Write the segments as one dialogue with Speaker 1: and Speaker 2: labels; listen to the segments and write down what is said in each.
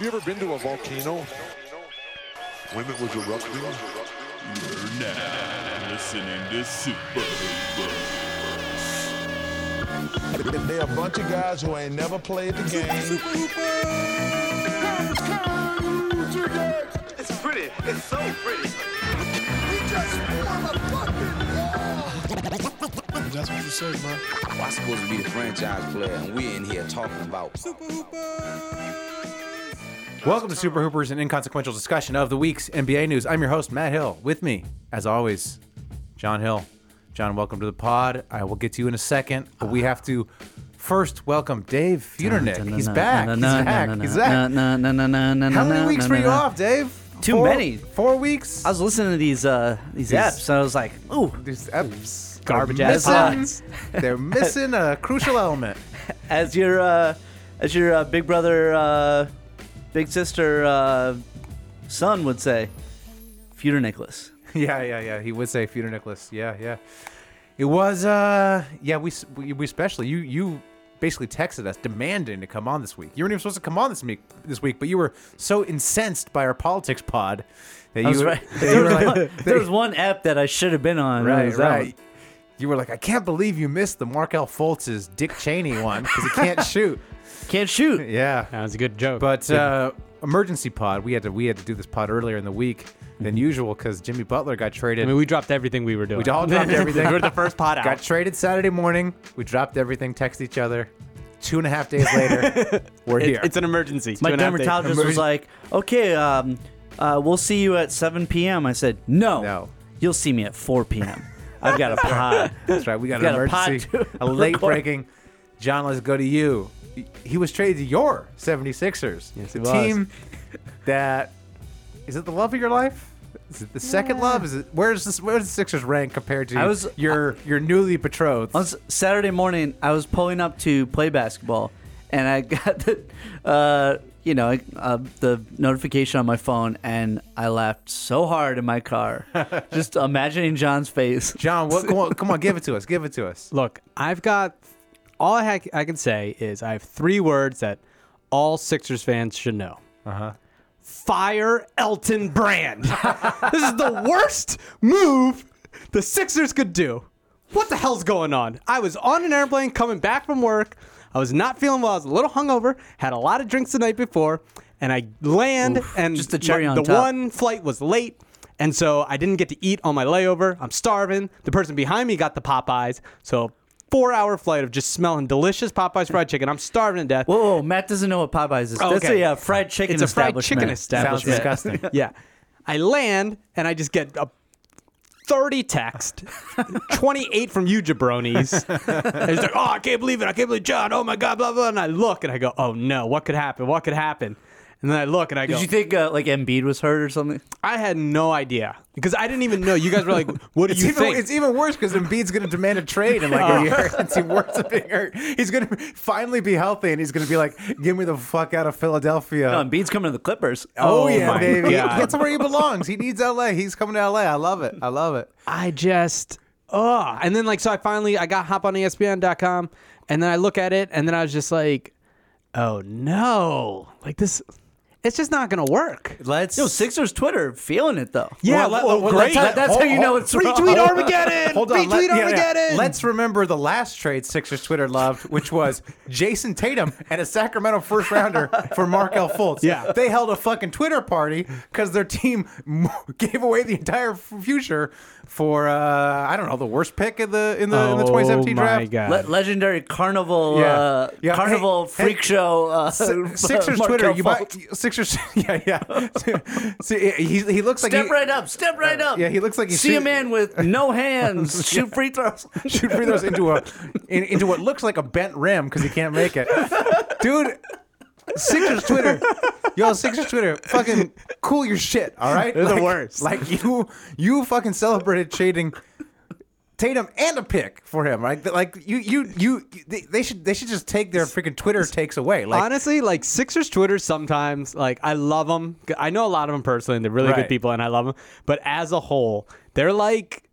Speaker 1: you ever been to a volcano?
Speaker 2: When it was erupting?
Speaker 3: You're now listening to Super Hoopers.
Speaker 4: They're a bunch of guys who ain't never played the game.
Speaker 5: It's pretty. It's so pretty.
Speaker 6: I'm supposed to be the franchise player, and we're in here talking about
Speaker 7: Welcome to Super Hoopers, an inconsequential discussion of the week's NBA news. I'm your host, Matt Hill. With me, as always, John Hill. John, welcome to the pod. I will get to you in a second, but we have to first welcome Dave Futernick. He's back. He's back. He's back. How
Speaker 8: How
Speaker 7: many weeks were you off, Dave?
Speaker 8: Too
Speaker 7: Four-
Speaker 8: many.
Speaker 7: Four weeks?
Speaker 8: I was listening to these uh these
Speaker 7: These-
Speaker 8: apps, and I was like, ooh,
Speaker 7: These eps are
Speaker 8: Garbage ass
Speaker 7: missing-
Speaker 8: pods.
Speaker 7: They're missing a crucial element.
Speaker 8: as your uh, as your uh, big brother, uh, big sister, uh, son would say, Future Nicholas.
Speaker 7: Yeah, yeah, yeah. He would say Peter Nicholas. Yeah, yeah. It was uh yeah, we s- we we especially you you basically texted us demanding to come on this week. You weren't even supposed to come on this week this week, but you were so incensed by our politics pod that you
Speaker 8: I was
Speaker 7: were-
Speaker 8: right.
Speaker 7: that you
Speaker 8: There
Speaker 7: were
Speaker 8: was,
Speaker 7: like-
Speaker 8: one, there was one app that I should have been on. and it
Speaker 7: right,
Speaker 8: was um, that
Speaker 7: right. You were like, I can't believe you missed the Markel Fultz's Dick Cheney one because he can't shoot.
Speaker 8: one. Can't shoot.
Speaker 7: Yeah,
Speaker 9: That was a good joke.
Speaker 7: But uh, emergency pod, we had to we had to do this pod earlier in the week
Speaker 8: Mm-hmm.
Speaker 7: than usual because Jimmy Butler got
Speaker 9: I
Speaker 7: traded.
Speaker 9: mean, we dropped everything we were doing.
Speaker 7: we all dropped everything.
Speaker 9: we were the first pot out.
Speaker 7: Got traded Saturday morning. We dropped everything, text each other. Two and a half days later, we're
Speaker 9: It-
Speaker 7: here.
Speaker 9: It's an emergency.
Speaker 8: My
Speaker 9: Two and a half days.
Speaker 8: dermatologist was like, okay, um, uh, we'll see you at 7 p.m. I said, no,
Speaker 7: No.
Speaker 8: you'll see me at 4 p.m. I've got a pod.
Speaker 7: That's right. We got
Speaker 8: We
Speaker 7: an
Speaker 8: got a pod
Speaker 7: emergency,
Speaker 8: to
Speaker 7: a, late
Speaker 8: record.
Speaker 7: breaking. John, let's go to you. He was traded to your 76ers.
Speaker 9: Yes,
Speaker 7: the
Speaker 9: he was.
Speaker 7: team that is it the love of your life? Is it the second love? Is it where's this? Where's the Sixers rank compared to
Speaker 8: I was-
Speaker 7: your your newly betrothed?
Speaker 8: On s- Saturday morning, I was pulling up to play basketball, and I got the, uh, you know, uh, the notification on my phone, and I laughed so hard in my car, just imagining John's face.
Speaker 7: John, what, come on, come on, give it to us. Give it to us.
Speaker 9: Look, I've got all I, ha- I can say is I have three words that all Sixers fans should know. Uh huh. Fire Elton Brand. this is the worst move the Sixers could do. What the hell's going on? I was on an airplane coming back from work. I was not feeling well. I was a little hungover. Had a lot of drinks the night before, and I land
Speaker 8: Oof,
Speaker 9: and
Speaker 8: just the cherry on
Speaker 9: the
Speaker 8: top.
Speaker 9: one flight was late, and so I didn't get to eat on my layover. I'm starving. The person behind me got the Popeyes, so four hour flight of just smelling delicious Popeyes fried chicken. I'm starving to death.
Speaker 8: Whoa, whoa, Matt doesn't know what Popeyes is. That's
Speaker 9: Oh, Okay.
Speaker 8: a uh, fried chicken
Speaker 9: it's a fried
Speaker 8: establishment.
Speaker 9: chicken
Speaker 7: Sounds
Speaker 9: establishment.
Speaker 7: disgusting.
Speaker 9: yeah, I land and I just get a. 30 text, 28 from you jabronis. And it's like, oh, I can't believe it. I can't believe John. Oh my God, blah, blah. And I look and I go, oh no, what could happen? What could happen? And then I look and I go,
Speaker 8: Did you think uh, like Embiid was hurt or something?
Speaker 9: I had no idea because I didn't even know. You guys were like, "What do
Speaker 7: It's
Speaker 9: you
Speaker 7: even,
Speaker 9: think?" Oh.
Speaker 7: it's even worse because Embiid's going to demand a trade in like a year. It's even worse than being hurt. He's going to finally be healthy, and he's going to be like, "Give me the fuck out of Philadelphia."
Speaker 8: No, Embiid's coming to the Clippers.
Speaker 7: oh,
Speaker 9: Oh
Speaker 7: yeah,
Speaker 9: my
Speaker 7: baby.
Speaker 9: God.
Speaker 7: That's where he belongs. He needs LA. He's coming to LA. I love it. I love it.
Speaker 9: I just, oh, and then like, so I finally I got hop on E ESPN.com, and then I look at it, and then I was just like, "Oh no, like this, it's just not gonna work."
Speaker 7: Let's
Speaker 8: Yo, Sixers Twitter feeling it though.
Speaker 9: Yeah,
Speaker 7: well,
Speaker 9: well,
Speaker 7: let's-
Speaker 9: great.
Speaker 8: That- that's
Speaker 7: hold-
Speaker 8: how you know
Speaker 7: hold-
Speaker 8: it's
Speaker 9: Retweet
Speaker 8: wrong.
Speaker 9: Armageddon.
Speaker 7: Hold on.
Speaker 9: Retweet
Speaker 7: let- yeah, yeah.
Speaker 9: Armageddon.
Speaker 7: Let's remember the last trade Sixers Twitter loved, which was Jason Tatum and a Sacramento first rounder for Markel Fultz.
Speaker 9: Yeah.
Speaker 7: They held a fucking Twitter party because their team m- gave away the entire f- future for uh, I don't know the worst pick in the in the, in the 2017
Speaker 9: oh
Speaker 7: draft.
Speaker 9: my god.
Speaker 8: Le- legendary carnival,
Speaker 7: Yeah.
Speaker 8: uh,
Speaker 7: Yeah.
Speaker 8: carnival
Speaker 7: Hey,
Speaker 8: freak
Speaker 7: hey,
Speaker 8: show. Uh,
Speaker 7: Si- Sixers
Speaker 8: Markel
Speaker 7: Twitter, you buy
Speaker 8: Fultz.
Speaker 7: Sixers. Yeah, yeah. See, he, he looks like
Speaker 8: Step
Speaker 7: he,
Speaker 8: right up, step right up.
Speaker 7: yeah, he looks like he
Speaker 8: see a
Speaker 7: shoot-
Speaker 8: man with no hands shoot free throws.
Speaker 7: shoot free throws into a in, into what looks like a bent rim because he can't make it. Dude, Sixers Twitter, yo, Sixers Twitter, fucking cool your shit, all right?
Speaker 9: They're the
Speaker 7: Like-
Speaker 9: worst.
Speaker 7: Like you, you fucking celebrated trading Tatum and a pick for him, right? Like you, you, you, they, they should they should just take their freaking Twitter takes away. Like
Speaker 9: Honestly, like Sixers Twitter sometimes, like I love them. I know a lot of them personally, and they're really
Speaker 7: Right.
Speaker 9: good people, and I love them. But as a whole, they're like,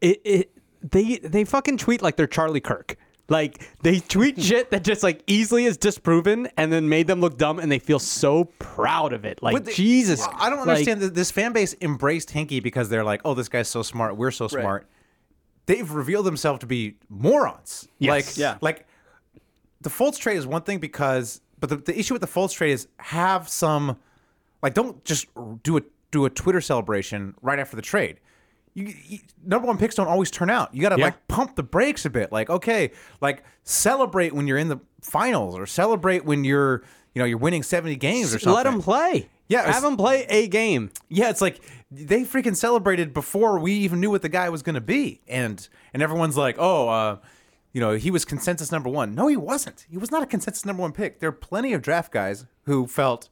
Speaker 9: it, it, they they fucking tweet like they're Charlie Kirk. Like they tweet shit that just like easily is disproven, and then made them look dumb, and they feel so proud of it. Like
Speaker 7: But they-
Speaker 9: Jesus,
Speaker 7: I don't
Speaker 9: like,
Speaker 7: understand that this fan base embraced Hinky because they're like, oh, this guy's so smart. We're so smart. They've revealed themselves to be morons. Like,
Speaker 9: Yeah.
Speaker 7: like the Fultz trade is one thing because, but the, the issue with the Fultz trade is have some, like, don't just do a do a Twitter celebration right after the trade. You, you, number one picks don't always turn out. You got to
Speaker 9: Yeah.
Speaker 7: like pump the brakes a bit. Like, okay, like celebrate when you're in the finals or celebrate when you're, you know, you're winning 70 games or something.
Speaker 9: Let them play.
Speaker 7: Yeah, it's-
Speaker 9: have them play a game.
Speaker 7: Yeah, it's like they freaking celebrated before we even knew what the guy was going to be, and and everyone's like, oh, uh, you know, he was consensus number one. No, he wasn't. He was not a consensus number one pick. There are plenty of draft guys who felt,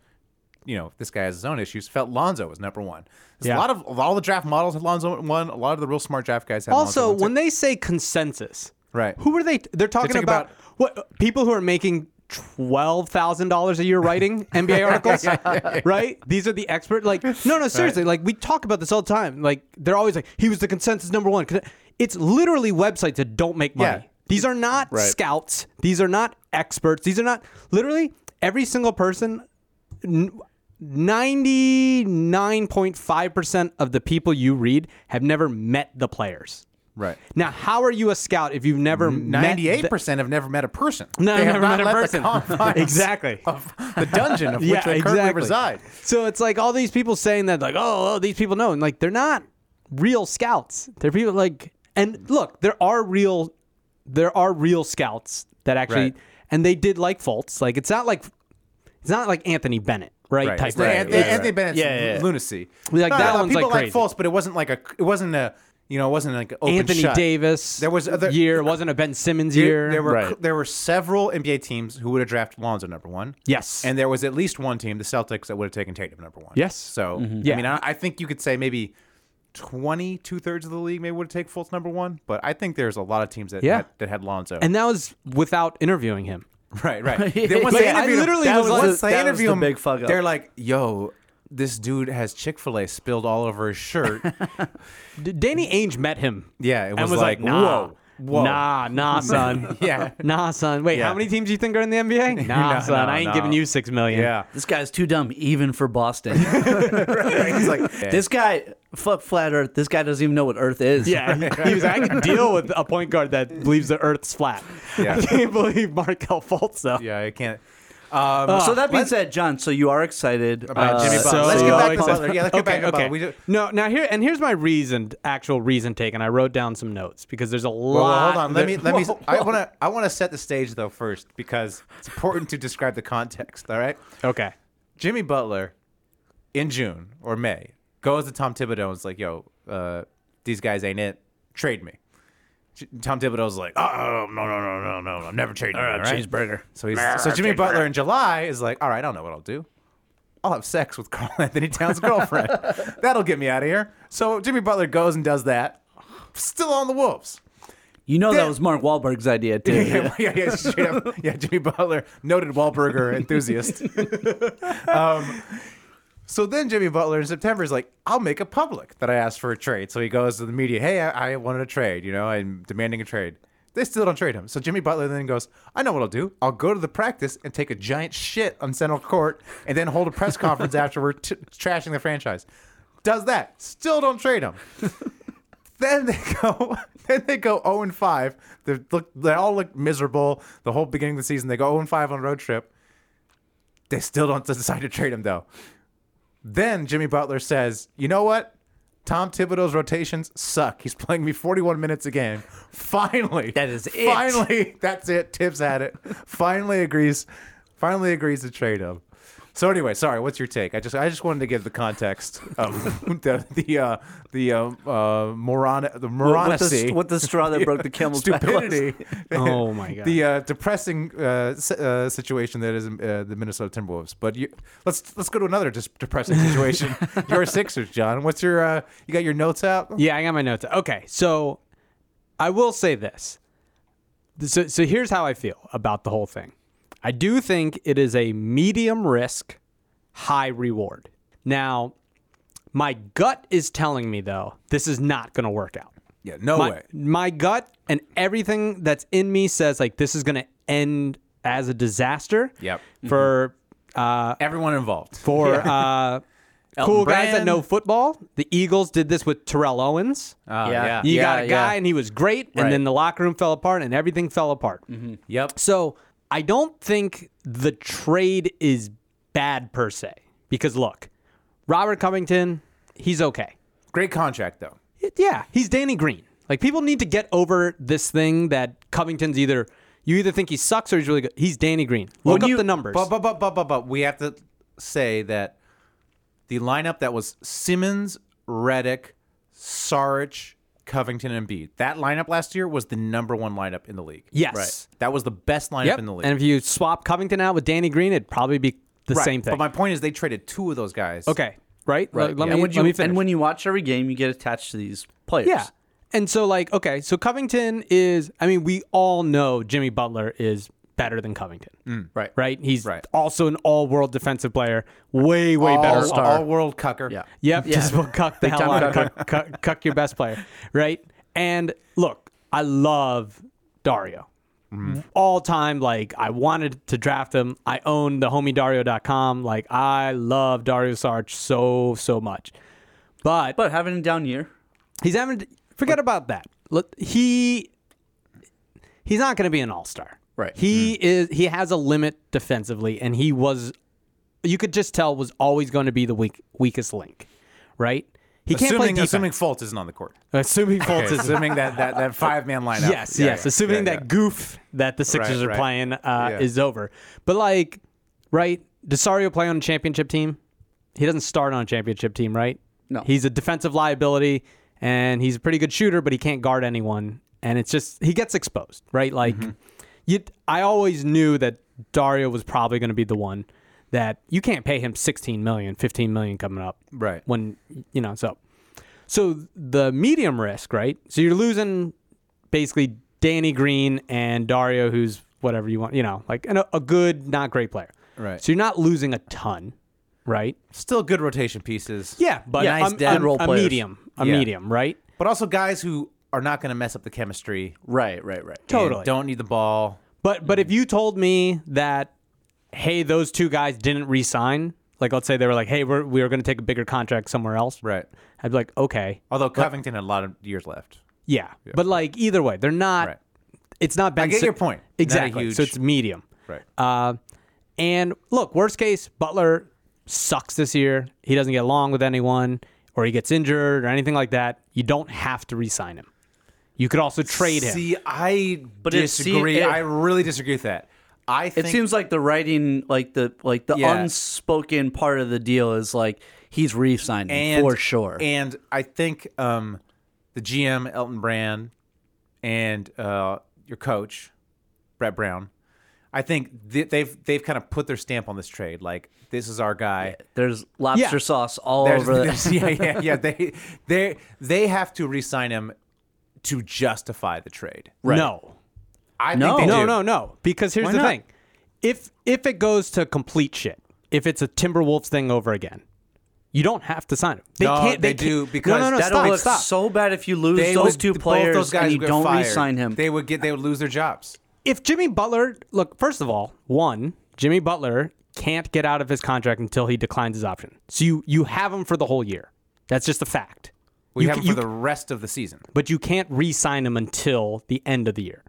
Speaker 7: you know, this guy has his own issues. Felt Lonzo was number one. There's
Speaker 9: Yeah.
Speaker 7: A lot of all the draft models had Lonzo at one. A lot of the real smart draft guys had
Speaker 9: Also,
Speaker 7: Lonzo at
Speaker 9: when they say consensus,
Speaker 7: Right.
Speaker 9: Who are they? They're talking
Speaker 7: talking
Speaker 9: about, what people who are making twelve thousand dollars a year writing NBA articles, right? These are the expert. Like, no, no, seriously. Like, we talk about this all the time. Like, they're always like, he was the consensus number one. It's literally websites that don't make money.
Speaker 7: Yeah.
Speaker 9: These are not scouts. These are not experts. These are not literally every single person. n- 99.5% of the people you read have never met the players.
Speaker 7: right.
Speaker 9: Now, how are you a scout if you've never met the-
Speaker 7: Ninety-eight percent have never met a person.
Speaker 9: No,
Speaker 7: they have
Speaker 9: never
Speaker 7: not
Speaker 9: met a
Speaker 7: left the
Speaker 9: person.
Speaker 7: confines
Speaker 9: Exactly.
Speaker 7: Of the dungeon of which they currently reside.
Speaker 9: So it's like all these people saying that, like, oh, oh, these people know, and like they're not real scouts. They're people like, and look, there are real, there are real scouts that actually,
Speaker 7: Right.
Speaker 9: and they did like faults. Like it's not like, it's not like Anthony Bennett, right?
Speaker 7: right.
Speaker 9: Type
Speaker 7: It's the
Speaker 9: thing.
Speaker 7: Anthony,
Speaker 9: It's-
Speaker 7: Anthony Bennett's
Speaker 9: Yeah, yeah, yeah.
Speaker 7: lunacy.
Speaker 9: Like, that
Speaker 7: no,
Speaker 9: one's,
Speaker 7: people
Speaker 9: like, crazy.
Speaker 7: false, but it wasn't like a it wasn't a you know it wasn't like an open
Speaker 9: Anthony
Speaker 7: shut.
Speaker 9: Davis.
Speaker 7: There was other-
Speaker 9: year. It wasn't a Ben Simmons
Speaker 7: There-
Speaker 9: year.
Speaker 7: There were there were several NBA teams who would have drafted Lonzo number one.
Speaker 9: Yes.
Speaker 7: and there was at least one team, the Celtics, that would have taken Tatum number one.
Speaker 9: Yes. Mm-hmm.
Speaker 7: so
Speaker 9: Yeah.
Speaker 7: I mean, I, I think you could say maybe. 20 two thirds of the league maybe would have taken Fultz number one, but I think there's a lot of teams that
Speaker 9: Yeah.
Speaker 7: had, that had Lonzo.
Speaker 9: and that was without interviewing him.
Speaker 7: Right, right. Then once
Speaker 9: Like,
Speaker 7: they
Speaker 9: I
Speaker 7: interviewed him-
Speaker 9: literally
Speaker 7: that
Speaker 9: was like-
Speaker 7: once they
Speaker 8: that was
Speaker 7: interview
Speaker 8: the
Speaker 7: him,
Speaker 8: big fuck up.
Speaker 7: they're like, "Yo, this dude has Chick Fil A spilled all over his shirt."
Speaker 9: D- Danny Ainge met him.
Speaker 7: Yeah, it
Speaker 9: and
Speaker 7: was
Speaker 9: was like,
Speaker 7: like,
Speaker 9: nah,
Speaker 7: whoa, whoa."
Speaker 9: nah, nah, son,
Speaker 7: Yeah.
Speaker 9: nah, son. Wait,
Speaker 7: Yeah.
Speaker 9: how many teams do you think are in the NBA? Nah,
Speaker 7: No,
Speaker 9: son,
Speaker 7: no,
Speaker 9: I ain't
Speaker 7: no.
Speaker 9: giving you six million.
Speaker 8: This guy's too dumb, even for Boston.
Speaker 7: he's like,
Speaker 8: This guy, fuck flat Earth. This guy doesn't even know what Earth is.
Speaker 9: yeah. He was. I can deal with a point guard that believes the Earth's flat.
Speaker 7: Yeah.
Speaker 9: I can't believe Markel Fultz though.
Speaker 7: yeah, I can't." Um,
Speaker 8: So that being said, John, so you are excited
Speaker 7: About Jimmy
Speaker 8: uh,
Speaker 7: Butler.
Speaker 9: So-
Speaker 7: Let's get back to
Speaker 9: Okay.
Speaker 7: Butler. Yeah, let's get back to Butler. We do-
Speaker 9: no, now here and here's my reason, actual reason taken. I wrote down some notes because there's a lot.
Speaker 7: Well, well, hold on. Let
Speaker 9: that-
Speaker 7: me. Let me. I want to. I want to set the stage though first because it's important to describe the context. All right.
Speaker 9: Okay.
Speaker 7: Jimmy Butler in June or May goes to Tom Thibodeau and is like, yo, uh, these guys ain't it. Trade me. J- Tom Thibodeau's like, oh, no, no, no, no, no, no. I'm never trading you. All right.
Speaker 8: cheeseburger.
Speaker 7: So, he's, so Jimmy Butler in July is like, all right, I don't know what I'll do. I'll have sex with Carl Anthony Towns' girlfriend. That'll get me out of here. So Jimmy Butler goes and does that. Still on the Wolves.
Speaker 8: You know
Speaker 7: Yeah.
Speaker 8: that was Mark Wahlberg's idea too.
Speaker 7: Yeah, yeah, yeah, straight up. Yeah, Jimmy Butler, noted Wahlburger enthusiast. um, so then Jimmy Butler in September is like, I'll make it public that I asked for a trade. So he goes to the media, hey, I, I wanted a trade, you know, I'm demanding a trade. They still don't trade him. So Jimmy Butler then goes, I know what I'll do. I'll go to the practice and take a giant shit on Central Court and then hold a press conference afterward, t- trashing the franchise. Does that. Still don't trade him then they go then they go 0 and 5 they look they all look miserable the whole beginning of the season they go 0 and 5 on a road trip they still don't decide to trade him though then jimmy butler says you know what Tom Thibodeau's rotations suck. He's playing me 41 minutes a game. Finally,
Speaker 8: That is it.
Speaker 7: Finally, that's it. Tips at it. Finally agrees. Finally agrees to trade him. So anyway, sorry. What's your take? I just I just wanted to give the context of the the uh, the uh, uh, moron the
Speaker 8: What the,
Speaker 7: moronicy,
Speaker 8: st- what the straw that broke the camel's back was.
Speaker 7: stupidity.
Speaker 9: Oh my God.
Speaker 7: The uh, depressing uh, s- uh, situation that is uh, the Minnesota Timberwolves. But you, let's let's go to another dis- depressing situation. Your Sixers, John. What's your uh, you got your notes out?
Speaker 9: Yeah, I got my notes. Okay, so I will say this. So, so here's how I feel about the whole thing. I do think it is a medium risk, high reward. Now, my gut is telling me though this is not going to work out.
Speaker 7: Yeah, no
Speaker 9: my,
Speaker 7: way.
Speaker 9: My gut and everything that's in me says like this is going to end as a disaster.
Speaker 7: Yep. Mm-hmm.
Speaker 9: For uh,
Speaker 7: Everyone involved.
Speaker 9: for uh, cool guys that
Speaker 7: Brand.
Speaker 9: know football, the Eagles did this with Terrell Owens.
Speaker 7: Uh, yeah.
Speaker 8: Yeah.
Speaker 9: you got a guy
Speaker 8: yeah.
Speaker 9: and he was great,
Speaker 7: Right.
Speaker 9: and then the locker room fell apart and everything fell apart.
Speaker 7: Yep.
Speaker 9: So I don't think the trade is bad per se because look, Robert Covington, he's okay.
Speaker 7: Great contract though.
Speaker 9: It- yeah, he's Danny Green. Like people need to get over this thing that Covington's either you either think he sucks or he's really good. He's Danny Green. Look
Speaker 7: When
Speaker 9: up
Speaker 7: you-
Speaker 9: the numbers.
Speaker 7: But, but, but, but, but, but we have to say that the lineup that was Simmons, Reddick, Saric, Covington, and Embiid, that lineup last year was the number one lineup in the league.
Speaker 9: Yes.
Speaker 7: That was the best lineup
Speaker 9: yep.
Speaker 7: in the league.
Speaker 9: And if you swap Covington out with Danny Green, it'd probably be the
Speaker 7: Right.
Speaker 9: same thing.
Speaker 7: But my point is they traded two of those guys.
Speaker 9: okay. Right? Let, let
Speaker 8: and,
Speaker 9: me,
Speaker 8: when you,
Speaker 9: let me finish.
Speaker 8: and when you watch every game, you get attached to these players.
Speaker 9: Yeah. And so, like, okay, so Covington is, I mean, we all know Jimmy Butler is better than Covington,
Speaker 7: Right.
Speaker 9: right? He's
Speaker 7: Right.
Speaker 9: also an all world defensive player, way, way
Speaker 7: All,
Speaker 9: better.
Speaker 7: all, world cucker.
Speaker 8: Yeah.
Speaker 9: Yep,
Speaker 8: Yeah.
Speaker 9: just will cuck the hell
Speaker 8: time
Speaker 9: out of cuck, cuck, cuck your best player, right? And look, I love Dario. All time, like I wanted to draft him. I own the homiedario.com. Like I love Dario Sarge so, so much. But
Speaker 8: But having a down year,
Speaker 9: He's having. Forget about that. Look, he he's not going to be an all star.
Speaker 8: Right.
Speaker 9: He is. He has a limit defensively, and he was. You could just tell was always going to be the weak, weakest link. Right. He can't play
Speaker 7: Assuming,
Speaker 9: defense.
Speaker 7: assuming Fultz isn't on the court.
Speaker 9: assuming Fultz
Speaker 7: Okay,
Speaker 9: is.
Speaker 7: assuming that, that, that five man lineup.
Speaker 9: Yes,
Speaker 7: Yeah,
Speaker 9: yes.
Speaker 7: yeah,
Speaker 9: Assuming
Speaker 7: yeah,
Speaker 9: that goof that the Sixers
Speaker 7: Right,
Speaker 9: are
Speaker 7: right.
Speaker 9: playing uh,
Speaker 7: Yeah.
Speaker 9: is over. But like, right? Does Sario play on a championship team? He doesn't start on a championship team, right?
Speaker 8: No.
Speaker 9: He's a defensive liability, and he's a pretty good shooter, but he can't guard anyone, and it's just he gets exposed, right? Like,
Speaker 7: Mm-hmm.
Speaker 9: you. I always knew that Dario was probably going to be the one that you can't pay him 16 million, 15 million coming up,
Speaker 7: Right.
Speaker 9: When you know so. So the medium risk, right? So you're losing basically Danny Green and Dario, who's whatever you want, you know, like an, a good, not great player.
Speaker 7: Right.
Speaker 9: So you're not losing a ton, right?
Speaker 7: Still good rotation pieces.
Speaker 9: Yeah, but
Speaker 7: Yeah, nice
Speaker 9: a,
Speaker 7: depth.
Speaker 9: a-
Speaker 7: Role
Speaker 9: a
Speaker 7: players.
Speaker 9: medium, a
Speaker 7: Yeah.
Speaker 9: medium, right?
Speaker 7: But also guys who are not going to mess up the chemistry.
Speaker 8: right, right, right.
Speaker 7: and
Speaker 9: Totally.
Speaker 7: Don't need the ball.
Speaker 9: But but if you told me that, hey, those two guys didn't resign, like let's say they were like, hey, we're we are going to take a bigger contract somewhere else,
Speaker 7: Right.
Speaker 9: I'd be like, okay,
Speaker 7: Although Covington had a lot of years left.
Speaker 9: yeah, but like either way, they're not.
Speaker 7: Right.
Speaker 9: It's not. Ben
Speaker 7: I get
Speaker 9: Si-
Speaker 7: your point. Not a
Speaker 9: Exactly.
Speaker 7: huge-
Speaker 9: So it's medium.
Speaker 7: Right.
Speaker 9: Uh, and look, worst case, Butler sucks this year. He doesn't get along with anyone, or he gets injured, or anything like that. You don't have to re-sign him. You could also trade him.
Speaker 7: See, I
Speaker 8: But it seem-
Speaker 7: disagree.
Speaker 8: it-
Speaker 7: I really disagree with that. I
Speaker 8: It
Speaker 7: think
Speaker 8: seems like the writing, like the like the
Speaker 7: Yeah.
Speaker 8: unspoken part of the deal is like he's re-signing
Speaker 7: and,
Speaker 8: for sure.
Speaker 7: And I think um, the GM Elton Brand and uh, your coach Brett Brown, I think th- they've they've kind of put their stamp on this trade. Like this is our guy.
Speaker 8: there's lobster
Speaker 9: Yeah.
Speaker 8: sauce all
Speaker 7: There's-
Speaker 8: over.
Speaker 7: there's-
Speaker 8: The,
Speaker 7: yeah, yeah, yeah. They they they have to re-sign him to justify the trade.
Speaker 9: No,
Speaker 7: I
Speaker 8: No.
Speaker 7: think they
Speaker 9: no,
Speaker 7: do.
Speaker 9: no, no. Because here's
Speaker 7: Oh. Why
Speaker 9: the
Speaker 7: not?
Speaker 9: thing: if if it goes to complete shit, if it's a Timberwolves thing over again, you don't have to sign him. They
Speaker 7: No,
Speaker 9: can't. They,
Speaker 7: they do,
Speaker 9: can't-
Speaker 7: because
Speaker 9: no, no, no.
Speaker 8: that'll
Speaker 9: Stop,
Speaker 8: look
Speaker 9: stop.
Speaker 8: so bad if you lose
Speaker 7: They
Speaker 8: those
Speaker 7: would-
Speaker 8: two
Speaker 7: both
Speaker 8: players
Speaker 7: those guys
Speaker 8: and you
Speaker 7: would get
Speaker 8: don't
Speaker 7: fired.
Speaker 8: re-sign him.
Speaker 7: They would get they would lose their jobs.
Speaker 9: if Jimmy Butler, look, first of all, one, Jimmy Butler can't get out of his contract until he declines his option. So you you have him for the whole year. That's just a fact.
Speaker 7: We
Speaker 9: You
Speaker 7: have
Speaker 9: ca-
Speaker 7: him for
Speaker 9: you
Speaker 7: the rest of the season.
Speaker 9: But you can't re-sign him until the end of the year.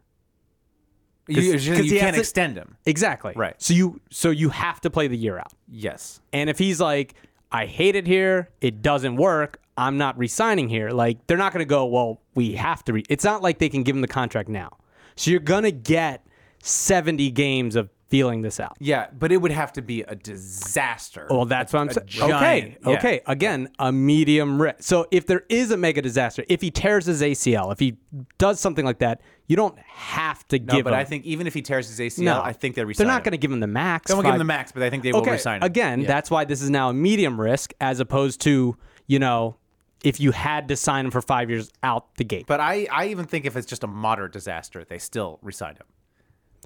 Speaker 7: You, you,
Speaker 9: 'cause he
Speaker 7: can't
Speaker 9: has to-
Speaker 7: extend him.
Speaker 9: Exactly.
Speaker 7: Right.
Speaker 9: So you so you have to play the year out.
Speaker 7: Yes.
Speaker 9: And if he's like, I hate it here, it doesn't work, I'm not resigning here, like they're not going to go, well, we have to. Re-. It's not like they can give him the contract now. So you're going to get 70 games of feeling this out.
Speaker 7: Yeah, but it would have to be a disaster.
Speaker 9: Well, that's what I'm
Speaker 7: A
Speaker 9: saying.
Speaker 7: giant-
Speaker 9: Okay,
Speaker 7: yeah.
Speaker 9: okay. Again, a medium risk. So if there is a mega disaster, if he tears his ACL, if he does something like that, you don't have to
Speaker 7: No,
Speaker 9: give
Speaker 7: but
Speaker 9: him.
Speaker 7: I think even if he tears his ACL,
Speaker 9: no,
Speaker 7: I think they resign.
Speaker 9: They're not going to give him the max.
Speaker 7: They won't give him
Speaker 9: five-
Speaker 7: the max, but I think they will
Speaker 9: Okay,
Speaker 7: resign him.
Speaker 9: again, that's why this is now a medium risk as opposed to you know if you had to sign him for five years out the gate.
Speaker 7: But I, I even think if it's just a moderate disaster, they still resign him.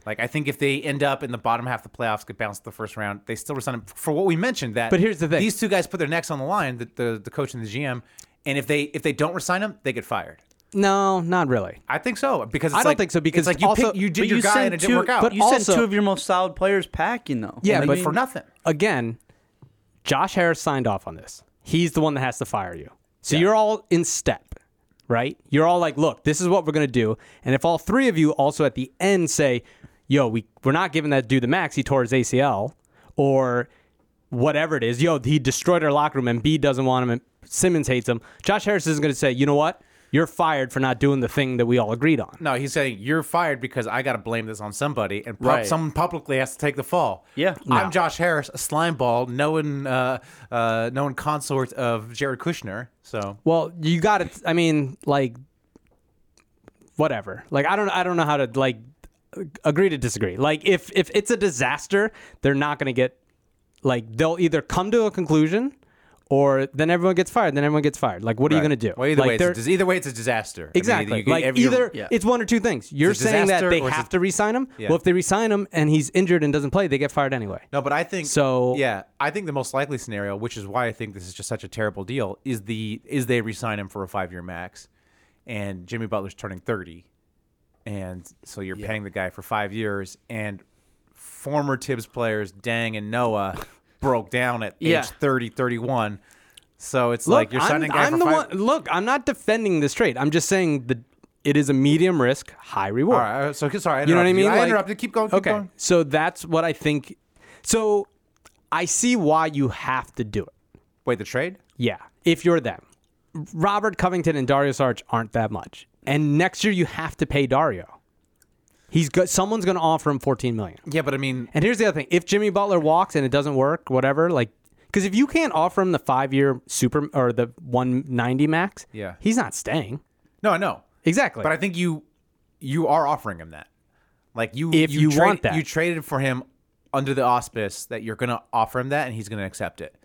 Speaker 7: Like I think if they end up in the bottom half of the playoffs, get bounced the first round, they still resign him for what we mentioned. That
Speaker 9: But here's the thing.
Speaker 7: these two guys put their necks on the line, the, the, the coach and the GM, and if they if they don't resign him, they get fired.
Speaker 9: No, not really.
Speaker 7: I think so because it's
Speaker 9: I don't
Speaker 7: like-
Speaker 9: think so, because
Speaker 7: it's like you
Speaker 9: also-
Speaker 7: pick, you
Speaker 8: But
Speaker 7: did your
Speaker 8: you
Speaker 7: guy
Speaker 8: sent
Speaker 7: and it
Speaker 8: two,
Speaker 7: didn't work out.
Speaker 9: but
Speaker 8: you
Speaker 9: also-
Speaker 8: sent two of your most solid players packing though.
Speaker 9: Yeah,
Speaker 7: Like,
Speaker 9: but
Speaker 7: for nothing.
Speaker 9: Again, Josh Harris signed off on this. He's the one that has to fire you. So you're all in step, right? You're all like, look, this is what we're going to do. And if all three of you also at the end say, yo, we, we're not giving that dude the max, he tore his ACL, or whatever it is, yo, he destroyed our locker room and B doesn't want him and Simmons hates him, Josh Harris isn't going to say, you know what? You're fired for not doing the thing that we all agreed on.
Speaker 7: No, he's saying you're fired because I got to blame this on somebody, and pub-
Speaker 8: Right.
Speaker 7: someone publicly has to take the fall.
Speaker 8: Yeah.
Speaker 7: I'm Josh Harris, a slime ball, known, uh, uh, known consort of Jared Kushner. So
Speaker 9: Well, you got to. I mean, like, whatever. Like, I don't. I don't know how to like agree to disagree. Like, if if it's a disaster, they're not going to get. Like, they'll either come to a conclusion, or then everyone gets fired. Then everyone gets fired. Like, what are you going to do?
Speaker 7: Well, either
Speaker 9: like,
Speaker 7: way,
Speaker 9: they're-
Speaker 7: it's a, dis- either way, it's a disaster. I mean,
Speaker 9: Exactly.
Speaker 7: you can-
Speaker 9: like
Speaker 7: every-
Speaker 9: either
Speaker 8: yeah.
Speaker 9: it's one or two things. You're
Speaker 7: It's a
Speaker 9: saying that
Speaker 7: disaster
Speaker 9: they
Speaker 7: or it's
Speaker 9: have
Speaker 7: a-
Speaker 9: to re-sign him.
Speaker 7: Yeah.
Speaker 9: Well, if they re-sign him and he's injured and doesn't play, they get fired anyway.
Speaker 7: No, but I think
Speaker 9: So-
Speaker 7: Yeah, I think the most likely scenario, which is why I think this is just such a terrible deal, is the is they resign him for a five year max, and Jimmy Butler's turning thirty, and so you're paying the guy for five years, and former Tibbs players Dang and Noah broke down at
Speaker 8: Yeah.
Speaker 7: age 30, 31. So it's
Speaker 9: Look,
Speaker 7: like you're signing a
Speaker 9: I'm,
Speaker 7: guy
Speaker 9: I'm
Speaker 7: for
Speaker 9: the
Speaker 7: five.
Speaker 9: one. Look, I'm not defending this trade. I'm just saying that it is a medium risk, high reward.
Speaker 7: All right, uh, so sorry, I
Speaker 9: You know what I
Speaker 7: interrupted
Speaker 9: mean?
Speaker 7: I
Speaker 9: Like-
Speaker 7: interrupted. Keep going. Keep
Speaker 9: okay,
Speaker 7: going.
Speaker 9: so that's what I think. So I see why you have to do it.
Speaker 7: Wait, the trade?
Speaker 9: Yeah, if you're them, Robert Covington and Dario Sarge aren't that much, and next year you have to pay Dario. He's got someone's going to offer him 14 million.
Speaker 7: Yeah, but I mean,
Speaker 9: And here's the other thing: if Jimmy Butler walks and it doesn't work, whatever, like, because if you can't offer him the five-year super or the 190 max,
Speaker 7: Yeah.
Speaker 9: he's not staying.
Speaker 7: no, I know.
Speaker 9: Exactly.
Speaker 7: But I think you you are offering him that. Like you
Speaker 9: If you
Speaker 7: trade-
Speaker 9: want that.
Speaker 7: you traded for him under the auspice that you're going to offer him that and he's going to accept it.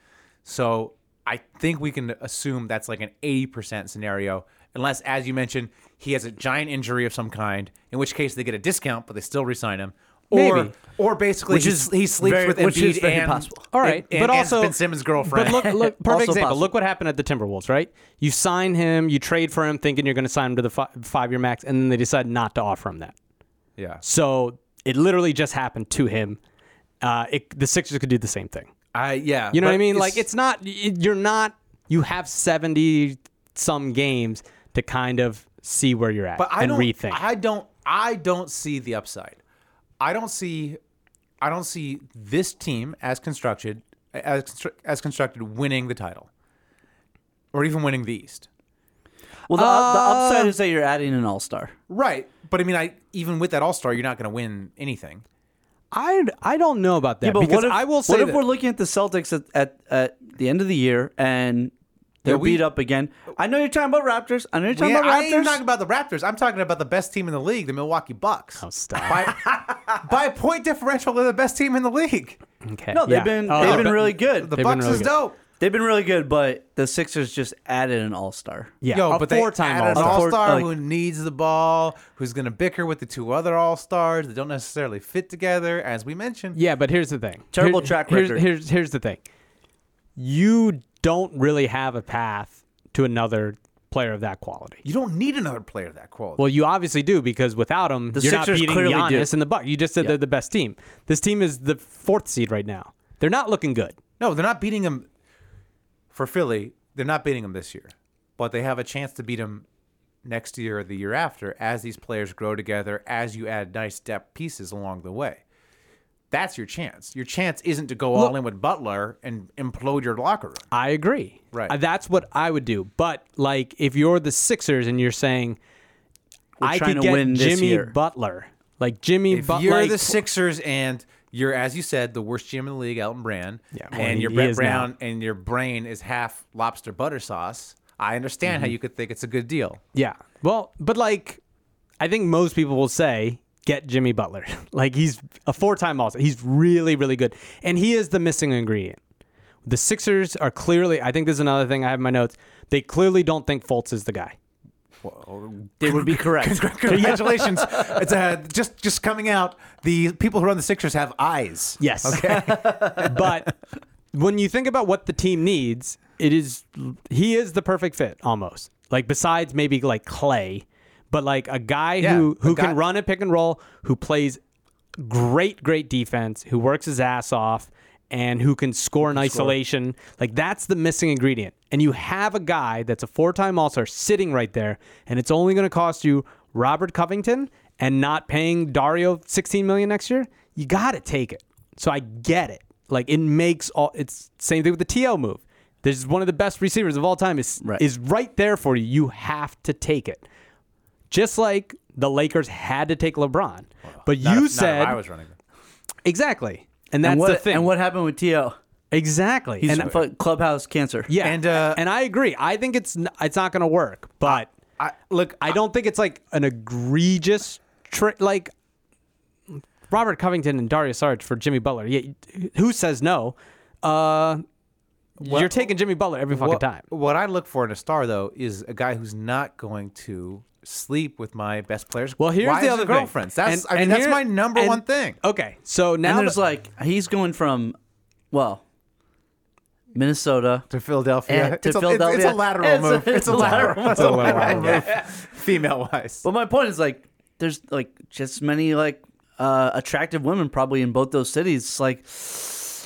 Speaker 7: So I think we can assume that's like an 80% scenario unless as you mentioned he has a giant injury of some kind in which case they get a discount but they still resign him. Or,
Speaker 9: Maybe.
Speaker 7: or basically,
Speaker 8: Which
Speaker 7: he,
Speaker 8: is
Speaker 7: he sleeps
Speaker 8: very-
Speaker 7: with
Speaker 8: which is
Speaker 7: Embiid
Speaker 8: very
Speaker 7: and
Speaker 8: possible.
Speaker 9: All right,
Speaker 7: and- and
Speaker 9: but also
Speaker 7: Ben Simmons' girlfriend.
Speaker 9: But look, look perfect
Speaker 8: Also
Speaker 9: example.
Speaker 8: possible.
Speaker 9: Look what happened at the Timberwolves, right? You sign him, you trade for him, thinking you're going to sign him to the fi- five-year max, and then they decide not to offer him that.
Speaker 7: yeah,
Speaker 9: So it literally just happened to him. Uh, it, the Sixers could do the same thing.
Speaker 7: I yeah.
Speaker 9: You know what I
Speaker 7: but
Speaker 9: mean? Like it's not y- you're not you have 70 some games to kind of see where you're at
Speaker 7: But I
Speaker 9: and
Speaker 7: don't.
Speaker 9: rethink.
Speaker 7: I don't. I don't see the upside. I don't see. I don't see this team as constructed as constru- as constructed winning the title, or even winning the East.
Speaker 8: Well, the, the
Speaker 7: Uh,
Speaker 8: upside is that you're adding an all star.
Speaker 7: Right. But I mean, I even with that All Star, you're not going to win anything.
Speaker 9: I I don't know about that because I will say
Speaker 8: what if
Speaker 9: that-
Speaker 8: we're looking at the Celtics at, at, at the end of the year and they're
Speaker 7: Yeah, we-
Speaker 8: beat up again? I know you're talking about Raptors. I know you're talking
Speaker 7: Yeah,
Speaker 8: about
Speaker 7: I ain't
Speaker 8: Raptors.
Speaker 7: talking about the Raptors. I'm talking about the best team in the league, the Milwaukee Bucks.
Speaker 9: Oh, stop.
Speaker 7: By, by point differential, they're the best team in the league.
Speaker 9: Okay.
Speaker 8: no, they've
Speaker 9: Yeah.
Speaker 8: been
Speaker 9: Oh,
Speaker 8: they've
Speaker 9: they're
Speaker 8: been
Speaker 9: be-
Speaker 8: really good.
Speaker 7: The
Speaker 9: been
Speaker 7: Bucks
Speaker 9: really
Speaker 7: is
Speaker 9: good.
Speaker 7: dope.
Speaker 8: They've been really good, but the Sixers just added an all star.
Speaker 9: yeah,
Speaker 7: Yo,
Speaker 9: a
Speaker 7: but
Speaker 9: four-time
Speaker 7: they add an
Speaker 9: All-Star.
Speaker 7: all star
Speaker 8: Like-
Speaker 7: who needs the ball, who's going to bicker with the two other all stars that don't necessarily fit together, as we mentioned.
Speaker 9: Yeah, but here's the thing.
Speaker 8: Terrible track record.
Speaker 9: Here's, here's here's the thing. You don't really have a path to another player of that quality.
Speaker 7: You don't need another player of that quality.
Speaker 9: Well, you obviously do because without him,
Speaker 8: The
Speaker 9: you're
Speaker 8: Sixers
Speaker 9: not beating
Speaker 8: clearly
Speaker 9: Giannis
Speaker 8: do.
Speaker 9: and the Buck. You just said they're the best team. This team is the fourth seed right now. They're not looking good.
Speaker 7: no, they're not beating him for Philly. They're not beating him this year, but they have a chance to beat him next year or the year after as these players grow together, as you add nice depth pieces along the way. That's your chance. Your chance isn't to go all in with Butler and implode your locker room.
Speaker 9: I agree.
Speaker 7: Right.
Speaker 9: Uh, That's what I would do. But like, if you're the Sixers and you're saying, I
Speaker 8: trying to
Speaker 9: could get
Speaker 8: win this
Speaker 9: Jimmy
Speaker 8: year."
Speaker 9: Butler, like Jimmy
Speaker 7: if
Speaker 9: Butler,
Speaker 7: you're the Sixers and you're, as you said, the worst GM in the league, Elton Brand,
Speaker 9: Yeah, well,
Speaker 7: and
Speaker 9: he-
Speaker 7: your
Speaker 9: he
Speaker 7: Brett
Speaker 9: is
Speaker 7: Brown
Speaker 9: now.
Speaker 7: and your brain is half lobster butter sauce, I understand
Speaker 9: Mm-hmm.
Speaker 7: how you could think it's a good deal.
Speaker 9: yeah. Well, but like, I think most people will say get Jimmy Butler. like he's a four-time All-Star. He's really, really good, and he is the missing ingredient. The Sixers are clearly. I think this is another thing I have in my notes. They clearly don't think Fultz is the guy.
Speaker 8: They would be correct.
Speaker 7: Congratulations! it's uh, just just coming out. The people who run the Sixers have eyes.
Speaker 9: Yes. Okay. but when you think about what the team needs, it is he is the perfect fit almost. Like besides maybe like Clay, but like a guy
Speaker 7: Yeah,
Speaker 9: who
Speaker 7: a
Speaker 9: who
Speaker 7: guy-
Speaker 9: can run a pick and roll, who plays great great defense, who works his ass off and who can score in isolation. Like that's the missing ingredient. And you have a guy that's a four-time All-Star sitting right there and it's only going to cost you Robert Covington and not paying Dario 16 million next year. You got to take it. So I get it. Like it makes all it's same thing with the TL move. This is one of the best receivers of all time is
Speaker 8: Right.
Speaker 9: is right there for you. You have to take it just like the Lakers had to take LeBron. But
Speaker 7: Not if-
Speaker 9: you
Speaker 7: not if
Speaker 9: said
Speaker 7: I was running.
Speaker 9: exactly, and that's
Speaker 8: and what,
Speaker 9: the thing.
Speaker 8: And what happened with T.O.?
Speaker 9: exactly?
Speaker 8: He's
Speaker 9: and
Speaker 8: fu- clubhouse cancer.
Speaker 9: yeah,
Speaker 7: And,
Speaker 9: and
Speaker 7: uh,
Speaker 9: and I agree. I think it's n- it's not going to work. But
Speaker 7: I, look,
Speaker 9: I don't think it's like an egregious trick. Like Robert Covington and Dario Sarge for Jimmy Butler. Yeah, who says no? Uh, you're taking Jimmy Butler every fucking
Speaker 7: what,
Speaker 9: time.
Speaker 7: What I look for in a star though is a guy who's not going to sleep with my best players.
Speaker 9: Well, here's
Speaker 7: Why
Speaker 9: the
Speaker 7: is
Speaker 9: other
Speaker 7: it
Speaker 9: thing.
Speaker 7: girlfriends. That's
Speaker 9: And-
Speaker 7: I mean
Speaker 9: and
Speaker 7: that's
Speaker 9: here-
Speaker 7: my number
Speaker 9: and-
Speaker 7: one thing.
Speaker 9: Okay, so now
Speaker 8: And there's
Speaker 9: the-
Speaker 8: like he's going from, well, Minnesota
Speaker 7: To Philadelphia,
Speaker 8: and to
Speaker 7: it's, a, it's-
Speaker 8: Philadelphia.
Speaker 7: it's a lateral
Speaker 8: It's a-
Speaker 7: move. it's a lateral, it's a lateral move, female wise.
Speaker 8: But my point is like there's like just many like uh, attractive women probably in both those cities. It's like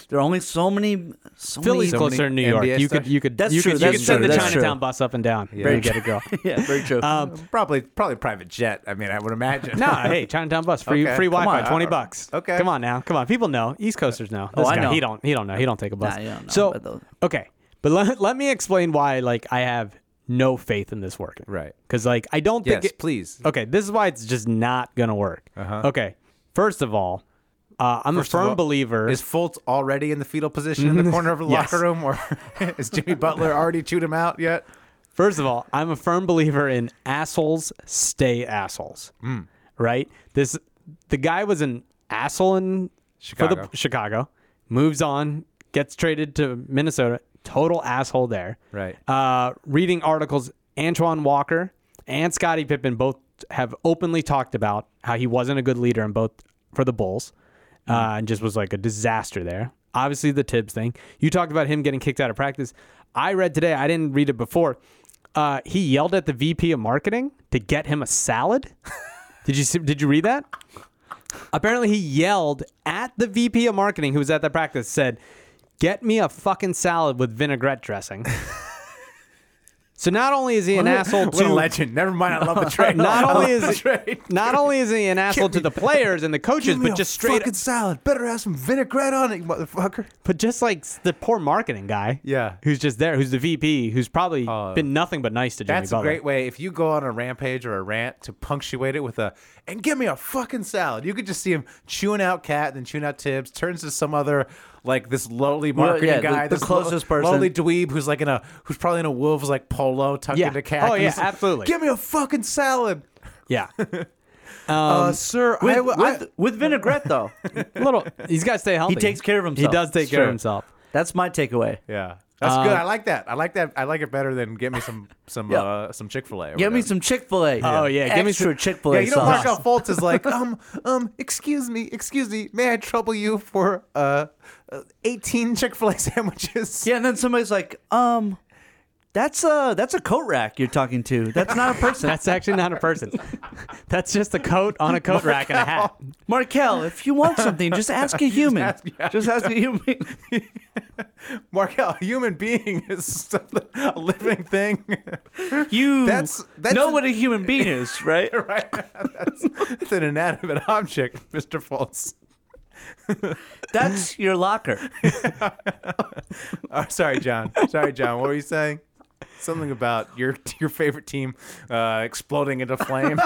Speaker 8: there are only so many so
Speaker 9: Philly's
Speaker 8: many,
Speaker 7: many
Speaker 9: closer to New York.
Speaker 7: NBA
Speaker 9: You
Speaker 7: stars.
Speaker 9: could you could
Speaker 8: That's
Speaker 9: you
Speaker 8: true,
Speaker 9: could, you
Speaker 8: that's
Speaker 9: could send
Speaker 8: true,
Speaker 9: the
Speaker 8: that's true.
Speaker 9: Chinatown bus up and down. Yeah.
Speaker 7: Very
Speaker 9: get a girl.
Speaker 8: Yeah, very true.
Speaker 7: Um, probably probably private jet. I mean, I would imagine.
Speaker 9: No, hey, Chinatown bus, free
Speaker 7: Okay,
Speaker 9: free
Speaker 7: come
Speaker 9: Wi-Fi,
Speaker 7: on,
Speaker 9: twenty
Speaker 7: I-
Speaker 9: bucks.
Speaker 7: okay.
Speaker 9: come on now, come on. People know East Coasters know.
Speaker 8: Oh,
Speaker 9: This
Speaker 8: I
Speaker 9: guy,
Speaker 8: know.
Speaker 9: He don't. He don't know. He don't take a bus.
Speaker 8: Nah, you don't know
Speaker 9: so
Speaker 8: about those.
Speaker 9: okay, but let, let me explain why like I have no faith in this working.
Speaker 7: Right.
Speaker 9: Because like I don't
Speaker 7: Yes,
Speaker 9: think it,
Speaker 7: please.
Speaker 9: Okay, this is why it's just not gonna work. Uh-huh. Okay, first of all, uh, I'm
Speaker 7: First
Speaker 9: a
Speaker 7: of
Speaker 9: firm
Speaker 7: all,
Speaker 9: believer.
Speaker 7: Is Fultz already in the fetal position in the corner of the
Speaker 9: Yes.
Speaker 7: locker room, or is Jimmy Butler already chewed him out yet?
Speaker 9: First of all, I'm a firm believer in assholes stay assholes.
Speaker 7: Hmm.
Speaker 9: Right? This the guy was an asshole in for
Speaker 7: Chicago.
Speaker 9: the, Chicago, moves on, gets traded to Minnesota, total asshole there.
Speaker 7: Right.
Speaker 9: Uh, reading articles, Antoine Walker and Scottie Pippen both have openly talked about how he wasn't a good leader in both for the Bulls, uh, and just was like a disaster there. Obviously, the Tibbs thing. You talked about him getting kicked out of practice. I read today. I didn't read it before. Uh, he yelled at the VP of marketing to get him a salad. did you see, did you read that? Apparently, he yelled at the VP of marketing who was at the practice. Said, "Get me a fucking salad with vinaigrette dressing." so not only is he an asshole
Speaker 7: What a
Speaker 9: to
Speaker 7: legend. Never mind. I love the trade.
Speaker 9: not
Speaker 7: I
Speaker 9: only
Speaker 7: love the
Speaker 9: is
Speaker 7: trade.
Speaker 9: not only is he an asshole to the players and the coaches,
Speaker 7: Give me
Speaker 9: but
Speaker 7: a
Speaker 9: just straight,
Speaker 7: fucking salad. Better have some vinaigrette on it, you motherfucker.
Speaker 9: but just like the poor marketing guy,
Speaker 7: Yeah. Uh,
Speaker 9: who's just there, who's the VP, who's probably been nothing but nice to Jimmy
Speaker 7: That's a
Speaker 9: Butler.
Speaker 7: great way if you go on a rampage or a rant to punctuate it with a and give me a fucking salad. You could just see him chewing out Cat, then chewing out Tibbs, turns to some other like this lowly marketing
Speaker 8: yeah, the-
Speaker 7: guy,
Speaker 8: the
Speaker 7: this
Speaker 8: closest person.
Speaker 7: lowly dweeb who's like in a who's probably in a wolf's like polo tucked
Speaker 9: Yeah.
Speaker 7: into Cat.
Speaker 9: Oh, yeah, absolutely.
Speaker 7: Give me a fucking salad,
Speaker 9: Yeah,
Speaker 7: uh, sir.
Speaker 8: Um, With,
Speaker 7: I,
Speaker 8: with,
Speaker 7: I-
Speaker 8: with vinaigrette though,
Speaker 9: little. He's got to stay healthy.
Speaker 8: he takes care of himself.
Speaker 9: He does take
Speaker 8: It's
Speaker 9: care of
Speaker 8: true.
Speaker 9: himself.
Speaker 8: That's my takeaway.
Speaker 7: yeah. That's good. I like that. I like that. I like it better than get me some some
Speaker 8: Uh, Yeah.
Speaker 7: uh, some Chick Fil A.
Speaker 8: Give me some Chick Fil A.
Speaker 9: Oh, yeah, give me some-
Speaker 8: Chick Fil
Speaker 7: Yeah,
Speaker 8: A
Speaker 7: you know
Speaker 8: sauce.
Speaker 7: Markel Fultz is like, um, um, excuse me, excuse me, may I trouble you for uh, uh, eighteen Chick Fil A sandwiches?
Speaker 8: Yeah, and then somebody's like, um, that's a that's a coat rack you're talking to. That's not a person.
Speaker 9: That's actually not a person. That's just a coat on a coat rack and a hat.
Speaker 8: Markel, if you want something, just ask a human.
Speaker 7: ask- yeah.
Speaker 8: just ask a human.
Speaker 7: Markel, a human being is a living thing,
Speaker 8: You
Speaker 7: That's- that's
Speaker 8: know
Speaker 7: a-
Speaker 8: what a human being is, right?
Speaker 7: right? That's, it's an inanimate object, Mister Fultz.
Speaker 8: That's your locker.
Speaker 7: Oh, sorry, John. Sorry, John. What were you saying? Something about your your favorite team uh, exploding into flames.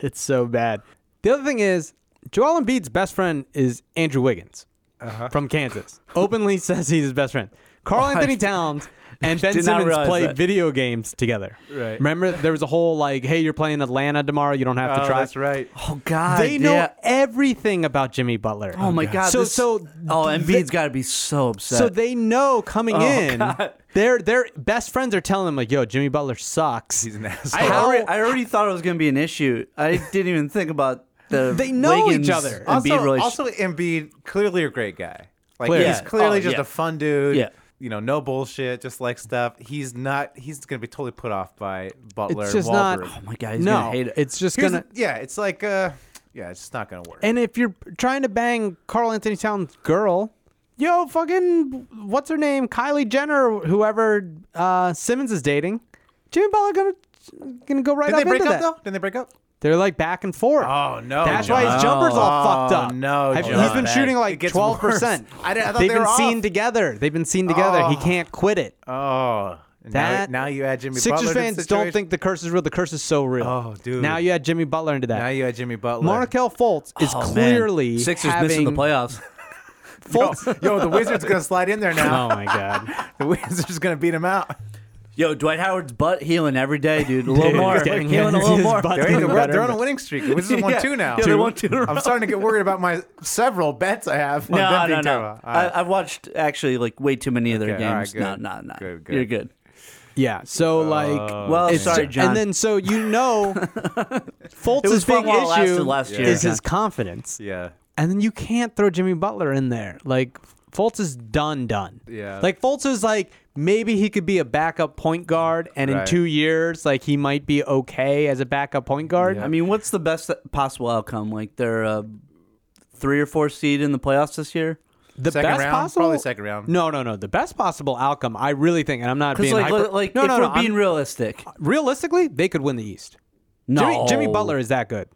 Speaker 9: It's so bad. The other thing is, Joel Embiid's best friend is Andrew Wiggins
Speaker 8: Uh-huh.
Speaker 9: from Kansas. Openly says he's his best friend. Carl Anthony Towns and Ben
Speaker 8: did not
Speaker 9: Simmons
Speaker 8: realize
Speaker 9: play
Speaker 8: that.
Speaker 9: video games together.
Speaker 7: Right.
Speaker 9: Remember, there was a whole like, "Hey, you're playing Atlanta tomorrow. You don't have to
Speaker 7: Oh,
Speaker 9: try."
Speaker 7: that's right.
Speaker 8: Oh God,
Speaker 9: They know
Speaker 8: yeah.
Speaker 9: everything about Jimmy Butler.
Speaker 8: Oh my God.
Speaker 9: So
Speaker 8: this-
Speaker 9: so
Speaker 8: oh,
Speaker 9: th-
Speaker 8: Embiid's got to be so upset.
Speaker 9: So they know coming in,
Speaker 8: God.
Speaker 9: their their best friends are telling them like, "Yo, Jimmy Butler sucks.
Speaker 7: He's an asshole.
Speaker 8: I,
Speaker 9: How-
Speaker 8: already, I already thought it was going to be an issue. I didn't even think about the
Speaker 9: They know each
Speaker 8: Wiggins
Speaker 9: other.
Speaker 8: Embiid
Speaker 7: also,
Speaker 8: relationship.
Speaker 7: also Embiid clearly a great guy. Like
Speaker 9: Clearly.
Speaker 7: he's clearly
Speaker 8: Yeah.
Speaker 7: just
Speaker 8: Oh, yeah.
Speaker 7: a fun dude.
Speaker 8: Yeah.
Speaker 7: you know, no bullshit, just like stuff. He's not. He's gonna be totally put off by Butler.
Speaker 9: It's
Speaker 7: and
Speaker 9: just not. oh
Speaker 7: Wahlberg.
Speaker 8: Oh, my God, he's
Speaker 9: no,
Speaker 8: gonna hate it.
Speaker 9: It's just
Speaker 7: Here's
Speaker 9: gonna.
Speaker 7: the- yeah, it's like, uh, yeah, it's just not gonna work.
Speaker 9: and if you're trying to bang Carl Anthony Towns' girl, yo, fucking what's her name, Kylie Jenner, or whoever uh, Simmons is dating, Jimmy Butler gonna gonna go right
Speaker 7: Did
Speaker 9: up
Speaker 7: they break
Speaker 9: into
Speaker 7: up
Speaker 9: that.
Speaker 7: though? Did they break up?
Speaker 9: They're like back and forth.
Speaker 7: Oh, no,
Speaker 9: That's
Speaker 7: John.
Speaker 9: why his jumper's all
Speaker 7: Oh,
Speaker 9: fucked up.
Speaker 7: no,
Speaker 9: I've-
Speaker 7: John.
Speaker 9: he's been
Speaker 7: Bad.
Speaker 9: shooting
Speaker 7: It
Speaker 9: like
Speaker 7: gets
Speaker 9: twelve percent.
Speaker 7: worse. I didn't- I thought
Speaker 9: They've
Speaker 7: they
Speaker 9: been
Speaker 7: were off.
Speaker 9: seen together. They've been seen together. He
Speaker 7: Oh.
Speaker 9: can't quit it.
Speaker 7: Oh, and
Speaker 9: That
Speaker 7: now, now you add Jimmy
Speaker 9: Sixers
Speaker 7: Butler. to the
Speaker 9: fans don't
Speaker 7: situation?
Speaker 9: think the curse is real. The curse is so real.
Speaker 7: Oh, dude.
Speaker 9: Now you add Jimmy Butler into that.
Speaker 7: Now you add Jimmy Butler.
Speaker 9: Markel Fultz is
Speaker 8: Oh, man.
Speaker 9: clearly
Speaker 8: Sixers
Speaker 9: having
Speaker 8: missing the playoffs.
Speaker 9: Fultz.
Speaker 7: Yo, the Wizards gonna slide in there now.
Speaker 9: oh my god.
Speaker 7: The Wizards gonna beat him out.
Speaker 8: Yo, Dwight Howard's butt healing every day, dude. A little
Speaker 9: Dude,
Speaker 8: more,
Speaker 9: he's getting-
Speaker 8: healing a little
Speaker 9: his
Speaker 8: more.
Speaker 9: butt's
Speaker 7: They're, they're
Speaker 9: getting better,
Speaker 7: on
Speaker 9: but-
Speaker 7: a winning streak. The Wizards
Speaker 8: Yeah.
Speaker 7: won two now.
Speaker 8: Yeah, they Two? won two in a
Speaker 7: I'm
Speaker 8: row.
Speaker 7: starting to get worried about my several bets I have. on them
Speaker 8: No, no,
Speaker 7: being
Speaker 8: no.
Speaker 7: terrible. All right.
Speaker 8: I, I've watched actually like way too many of their
Speaker 7: Uh, Okay, all right,
Speaker 8: games. No,
Speaker 7: good.
Speaker 8: no, no.
Speaker 7: Good, good.
Speaker 8: You're good.
Speaker 9: Yeah. So
Speaker 7: Uh,
Speaker 9: like,
Speaker 8: Well,
Speaker 9: it's-
Speaker 8: sorry, John.
Speaker 9: And then so you know,
Speaker 8: It was
Speaker 9: Fultz's
Speaker 8: fun
Speaker 9: big
Speaker 8: while it lasted
Speaker 9: issue
Speaker 8: last year,
Speaker 9: is
Speaker 8: John.
Speaker 9: his confidence,
Speaker 7: yeah.
Speaker 9: and then you can't throw Jimmy Butler in there. Like Fultz is done, done.
Speaker 7: Yeah.
Speaker 9: Like Fultz is like maybe he could be a backup point guard, and in
Speaker 7: Right.
Speaker 9: two years, like he might be okay as a backup point guard.
Speaker 8: I mean, what's the best possible outcome? Like they're uh, three or four seed in the playoffs this year.
Speaker 9: the
Speaker 7: Second
Speaker 9: best
Speaker 7: round?
Speaker 9: possible
Speaker 7: Probably second round.
Speaker 9: No, no, no. The best possible outcome, I really think, and I'm not
Speaker 8: Because
Speaker 9: being
Speaker 8: like,
Speaker 9: hyper-
Speaker 8: li- like
Speaker 9: no,
Speaker 8: if
Speaker 9: no,
Speaker 8: we're
Speaker 9: no,
Speaker 8: being
Speaker 9: I'm-
Speaker 8: realistic,
Speaker 9: realistically, they could win the East.
Speaker 8: no.
Speaker 9: Jimmy, Jimmy Butler is that good.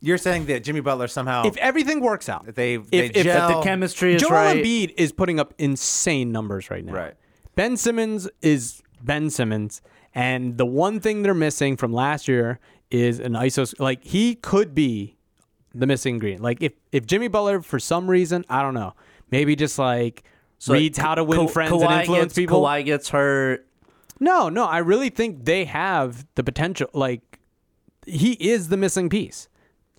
Speaker 7: You're saying that Jimmy Butler somehow
Speaker 8: Oh.
Speaker 9: If everything works out,
Speaker 7: they they
Speaker 9: if- if the
Speaker 7: gel.
Speaker 8: the chemistry is
Speaker 9: Joel
Speaker 8: right.
Speaker 9: Embiid is putting up insane numbers right now.
Speaker 7: Right.
Speaker 9: Ben Simmons is Ben Simmons, and the one thing they're missing from last year is an ISO. Like he could be the missing ingredient. Like if if Jimmy Butler for some reason, I don't know, maybe just like. reads how to win
Speaker 8: Ka-
Speaker 9: friends and
Speaker 8: Kawhi
Speaker 9: influence
Speaker 8: gets,
Speaker 9: people.
Speaker 8: Kawhi gets hurt.
Speaker 9: No, no, I really think they have the potential. Like, he is the missing piece.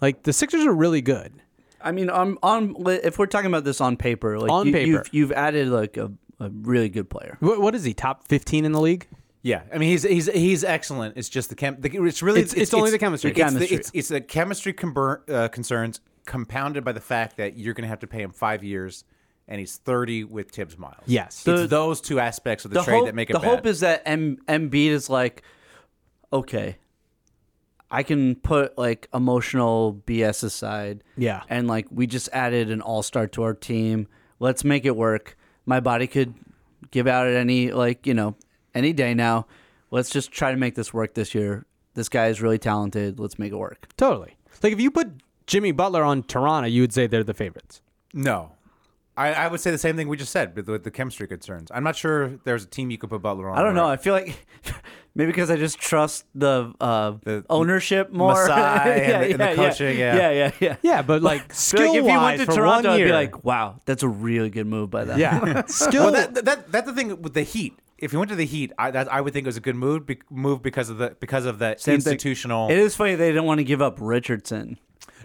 Speaker 9: Like, the Sixers are really good.
Speaker 8: I mean, on on if we're talking about this on paper, like
Speaker 9: On
Speaker 8: you,
Speaker 9: paper.
Speaker 8: you've, you've added like a, a really good player.
Speaker 9: What, what is he? Top fifteen in the leleague?
Speaker 7: Yeah, I mean he's he's he's excellent. It's just the chem. The, it's really
Speaker 9: It's- it's only the chemistry.
Speaker 7: It's
Speaker 8: Chemistry.
Speaker 7: The, it's, it's the chemistry conver- uh, concerns compounded by the fact that you're going to have to pay him five years, and he's thirty with Tibbs Miles.
Speaker 9: Yes.
Speaker 7: it's
Speaker 8: The-
Speaker 7: those two aspects of the,
Speaker 8: the
Speaker 7: trade
Speaker 8: hope,
Speaker 7: that make it.
Speaker 8: the
Speaker 7: bad.
Speaker 8: hope is that M- Embiid is like, okay, I can put like emotional BS aside.
Speaker 9: Yeah.
Speaker 8: and like we just added an all star to our team. Let's make it work. My body could give out at any like you know any day now. Let's just try to make this work this year. This guy is really talented. Let's make it work.
Speaker 9: Totally. Like, if you put Jimmy Butler on Toronto, you would say they're the favorites.
Speaker 7: no. I, I would say the same thing we just said with, with the chemistry concerns. I'm not sure if there's a team you could put Butler on.
Speaker 8: I don't know.
Speaker 7: or-
Speaker 8: I feel like maybe because I just trust the uh,
Speaker 7: The
Speaker 8: ownership more.
Speaker 7: Masai and the- and the coaching, yeah.
Speaker 8: yeah, yeah, yeah.
Speaker 9: Yeah, but like
Speaker 8: Feel
Speaker 9: skill
Speaker 8: like if you went
Speaker 9: wise
Speaker 8: to
Speaker 9: for
Speaker 8: Toronto,
Speaker 9: one
Speaker 8: I'd
Speaker 9: year,
Speaker 8: be like, wow, that's a really good move by them.
Speaker 9: yeah, skill.
Speaker 7: Well, that, that that's the thing with the Heat. If he went to the Heat, I, that, I would think it was a good move, be, move because of the because of the
Speaker 8: Same thing.
Speaker 7: institutional.
Speaker 8: It is funny they didn't want to give up Richardson.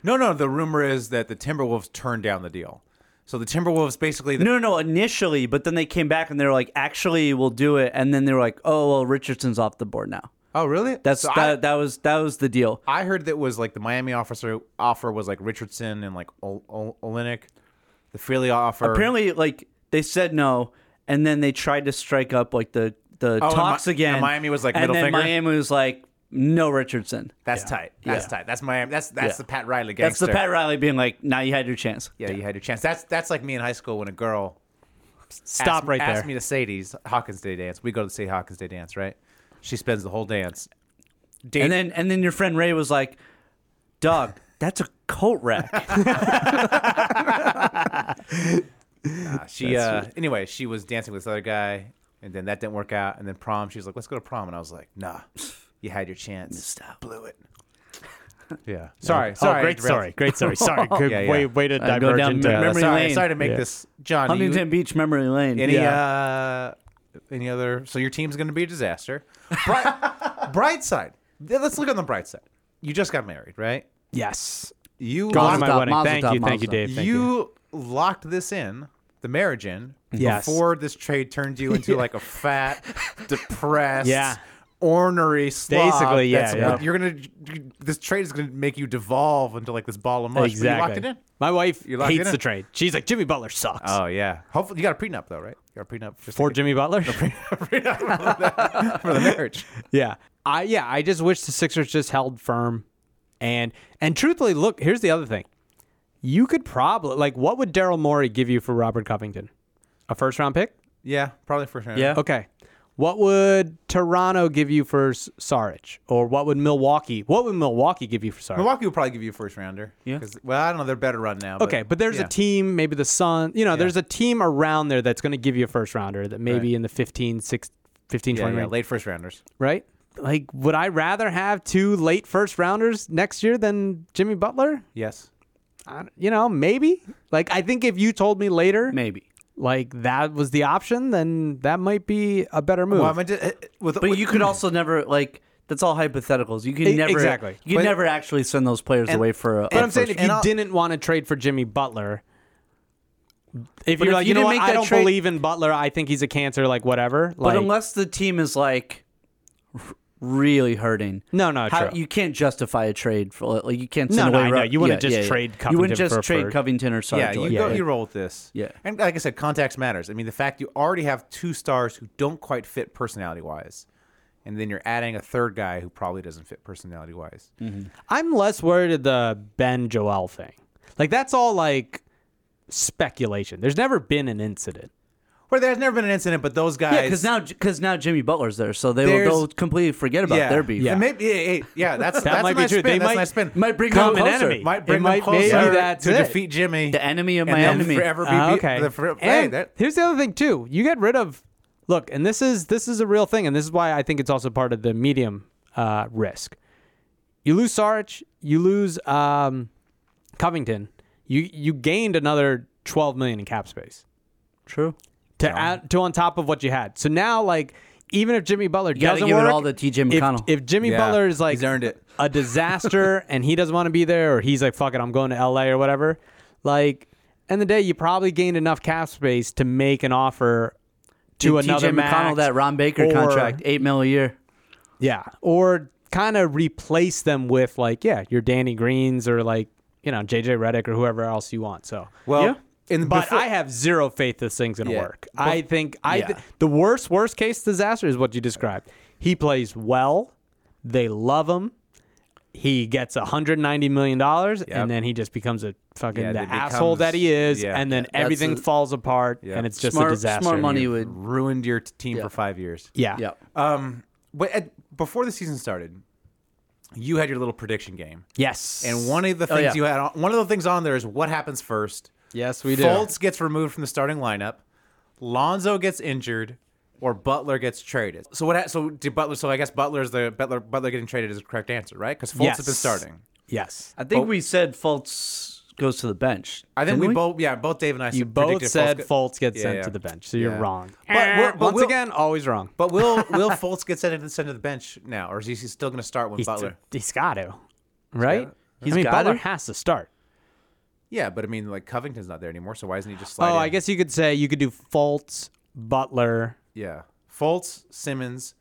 Speaker 7: No, no. The rumor is that the Timberwolves turned down the deal. So the Timberwolves basically
Speaker 8: No, no, no, initially, but then they came back and they were like, actually, we'll do it. And then they were like, oh, well, Richardson's off the board now.
Speaker 7: Oh, really?
Speaker 8: That's
Speaker 7: So
Speaker 8: that, that was that was the deal.
Speaker 7: I, I heard that was like the Miami officer offer was like Richardson and like Ol- Ol- Olenek. The Philly offer.
Speaker 8: Apparently, like they said no, and then they tried to strike up like the the
Speaker 7: Oh, and Mi-
Speaker 8: talks again.
Speaker 7: and Miami was like,
Speaker 8: and
Speaker 7: middle
Speaker 8: then
Speaker 7: finger?
Speaker 8: Miami was like, no, Richardson.
Speaker 7: that's tight. That's
Speaker 8: Yeah.
Speaker 7: tight. That's Miami. That's that's
Speaker 8: Yeah.
Speaker 7: the Pat Riley
Speaker 8: That's
Speaker 7: gangster.
Speaker 8: the Pat Riley being like, now you had your chance.
Speaker 7: Yeah, you had your chance. That's that's like me in high school when a girl
Speaker 9: Stop
Speaker 7: asked,
Speaker 9: right there.
Speaker 7: asked me to Sadie's Hawkins Day dance. We go to the Sadie Hawkins Day dance, right? She spends the whole dance. Date-
Speaker 8: And then and then your friend Ray was like, Dog, that's a coat rack.
Speaker 7: She uh, anyway, she was dancing with this other guy, and then that didn't work out. And then prom, she was like, "Let's go to prom," and I was like, "Nah, you had your chance,
Speaker 8: out.
Speaker 7: blew it." Yeah, sorry,
Speaker 9: oh,
Speaker 7: sorry,
Speaker 9: great
Speaker 7: Drell.
Speaker 9: story, great story. Sorry, good
Speaker 7: Yeah, yeah.
Speaker 9: way way to
Speaker 8: Uh, go
Speaker 9: diverge
Speaker 8: down
Speaker 9: into
Speaker 8: mem- memory
Speaker 7: sorry,
Speaker 8: lane.
Speaker 7: sorry to make
Speaker 9: Yeah.
Speaker 7: this, John. do you-
Speaker 8: Huntington Beach memory lane.
Speaker 7: any uh, any other? So your team's going to be a disaster. Bright, bright side. Yeah, Let's look on the bright side. You just got married, right?
Speaker 9: yes.
Speaker 7: You
Speaker 9: Gone to
Speaker 7: locked,
Speaker 9: my
Speaker 8: Mazel tov,
Speaker 9: wedding.
Speaker 8: mazel
Speaker 9: thank
Speaker 8: tov,
Speaker 9: you, thank you,
Speaker 8: mazel
Speaker 9: Dave.
Speaker 7: you,
Speaker 9: Thank you.
Speaker 7: locked this in the marriage in
Speaker 9: Yes.
Speaker 7: before this trade turned you into like a fat, depressed.
Speaker 9: Yeah.
Speaker 7: ornery slob.
Speaker 9: Basically, yeah,
Speaker 7: that's-
Speaker 9: yeah.
Speaker 7: but You're gonna this trade is gonna make you devolve into like this ball of mush. but
Speaker 9: exactly.
Speaker 7: You locked it in.
Speaker 9: My wife
Speaker 7: You locked it
Speaker 9: hates
Speaker 7: in?
Speaker 9: the trade. She's like Jimmy Butler sucks.
Speaker 7: Oh yeah. Hopefully, you got a prenup though, right? You got a prenup just
Speaker 9: For
Speaker 7: to-
Speaker 9: Jimmy Butler.
Speaker 7: for the marriage.
Speaker 9: Yeah. I yeah, I just wish the Sixers just held firm. And and truthfully, look, here's the other thing. You could probably like what would Daryl Morey give you for Robert Covington? A first round pick?
Speaker 7: yeah, probably for sure.
Speaker 8: Yeah.
Speaker 9: Okay. What would Toronto give you for S- Saric? Or what would Milwaukee? What would Milwaukee give you for Saric?
Speaker 7: Milwaukee will probably give you a first rounder.
Speaker 8: Yeah.
Speaker 7: 'Cause- Well, I don't know. They're better run now.
Speaker 9: Okay, but there's
Speaker 7: yeah.
Speaker 9: a team, maybe the Sun, you know, there's a team around there that's going to give you a first rounder that maybe
Speaker 7: Right.
Speaker 9: in the 15, 6, 15,
Speaker 7: Yeah,
Speaker 9: 20
Speaker 7: yeah,
Speaker 9: range,
Speaker 7: late first rounders.
Speaker 9: right? Like, would I rather have two late first rounders next year than Jimmy Butler?
Speaker 7: Yes.
Speaker 9: I- you know, maybe. Like, I think if you told me later,
Speaker 8: Maybe.
Speaker 9: like that was the option, then that might be a better move.
Speaker 7: Well, I mean, uh, with,
Speaker 8: But
Speaker 7: with-
Speaker 8: you could also never like that's all hypotheticals. You
Speaker 9: E-
Speaker 8: can never
Speaker 9: exactly.
Speaker 8: You
Speaker 9: But-
Speaker 8: can never actually send those players away for. A,
Speaker 9: but
Speaker 8: a
Speaker 9: I'm saying
Speaker 8: first-
Speaker 9: if you
Speaker 7: I'll-
Speaker 9: didn't want to trade for Jimmy Butler, if
Speaker 8: But
Speaker 9: you're
Speaker 8: if
Speaker 9: like,
Speaker 8: you
Speaker 9: you, know
Speaker 8: didn't
Speaker 9: what,
Speaker 8: make
Speaker 9: I
Speaker 8: that
Speaker 9: don't
Speaker 8: trade-
Speaker 9: believe in Butler, I think he's a cancer, like whatever.
Speaker 8: but
Speaker 9: like,
Speaker 8: unless the team is like r- really hurting,
Speaker 9: No, no,
Speaker 8: how,
Speaker 9: true.
Speaker 8: you can't justify a trade for like you can't. Send
Speaker 9: No, no,
Speaker 8: away
Speaker 9: I know.
Speaker 8: Ro-
Speaker 9: You wouldn't just trade
Speaker 8: You wouldn't
Speaker 9: Covington
Speaker 8: just
Speaker 9: for a
Speaker 8: trade
Speaker 9: first.
Speaker 8: Covington or Sarge.
Speaker 7: yeah, you go, you roll with this.
Speaker 8: Yeah.
Speaker 7: and like I said, context matters. I mean, the fact you already have two stars who don't quite fit personality wise, and then you're adding a third guy who probably doesn't fit personality wise.
Speaker 9: I'm less worried at the Ben Joel thing. Like that's all like speculation. There's never been an incident.
Speaker 7: Where there's never been an incident, but those guys.
Speaker 8: Yeah, because now because now Jimmy Butler's there, so they will
Speaker 7: There's-
Speaker 8: they'll completely forget about
Speaker 7: yeah,
Speaker 8: their beef.
Speaker 7: And maybe, yeah, yeah, yeah, that's
Speaker 9: That
Speaker 7: that's
Speaker 9: might
Speaker 7: a
Speaker 9: be
Speaker 7: nice
Speaker 9: true.
Speaker 7: Spin.
Speaker 9: They
Speaker 7: that's a
Speaker 9: might-
Speaker 7: nice spin.
Speaker 8: might bring
Speaker 9: Common
Speaker 8: them closer.
Speaker 9: enemy.
Speaker 7: might bring
Speaker 9: it
Speaker 7: them
Speaker 9: might-
Speaker 7: closer
Speaker 9: maybe that's
Speaker 7: to
Speaker 9: it.
Speaker 7: defeat Jimmy.
Speaker 8: The enemy of
Speaker 7: and
Speaker 8: my
Speaker 7: then
Speaker 8: enemy.
Speaker 7: Forever be
Speaker 9: Ah,
Speaker 7: beat-
Speaker 9: okay.
Speaker 7: the for- hey,
Speaker 9: and
Speaker 7: that-
Speaker 9: here's the other thing too. You get rid of. Look, and this is this is a real thing, and this is why I think it's also part of the medium uh, risk. You lose Saric, you lose um, Covington. You you gained another twelve million in cap space
Speaker 8: True.
Speaker 9: to add to on top of what you had. So now, like, even if Jimmy Butler
Speaker 8: You gotta
Speaker 9: doesn't
Speaker 8: give
Speaker 9: work,
Speaker 8: it all to TJ
Speaker 9: if-
Speaker 8: McConnell.
Speaker 9: If, Jimmy
Speaker 7: Yeah,
Speaker 9: Butler is like
Speaker 7: he's earned it.
Speaker 9: a disaster and he doesn't want to be there, or he's like, fuck it, I'm going to LA or whatever, like, end of the day, you probably gained enough cap space to make an offer to
Speaker 8: Give
Speaker 9: another
Speaker 8: TJ
Speaker 9: max,
Speaker 8: McConnell that Ron Baker
Speaker 9: or-
Speaker 8: contract, eight mil a year.
Speaker 9: Yeah. Or kind of replace them with, like, yeah, your Danny Greens or like, you know, JJ Reddick or whoever else you want. So,
Speaker 7: well,
Speaker 8: Yeah.
Speaker 7: in-
Speaker 9: but
Speaker 7: before-
Speaker 9: I have zero faith this thing's gonna
Speaker 7: Yeah.
Speaker 9: work. I think I
Speaker 8: Yeah.
Speaker 9: th- the worst worst case disaster is what you described. He plays well, they love him. He gets 190 million dollars,
Speaker 7: Yep.
Speaker 9: and then he just becomes a fucking
Speaker 7: Yeah,
Speaker 9: the
Speaker 7: it
Speaker 9: asshole that he
Speaker 7: becomes-
Speaker 9: is,
Speaker 7: yeah.
Speaker 9: and then
Speaker 7: That's
Speaker 9: everything
Speaker 8: a-
Speaker 9: falls apart,
Speaker 7: Yeah.
Speaker 9: and it's just
Speaker 8: smart,
Speaker 9: a disaster.
Speaker 8: Smart money would.
Speaker 7: ruined your t- team
Speaker 8: Yeah.
Speaker 7: for five years.
Speaker 9: Yeah.
Speaker 8: Yeah.
Speaker 7: Um, but at, before the season started, you had your little prediction game,
Speaker 9: Yes.
Speaker 7: and one of the
Speaker 8: Oh,
Speaker 7: things
Speaker 8: yeah.
Speaker 7: you had, on, one of the things on there is what happens first.
Speaker 9: Yes, we do.
Speaker 7: Fultz gets removed from the starting lineup. Lonzo gets injured, or Butler gets traded. So what? Ha- so did Butler? So I guess Butler's the Butler. Butler getting traded is the correct answer, right? Because Fultz has been
Speaker 9: Yes.
Speaker 7: starting.
Speaker 9: Yes.
Speaker 8: I think we said Fultz goes to the bench.
Speaker 7: I think
Speaker 8: didn't
Speaker 7: we, both, yeah, both Dave and I
Speaker 9: You
Speaker 7: said-
Speaker 9: both
Speaker 7: predicted
Speaker 9: said
Speaker 7: Fultz.
Speaker 9: Fultz gets
Speaker 7: Yeah,
Speaker 9: sent
Speaker 7: yeah.
Speaker 9: to the bench, so you're
Speaker 7: Yeah.
Speaker 9: wrong.
Speaker 7: But we're- but
Speaker 9: once
Speaker 7: we'll-
Speaker 9: again, always wrong.
Speaker 7: But will will Fultz get sent to the center of the bench now, or is he still going to start with
Speaker 9: He's,
Speaker 7: Butler?
Speaker 9: he's got to, right?
Speaker 8: He's
Speaker 9: I mean,
Speaker 8: gotta.
Speaker 9: Butler has to start.
Speaker 7: Yeah, but I mean, like Covington's not there anymore, so why isn't he just? Slide
Speaker 9: Oh,
Speaker 7: in?
Speaker 9: I guess you could say you could do Fultz, Butler.
Speaker 7: Yeah, Fultz, Simmons,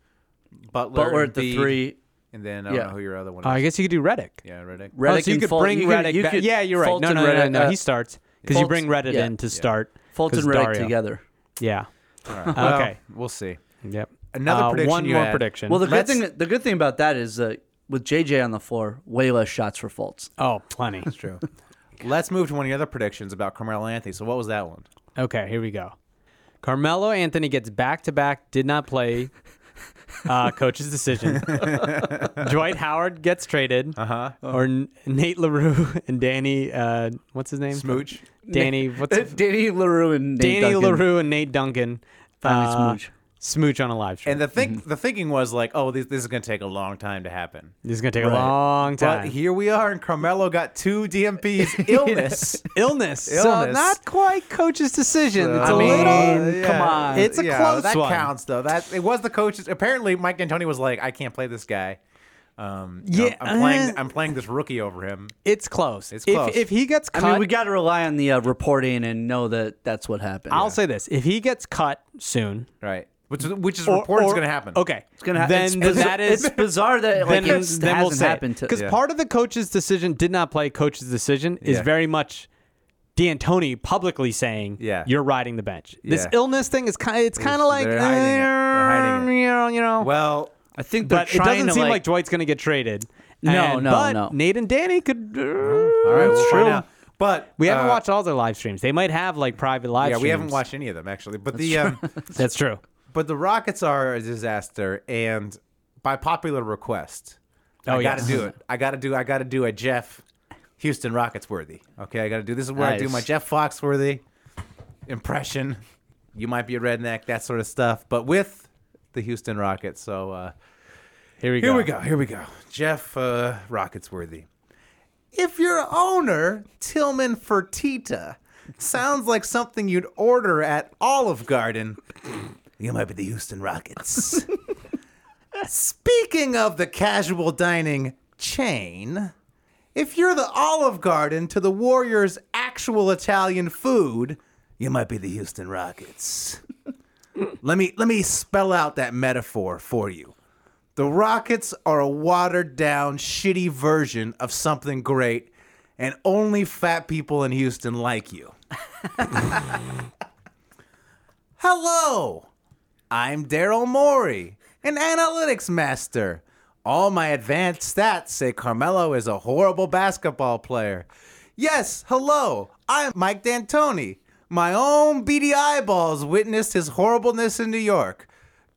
Speaker 7: Butler,
Speaker 8: Butler at the
Speaker 7: Embiid,
Speaker 8: three.
Speaker 7: and then I don't
Speaker 8: Yeah.
Speaker 7: know who your other one
Speaker 9: Oh,
Speaker 7: is.
Speaker 9: I guess you could do Reddick.
Speaker 7: yeah, Reddick.
Speaker 9: Oh,
Speaker 8: Reddick
Speaker 9: so you
Speaker 8: and
Speaker 9: could
Speaker 8: Fultz.
Speaker 9: bring
Speaker 8: You could-
Speaker 9: Reddick
Speaker 8: you
Speaker 9: back.
Speaker 8: could
Speaker 9: yeah, you're right.
Speaker 8: Fultz
Speaker 9: No,
Speaker 8: and
Speaker 9: no, no,
Speaker 8: Reddick,
Speaker 9: no.
Speaker 8: uh,
Speaker 9: he starts because you
Speaker 8: Fultz-
Speaker 9: bring Reddick
Speaker 8: yeah.
Speaker 9: in to
Speaker 8: Yeah.
Speaker 9: start.
Speaker 8: Fultz
Speaker 9: 'cause
Speaker 8: and Reddick
Speaker 9: Dario.
Speaker 8: together.
Speaker 9: Yeah.
Speaker 7: Well,
Speaker 9: okay.
Speaker 7: we'll see.
Speaker 9: Yep.
Speaker 7: Another
Speaker 9: Uh,
Speaker 7: prediction
Speaker 9: One
Speaker 7: you
Speaker 9: more
Speaker 7: had.
Speaker 9: prediction.
Speaker 8: Well, the
Speaker 7: Let's-
Speaker 8: good thing the good thing about that is that with JJ on the floor, way less shots for Fultz.
Speaker 9: oh, plenty.
Speaker 7: True. Let's move to one of the other predictions about Carmelo Anthony. So what was that one?
Speaker 9: Okay, here we go. Carmelo Anthony gets back to back, did not play. Uh, coach's decision. Dwight Howard gets traded, uh-huh. or N- Nate Larue and Danny. Uh, what's his name?
Speaker 7: Smooch.
Speaker 9: Danny. What's
Speaker 8: Danny Larue and Nate
Speaker 9: Danny
Speaker 8: Duncan.
Speaker 9: Larue and Nate Duncan.
Speaker 8: Finally
Speaker 9: uh,
Speaker 8: smooch.
Speaker 9: smooch on a live stream.
Speaker 7: And the think
Speaker 9: Mm-hmm.
Speaker 7: the thinking was like, oh, this, this is going to take a long time to happen.
Speaker 9: this is gonna take
Speaker 8: Right.
Speaker 9: a
Speaker 7: But
Speaker 9: long time.
Speaker 7: here we are, and Carmelo got two DMPs. Illness.
Speaker 9: illness. So
Speaker 7: Illness.
Speaker 9: not quite coach's decision. It's
Speaker 7: I
Speaker 9: a
Speaker 7: mean, uh,
Speaker 9: little.
Speaker 7: yeah,
Speaker 9: come on, it's a
Speaker 7: yeah,
Speaker 9: close
Speaker 7: that
Speaker 9: one.
Speaker 7: counts though. That it was the coaches. Apparently, Mike D'Antoni was like, "I can't play this guy. Um,
Speaker 9: Yeah,
Speaker 7: I'm, I'm playing.
Speaker 9: uh,
Speaker 7: I'm playing this rookie over him."
Speaker 9: It's close.
Speaker 7: It's
Speaker 9: if,
Speaker 7: close.
Speaker 9: If he gets
Speaker 8: I
Speaker 9: cut,
Speaker 8: mean, we got to rely on the uh, reporting and know that that's what happened.
Speaker 9: I'll say this: if he gets cut soon,
Speaker 7: Right. which is, which is
Speaker 9: Or-
Speaker 7: reported is
Speaker 9: or-
Speaker 7: going to happen.
Speaker 9: Okay.
Speaker 8: It's gonna ha-
Speaker 9: Then
Speaker 8: it's bizarre,
Speaker 9: that is.
Speaker 8: it's bizarre that like
Speaker 9: Then,
Speaker 8: it hasn't
Speaker 9: then we'll say
Speaker 8: happened to
Speaker 9: because
Speaker 7: Yeah.
Speaker 9: part of the coach's decision did not play coach's decision is
Speaker 7: Yeah.
Speaker 9: very much D'Antoni publicly saying
Speaker 7: Yeah.
Speaker 9: you're riding the bench. This
Speaker 7: Yeah.
Speaker 9: illness thing is kind of it's kind of like eh,
Speaker 7: they're hiding it. They're hiding it.
Speaker 9: you know, you know.
Speaker 7: Well,
Speaker 8: I think they're
Speaker 9: but it
Speaker 8: trying
Speaker 9: doesn't
Speaker 8: to
Speaker 9: seem like,
Speaker 8: like,
Speaker 9: Dwight's going to get traded.
Speaker 8: No,
Speaker 9: And-
Speaker 8: no,
Speaker 9: but
Speaker 8: no.
Speaker 9: Nate and Danny could.
Speaker 7: all right,
Speaker 9: it's
Speaker 7: we'll
Speaker 9: true.
Speaker 7: find out. But
Speaker 9: We haven't
Speaker 7: uh,
Speaker 9: watched all their live streams. They might have like private live.
Speaker 7: Yeah, we haven't
Speaker 9: streams.
Speaker 7: watched any of them actually. But the um,
Speaker 9: That's true.
Speaker 7: but the Rockets are a disaster, and by popular request,
Speaker 9: Oh,
Speaker 7: I got to
Speaker 9: yes.
Speaker 7: do it. I got to do. I got to do a Jeff Houston Rockets worthy. Okay, I got to do. This is where I do
Speaker 8: Nice.
Speaker 7: my Jeff Foxworthy impression. You might be a redneck, that sort of stuff, but with the Houston Rockets. So uh,
Speaker 9: Here we go.
Speaker 7: here we go. Here we go. Jeff uh, Rocketsworthy. If your owner, Tillman Fertita, sounds like something you'd order at Olive Garden, you might be the Houston Rockets. Speaking of the casual dining chain, if you're the Olive Garden to the Warriors' actual Italian food, you might be the Houston Rockets. let me let me spell out that metaphor for you. The Rockets are a watered down, shitty version of something great, and only fat people in Houston like you. Hello, I'm Daryl Morey, an analytics master. All my advanced stats say Carmelo is a horrible basketball player. Yes, hello, I'm Mike D'Antoni. My own beady eyeballs witnessed his horribleness in New York.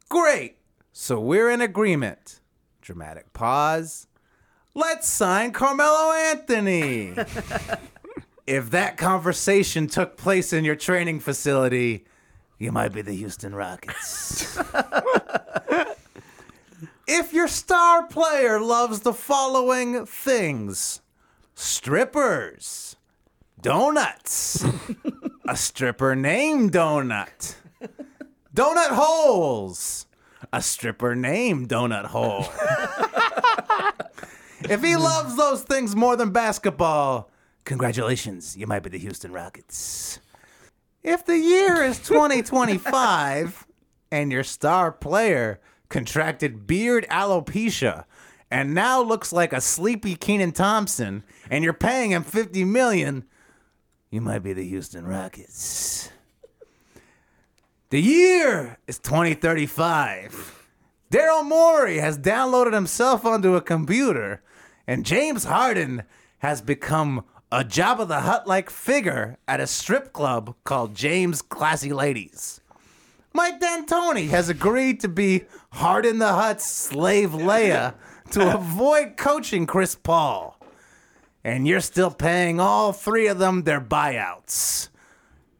Speaker 7: Great. So we're in agreement. Dramatic pause. Let's sign Carmelo Anthony. if that conversation took place in your training facility, you might be the Houston Rockets. if your star player loves the following things strippers, donuts, a stripper named Donut, donut holes a stripper named Donut Hole. if he loves those things more than basketball, congratulations, you might be the Houston Rockets. If the year is 2025 and your star player contracted beard alopecia and now looks like a sleepy Keenan Thompson and you're paying him 50 million, you might be the Houston Rockets. The year is 2035. Daryl Morey has downloaded himself onto a computer, and James Harden has become a Jabba the Hutt like figure at a strip club called James Classy Ladies. Mike D'Antoni has agreed to be Harden the Hutt's slave Leia to avoid coaching Chris Paul. And you're still paying all three of them their buyouts.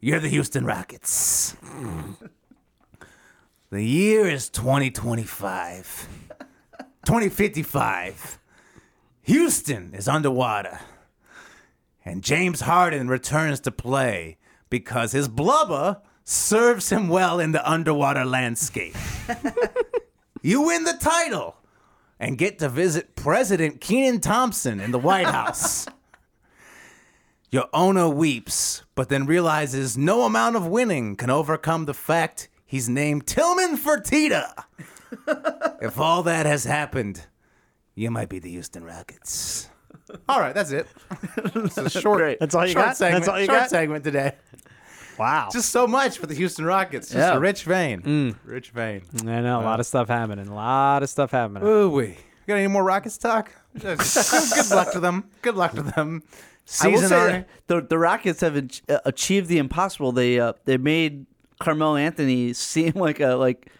Speaker 7: You're the Houston Rockets. The year is 2025. 2055. Houston is underwater. And James Harden returns to play because his blubber serves him well in the underwater landscape. you win the title and get to visit President Keenan Thompson in the White House. Your owner weeps, but then realizes no amount of winning can overcome the fact he's named Tillman Fertitta. if all that has happened, you might be the Houston Rockets. All right, that's it. It's a short,
Speaker 1: That's all you
Speaker 7: short
Speaker 1: got?
Speaker 7: Segment,
Speaker 1: That's all you
Speaker 7: short
Speaker 1: got?
Speaker 7: segment today.
Speaker 1: Wow. Mm.
Speaker 7: Just so much for the Houston Rockets. Just
Speaker 8: Yeah.
Speaker 7: a rich vein. Rich vein.
Speaker 9: I know a
Speaker 7: Uh,
Speaker 9: lot of stuff happening. A lot of stuff happening.
Speaker 7: Ooh wee. Got any more Rockets talk? Just- Good luck to them. Good luck to them.
Speaker 8: I will
Speaker 7: Season
Speaker 8: say
Speaker 7: already-
Speaker 8: that the the Rockets have ach- uh, achieved the impossible. They uh, they made Carmelo Anthony seem like a like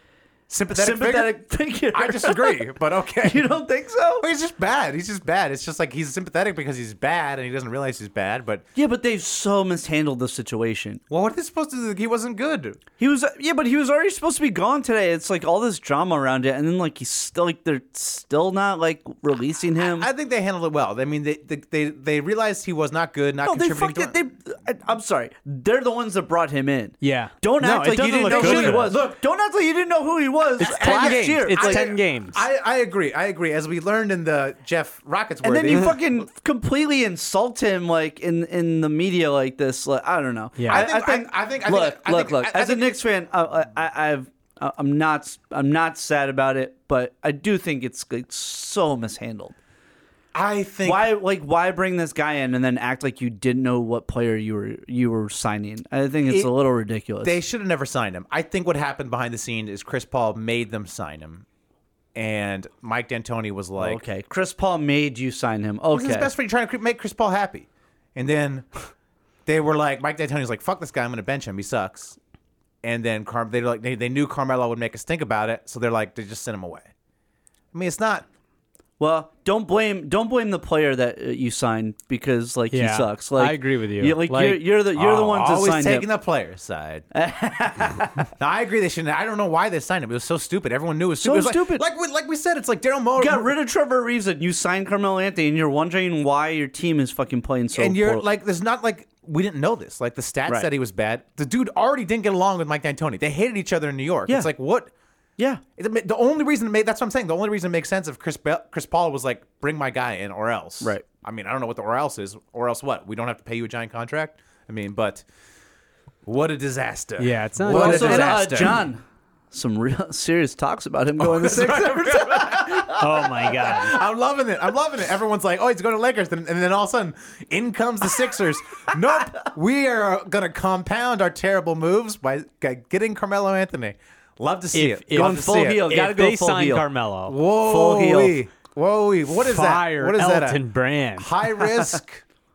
Speaker 7: sympathetic. figure?
Speaker 8: sympathetic figure.
Speaker 7: I disagree, but okay.
Speaker 8: you don't think so?
Speaker 7: Well, he's just bad. He's just bad. It's just like he's sympathetic because he's bad and he doesn't realize he's bad. But
Speaker 8: Yeah, but they've so mishandled the situation.
Speaker 7: well, what are they supposed to do? He wasn't good.
Speaker 8: He was yeah, but he was already supposed to be gone today. It's like all this drama around it, and then like he's still like they're still not like releasing him.
Speaker 7: I think they handled it well. I mean, they they they, they realized he was not good, not
Speaker 8: no, they fucked
Speaker 7: contributing.
Speaker 8: it.
Speaker 7: to
Speaker 8: They, I- I'm sorry, they're the ones that brought him in.
Speaker 9: Yeah.
Speaker 8: don't
Speaker 9: No,
Speaker 8: act like
Speaker 9: it
Speaker 8: you
Speaker 9: doesn't
Speaker 8: didn't
Speaker 9: look
Speaker 8: know
Speaker 9: good
Speaker 8: who he
Speaker 9: for
Speaker 8: was.
Speaker 9: them.
Speaker 8: Look, don't act like you didn't know who he was. It's
Speaker 9: 10
Speaker 8: last
Speaker 9: games.
Speaker 8: year.
Speaker 9: It's
Speaker 8: I-
Speaker 9: 10 games.
Speaker 7: I, I agree. I agree. As we learned in the Jeff Rockets,
Speaker 8: and then you fucking completely insult him like in in the media like this. Like I don't know.
Speaker 9: Yeah.
Speaker 8: I,
Speaker 9: I
Speaker 8: I
Speaker 7: think-
Speaker 8: think.
Speaker 7: I- I think- I think-
Speaker 8: look,
Speaker 7: I
Speaker 8: look,
Speaker 7: think-
Speaker 8: look.
Speaker 7: I- I
Speaker 8: As a
Speaker 7: think-
Speaker 8: Knicks fan, I, I, I've I- I'm not s- I'm not sad about it, but I do think it's like, so mishandled.
Speaker 7: I think
Speaker 8: Why like why bring this guy in and then act like you didn't know what player you were you were signing? I think it's
Speaker 7: It-
Speaker 8: a little ridiculous.
Speaker 7: they should have never signed him. I think what happened behind the scene is Chris Paul made them sign him, and Mike D'Antoni was like,
Speaker 8: okay, Chris Paul made you sign him. Okay,
Speaker 7: This is his best friend trying to make Chris Paul happy. And then they were like, Mike D'Antoni's like, fuck this guy. I'm going to bench him. He sucks. And then Car- they like they, they knew Carmelo would make us think about it. So they're like, they just sent him away. I mean, it's not.
Speaker 8: Well, don't blame don't blame the player that uh, you signed because like he
Speaker 9: Yeah,
Speaker 8: sucks. Like
Speaker 9: I agree with you.
Speaker 8: you're- like,
Speaker 9: Like-
Speaker 8: you're, you're the you're the
Speaker 7: Oh,
Speaker 8: one to
Speaker 7: always
Speaker 8: sign
Speaker 7: taking
Speaker 8: him.
Speaker 7: the player's side. now, I agree. They shouldn't. I don't know why they signed him. It was so stupid. Everyone knew it was stupid.
Speaker 8: So
Speaker 7: It was like-
Speaker 8: stupid.
Speaker 7: Like, we, like we said, it's like Daryl Morey.
Speaker 8: got rid of Trevor Reeves and you signed Carmelo Anthony, and you're wondering why your team is fucking playing so.
Speaker 7: and you're
Speaker 8: poor.
Speaker 7: like, there's not like we didn't know this. Like the stats
Speaker 8: Right.
Speaker 7: said he was bad. The dude already didn't get along with Mike D'Antoni. They hated each other in New York.
Speaker 8: Yeah.
Speaker 7: It's like what.
Speaker 8: yeah,
Speaker 7: It ma- The only reason it made that's what I'm saying. The only reason it makes sense if Chris Bel- Chris Paul was like, bring my guy in or else.
Speaker 8: Right.
Speaker 7: I mean, I don't know what the or else is or else what. We don't have to pay you a giant contract. I mean, but what a disaster.
Speaker 9: Yeah, it's not-
Speaker 7: what
Speaker 9: Well,
Speaker 7: a
Speaker 8: also and, uh,
Speaker 7: disaster.
Speaker 8: John. Some real serious talks about him going to six.
Speaker 9: Oh my god.
Speaker 7: I'm loving it. I'm loving it. Everyone's like, oh, he's going to Lakers, and, and then all of a sudden, in comes the Sixers. nope, we are uh, gonna compound our terrible moves by g- getting Carmelo Anthony. Love to see
Speaker 9: If-
Speaker 7: it.
Speaker 9: if-
Speaker 7: Love
Speaker 8: Going
Speaker 7: to
Speaker 8: full
Speaker 7: see it.
Speaker 8: heel. Gotta
Speaker 9: if
Speaker 8: go
Speaker 9: they
Speaker 8: full
Speaker 9: sign
Speaker 8: heel.
Speaker 9: Carmelo,
Speaker 7: Whoa,
Speaker 8: Full heel.
Speaker 7: Whoa, what is
Speaker 9: fire
Speaker 7: that? What is that?
Speaker 9: Elton Brand.
Speaker 7: high risk,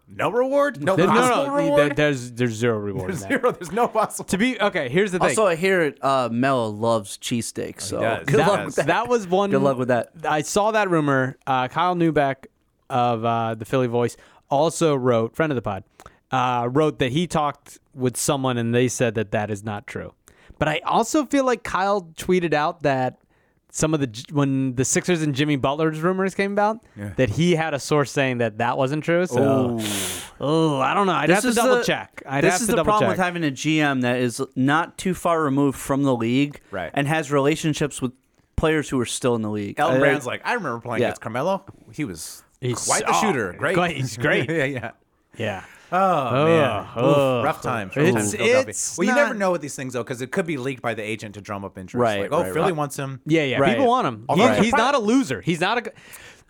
Speaker 7: no reward, no
Speaker 9: There-
Speaker 7: possible
Speaker 9: no, no,
Speaker 7: reward.
Speaker 9: there- there's there's zero reward. in that.
Speaker 7: Zero. There's no possible.
Speaker 9: To be okay, here's the thing.
Speaker 8: Also, I hear uh, Melo loves cheesesteaks,
Speaker 9: Oh,
Speaker 8: so
Speaker 7: does.
Speaker 8: good
Speaker 9: that,
Speaker 8: luck with that.
Speaker 9: that was one.
Speaker 8: Good luck with that.
Speaker 9: I saw that rumor. Uh, Kyle Newbeck of uh, the Philly Voice also wrote, friend of the pod, uh, wrote that he talked with someone and they said that that is not true. But I also feel like Kyle tweeted out that some of the J- when the Sixers and Jimmy Butler's rumors came about, that he had a source saying that that wasn't true. So, oh, I don't know. I'd have to
Speaker 8: is
Speaker 9: double
Speaker 8: the-
Speaker 9: check. I'd
Speaker 8: this
Speaker 9: have
Speaker 8: is
Speaker 9: to
Speaker 8: the
Speaker 9: double
Speaker 8: problem
Speaker 9: check.
Speaker 8: with having a GM that is not too far removed from the league,
Speaker 7: Right.
Speaker 8: and has relationships with players who are still in the league.
Speaker 7: Elton
Speaker 8: I-
Speaker 7: Brand's like, I remember playing
Speaker 8: Uh, Yeah.
Speaker 7: against Carmelo. He was
Speaker 9: He's-
Speaker 7: quite the
Speaker 9: oh,
Speaker 7: shooter. Great.
Speaker 9: quite- he's great.
Speaker 7: yeah, yeah.
Speaker 9: yeah.
Speaker 7: Oh, man.
Speaker 9: oh,
Speaker 7: Oof,
Speaker 9: oh.
Speaker 7: rough times.
Speaker 9: It's-
Speaker 7: Rough times in Philadelphia.
Speaker 9: it's
Speaker 7: well, you never
Speaker 9: not-
Speaker 7: know with these things though, because it could be leaked by the agent to drum up interest.
Speaker 8: Right,
Speaker 7: Like, oh,
Speaker 8: right,
Speaker 7: Philly
Speaker 8: right.
Speaker 7: wants him.
Speaker 9: Yeah, yeah.
Speaker 8: Right.
Speaker 9: People want him.
Speaker 7: Although
Speaker 9: He-
Speaker 7: I'm
Speaker 9: He's not a loser. He's not a. g-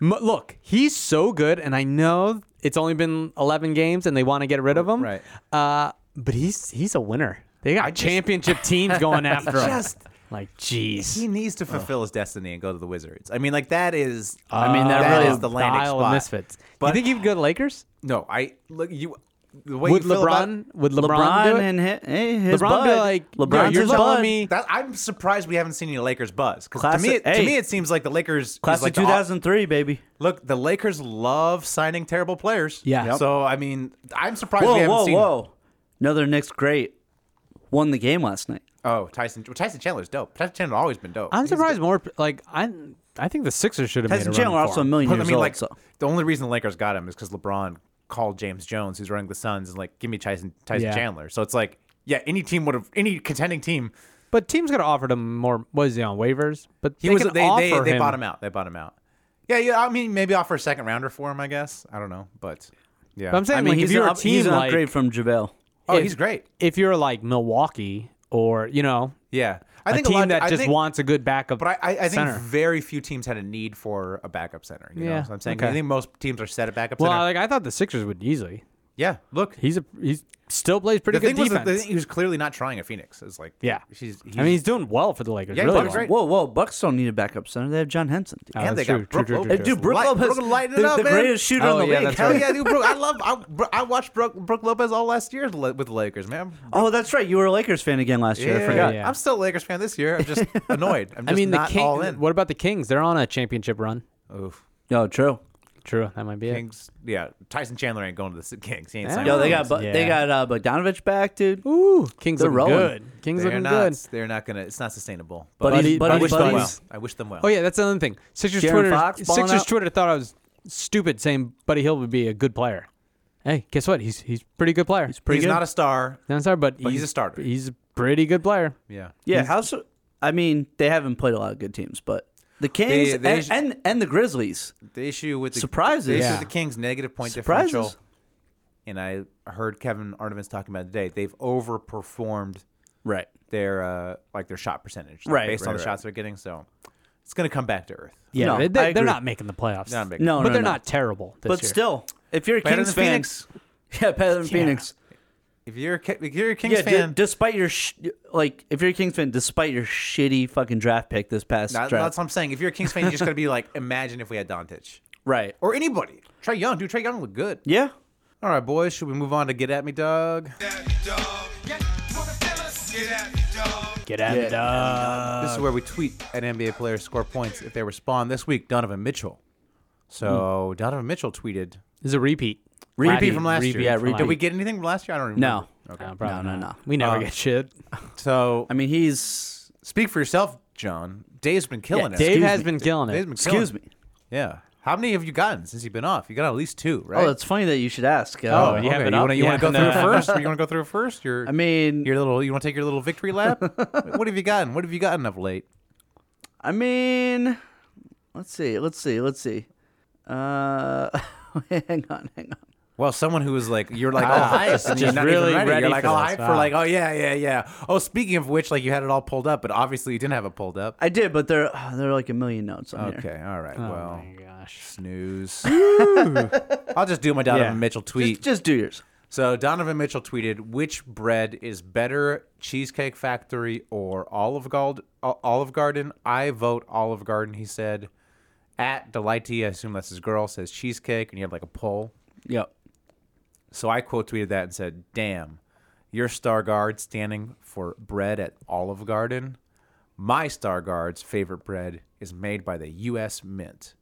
Speaker 9: M- Look, he's so good, and I know it's only been 11 games, and they want to get rid of him.
Speaker 7: Right.
Speaker 9: Uh, but he's he's a winner. They got championship teams going after him.
Speaker 7: just-
Speaker 9: like, jeez.
Speaker 7: He needs to fulfill his destiny and go to the Wizards. I mean, like that is.
Speaker 8: I mean, that
Speaker 7: that
Speaker 8: really
Speaker 7: is the landing
Speaker 9: Isle of
Speaker 7: spot.
Speaker 9: Misfits.
Speaker 7: But-
Speaker 9: you think he'd go to the Lakers?
Speaker 7: No, I look you. The way
Speaker 9: Would
Speaker 7: you feel about-
Speaker 9: LeBron? Would LeBron,
Speaker 8: LeBron,
Speaker 9: do it?
Speaker 8: and hi- hey, his
Speaker 9: LeBron
Speaker 8: bud.
Speaker 9: be like,
Speaker 8: LeBron's
Speaker 9: "Yo, you're
Speaker 8: his
Speaker 9: telling
Speaker 8: bud.
Speaker 9: me
Speaker 7: That, I'm surprised we haven't seen any Lakers buzz. Because to
Speaker 8: Classic-
Speaker 7: me, it, to
Speaker 8: hey.
Speaker 7: me, it seems like the Lakers is
Speaker 8: class
Speaker 9: "Oh,
Speaker 7: like the
Speaker 8: of
Speaker 7: op-
Speaker 8: 2003, baby.
Speaker 7: Look, the Lakers love signing terrible players.
Speaker 9: Yeah. Yep.
Speaker 7: So I mean, I'm surprised we
Speaker 8: Whoa,
Speaker 7: haven't
Speaker 8: whoa,
Speaker 7: seen.
Speaker 8: whoa! Another Knicks great won the game last night.
Speaker 7: Oh, Tyson. Well, Tyson Chandler's dope. Tyson Chandler's always been dope.
Speaker 9: I'm
Speaker 7: He's
Speaker 9: surprised more. Like, I I think the Sixers should have made a
Speaker 8: Tyson
Speaker 9: run
Speaker 8: Chandler
Speaker 9: for
Speaker 8: also a
Speaker 9: him.
Speaker 8: million
Speaker 7: But,
Speaker 8: years
Speaker 7: I mean,
Speaker 8: old.
Speaker 7: like
Speaker 8: so.
Speaker 7: the only reason the Lakers got him is because LeBron called James Jones, who's running the Suns, and like, give me Tyson Tyson
Speaker 9: Yeah.
Speaker 7: Chandler. So it's like, yeah, any team would have, any contending team.
Speaker 9: But teams could have offered him more. What is he on waivers? But
Speaker 7: He
Speaker 9: they
Speaker 7: was.
Speaker 9: could
Speaker 7: They they,
Speaker 9: offer
Speaker 7: they
Speaker 9: him.
Speaker 7: bought him out. They bought him out. Yeah, yeah. I mean, maybe offer a second rounder for him. I guess. I don't know, but yeah.
Speaker 9: But I'm saying,
Speaker 8: I mean,
Speaker 9: like,
Speaker 8: he's,
Speaker 9: if
Speaker 8: an
Speaker 9: you're a
Speaker 8: up, he's
Speaker 9: team
Speaker 8: an
Speaker 9: like
Speaker 8: upgrade from JaVale.
Speaker 7: oh,
Speaker 9: if-
Speaker 7: he's great.
Speaker 9: if you're like Milwaukee or you know
Speaker 7: Yeah,
Speaker 9: a
Speaker 7: I think
Speaker 9: team
Speaker 7: a lot
Speaker 9: that
Speaker 7: I
Speaker 9: just
Speaker 7: think-
Speaker 9: wants a good backup
Speaker 7: But I, I, I think
Speaker 9: center.
Speaker 7: very few teams had a need for a backup center. You know
Speaker 9: Yeah,
Speaker 7: what I'm saying?
Speaker 9: okay.
Speaker 7: I think most teams are set at backup
Speaker 9: well,
Speaker 7: center.
Speaker 9: like I thought the Sixers would easily.
Speaker 7: yeah, look.
Speaker 9: He's a he's still plays pretty
Speaker 7: The
Speaker 9: good
Speaker 7: thing, was,
Speaker 9: defense.
Speaker 7: that- the thing he was clearly not trying at Phoenix. It's like,
Speaker 9: yeah,
Speaker 7: she's, he's,
Speaker 9: I mean he's doing well for the Lakers.
Speaker 7: Yeah, he's
Speaker 9: really
Speaker 7: doing
Speaker 9: well.
Speaker 7: great.
Speaker 8: Whoa, whoa! Bucks don't need a backup center. They have John Henson.
Speaker 9: Oh,
Speaker 7: and they
Speaker 9: that's
Speaker 7: got
Speaker 9: true,
Speaker 7: Brook
Speaker 9: true, true,
Speaker 7: Lopez.
Speaker 9: true.
Speaker 8: Dude, Brook
Speaker 7: Light-
Speaker 8: Lopez,
Speaker 7: Brook lighting it
Speaker 8: the,
Speaker 7: up,
Speaker 8: the
Speaker 7: man.
Speaker 8: greatest shooter in
Speaker 9: Oh,
Speaker 8: the
Speaker 9: yeah,
Speaker 8: league.
Speaker 9: that's
Speaker 7: Hell
Speaker 9: right.
Speaker 7: yeah, dude! Brook, I love. I, Bro- I watched Brook, Brook Lopez all last year with the Lakers, man. I'm-
Speaker 8: Oh, that's right. You were a Lakers fan again last year. I
Speaker 7: yeah,
Speaker 8: forgot.
Speaker 9: yeah.
Speaker 7: I'm still a Lakers fan this year. I'm just annoyed. I'm
Speaker 9: I
Speaker 7: just
Speaker 9: mean the
Speaker 7: not all
Speaker 9: Kings.
Speaker 7: in.
Speaker 9: What about the Kings? They're on a championship run.
Speaker 7: Oof.
Speaker 8: No, true.
Speaker 9: True, that might be it.
Speaker 7: Kings. Yeah, Tyson Chandler ain't going to the Kings. He ain't
Speaker 9: Yeah.
Speaker 7: signing.
Speaker 8: Yo,
Speaker 7: with
Speaker 8: they
Speaker 7: the
Speaker 8: got
Speaker 7: Kings.
Speaker 8: Bu- they got uh, Bogdanovich back, dude.
Speaker 9: Ooh, Kings
Speaker 8: They're
Speaker 9: looking
Speaker 8: rolling.
Speaker 9: good. Kings
Speaker 7: They're
Speaker 9: looking
Speaker 7: not.
Speaker 9: good.
Speaker 7: They're not gonna. It's not sustainable.
Speaker 8: But he's-
Speaker 9: Buddy-
Speaker 8: but
Speaker 7: I
Speaker 8: he's-
Speaker 7: wish
Speaker 9: buddies,
Speaker 7: them
Speaker 8: but
Speaker 7: well.
Speaker 8: he's-
Speaker 7: I wish them well.
Speaker 9: Oh yeah, that's another thing. Sixers
Speaker 8: De'Aaron
Speaker 9: Twitter.
Speaker 8: Fox balling
Speaker 9: Sixers
Speaker 8: out.
Speaker 9: Twitter thought I was stupid saying Buddy Hill would be a good player. Hey, guess what? He's he's a pretty good player. He's
Speaker 8: pretty
Speaker 7: he's
Speaker 8: good.
Speaker 7: not a star.
Speaker 9: I'm sorry, but,
Speaker 7: But he's a starter.
Speaker 9: He's a pretty good player.
Speaker 7: Yeah.
Speaker 8: Yeah, how so? I mean, they haven't played a lot of good teams, but the Kings
Speaker 7: They- they
Speaker 8: and,
Speaker 7: sh-
Speaker 8: and and the Grizzlies.
Speaker 7: The issue with the
Speaker 8: Surprises.
Speaker 7: The issue
Speaker 9: Yeah.
Speaker 7: with the Kings negative point
Speaker 8: Surprises.
Speaker 7: differential. And I heard Kevin Artemis talking about it today. They've overperformed
Speaker 8: Right.
Speaker 7: their uh, like their shot percentage, like,
Speaker 8: Right,
Speaker 7: based on
Speaker 8: right,
Speaker 7: the
Speaker 8: right.
Speaker 7: shots they're getting. So it's gonna come back to earth.
Speaker 9: Yeah,
Speaker 8: No,
Speaker 9: they,
Speaker 8: I
Speaker 9: they,
Speaker 8: agree.
Speaker 9: are not making the playoffs.
Speaker 7: Not big.
Speaker 8: No,
Speaker 9: but
Speaker 8: no,
Speaker 9: they're
Speaker 8: no.
Speaker 9: not terrible. This
Speaker 8: But
Speaker 9: year.
Speaker 8: still, if you're a
Speaker 7: Better
Speaker 8: Kings
Speaker 7: than
Speaker 8: fan,
Speaker 7: Phoenix.
Speaker 8: yeah, better than Phoenix.
Speaker 7: If you're a, Ki- if you're a Kings
Speaker 8: Yeah, d-
Speaker 7: fan,
Speaker 8: despite your sh- like, if you're a Kings fan, despite your shitty fucking draft pick this past
Speaker 7: that-
Speaker 8: draft,
Speaker 7: that's what I'm saying. If you're a Kings fan, you just gotta be like, imagine if we had Dontich
Speaker 8: right?
Speaker 7: or anybody. Trey Young, dude. Trey Young looked good.
Speaker 8: Yeah,
Speaker 7: All right, boys. Should we move on to get at me, Doug?
Speaker 9: get at it. Uh,
Speaker 7: This is where we tweet at NBA players score points if they respond. This week, Donovan Mitchell. So Donovan Mitchell tweeted
Speaker 9: this is a Hmm. repeat.
Speaker 7: repeat from last
Speaker 9: repeat,
Speaker 7: year.
Speaker 9: yeah, repeat.
Speaker 7: Did we get anything from last year? I don't even
Speaker 8: no,
Speaker 7: remember.
Speaker 9: No,
Speaker 7: Okay.
Speaker 9: probably
Speaker 8: No, no,
Speaker 9: not.
Speaker 8: no. Uh,
Speaker 9: We never get shit.
Speaker 7: So
Speaker 8: I mean he's
Speaker 7: speak for yourself, John. Dave's been killing it.
Speaker 9: Dave
Speaker 8: Excuse
Speaker 9: has
Speaker 8: me.
Speaker 9: been killing
Speaker 7: Dave's
Speaker 9: it.
Speaker 7: been killing
Speaker 8: excuse
Speaker 7: it.
Speaker 8: me.
Speaker 7: Yeah. How many have you gotten since you've been off? You got at least two, right?
Speaker 8: Oh, that's funny that you should ask.
Speaker 7: Oh,
Speaker 8: Uh,
Speaker 9: you
Speaker 7: okay.
Speaker 9: have it
Speaker 7: you
Speaker 9: up?
Speaker 7: wanna- you want
Speaker 9: Yeah.
Speaker 7: to go through it
Speaker 9: No.
Speaker 7: first? You want to go through it first? Your,
Speaker 8: I mean,
Speaker 7: your little. You want to take your little victory lap? what have you gotten? What have you gotten of late?
Speaker 8: I mean, let's see, let's see, let's see. Uh, hang on, hang on.
Speaker 7: Well, someone who was like, you're like all hyped, and you're
Speaker 9: Oh, Just
Speaker 7: not
Speaker 9: really
Speaker 7: even ready.
Speaker 9: ready
Speaker 7: You're like
Speaker 9: for
Speaker 7: all
Speaker 9: this.
Speaker 7: hyped for
Speaker 9: Wow.
Speaker 7: like, oh yeah, yeah, yeah. Oh, speaking of which, like you had it all pulled up, but obviously you didn't have it pulled up.
Speaker 8: I did, but there, oh, there are like a million notes on here.
Speaker 7: Okay, all right.
Speaker 9: Oh
Speaker 7: well,
Speaker 9: my gosh.
Speaker 7: snooze. I'll just do my Donovan
Speaker 9: Yeah.
Speaker 7: Mitchell tweet.
Speaker 8: Just, just do yours.
Speaker 7: so Donovan Mitchell tweeted, "Which bread is better, Cheesecake Factory or Olive Garden? Olive Garden? I vote Olive Garden." He said. At Delighty, I assume that's his girl, says cheesecake, and you had like a poll.
Speaker 8: Yep.
Speaker 7: So I quote tweeted that and said, "Damn, your star guard standing for bread at Olive Garden. My star guard's favorite bread is made by the U.S. Mint.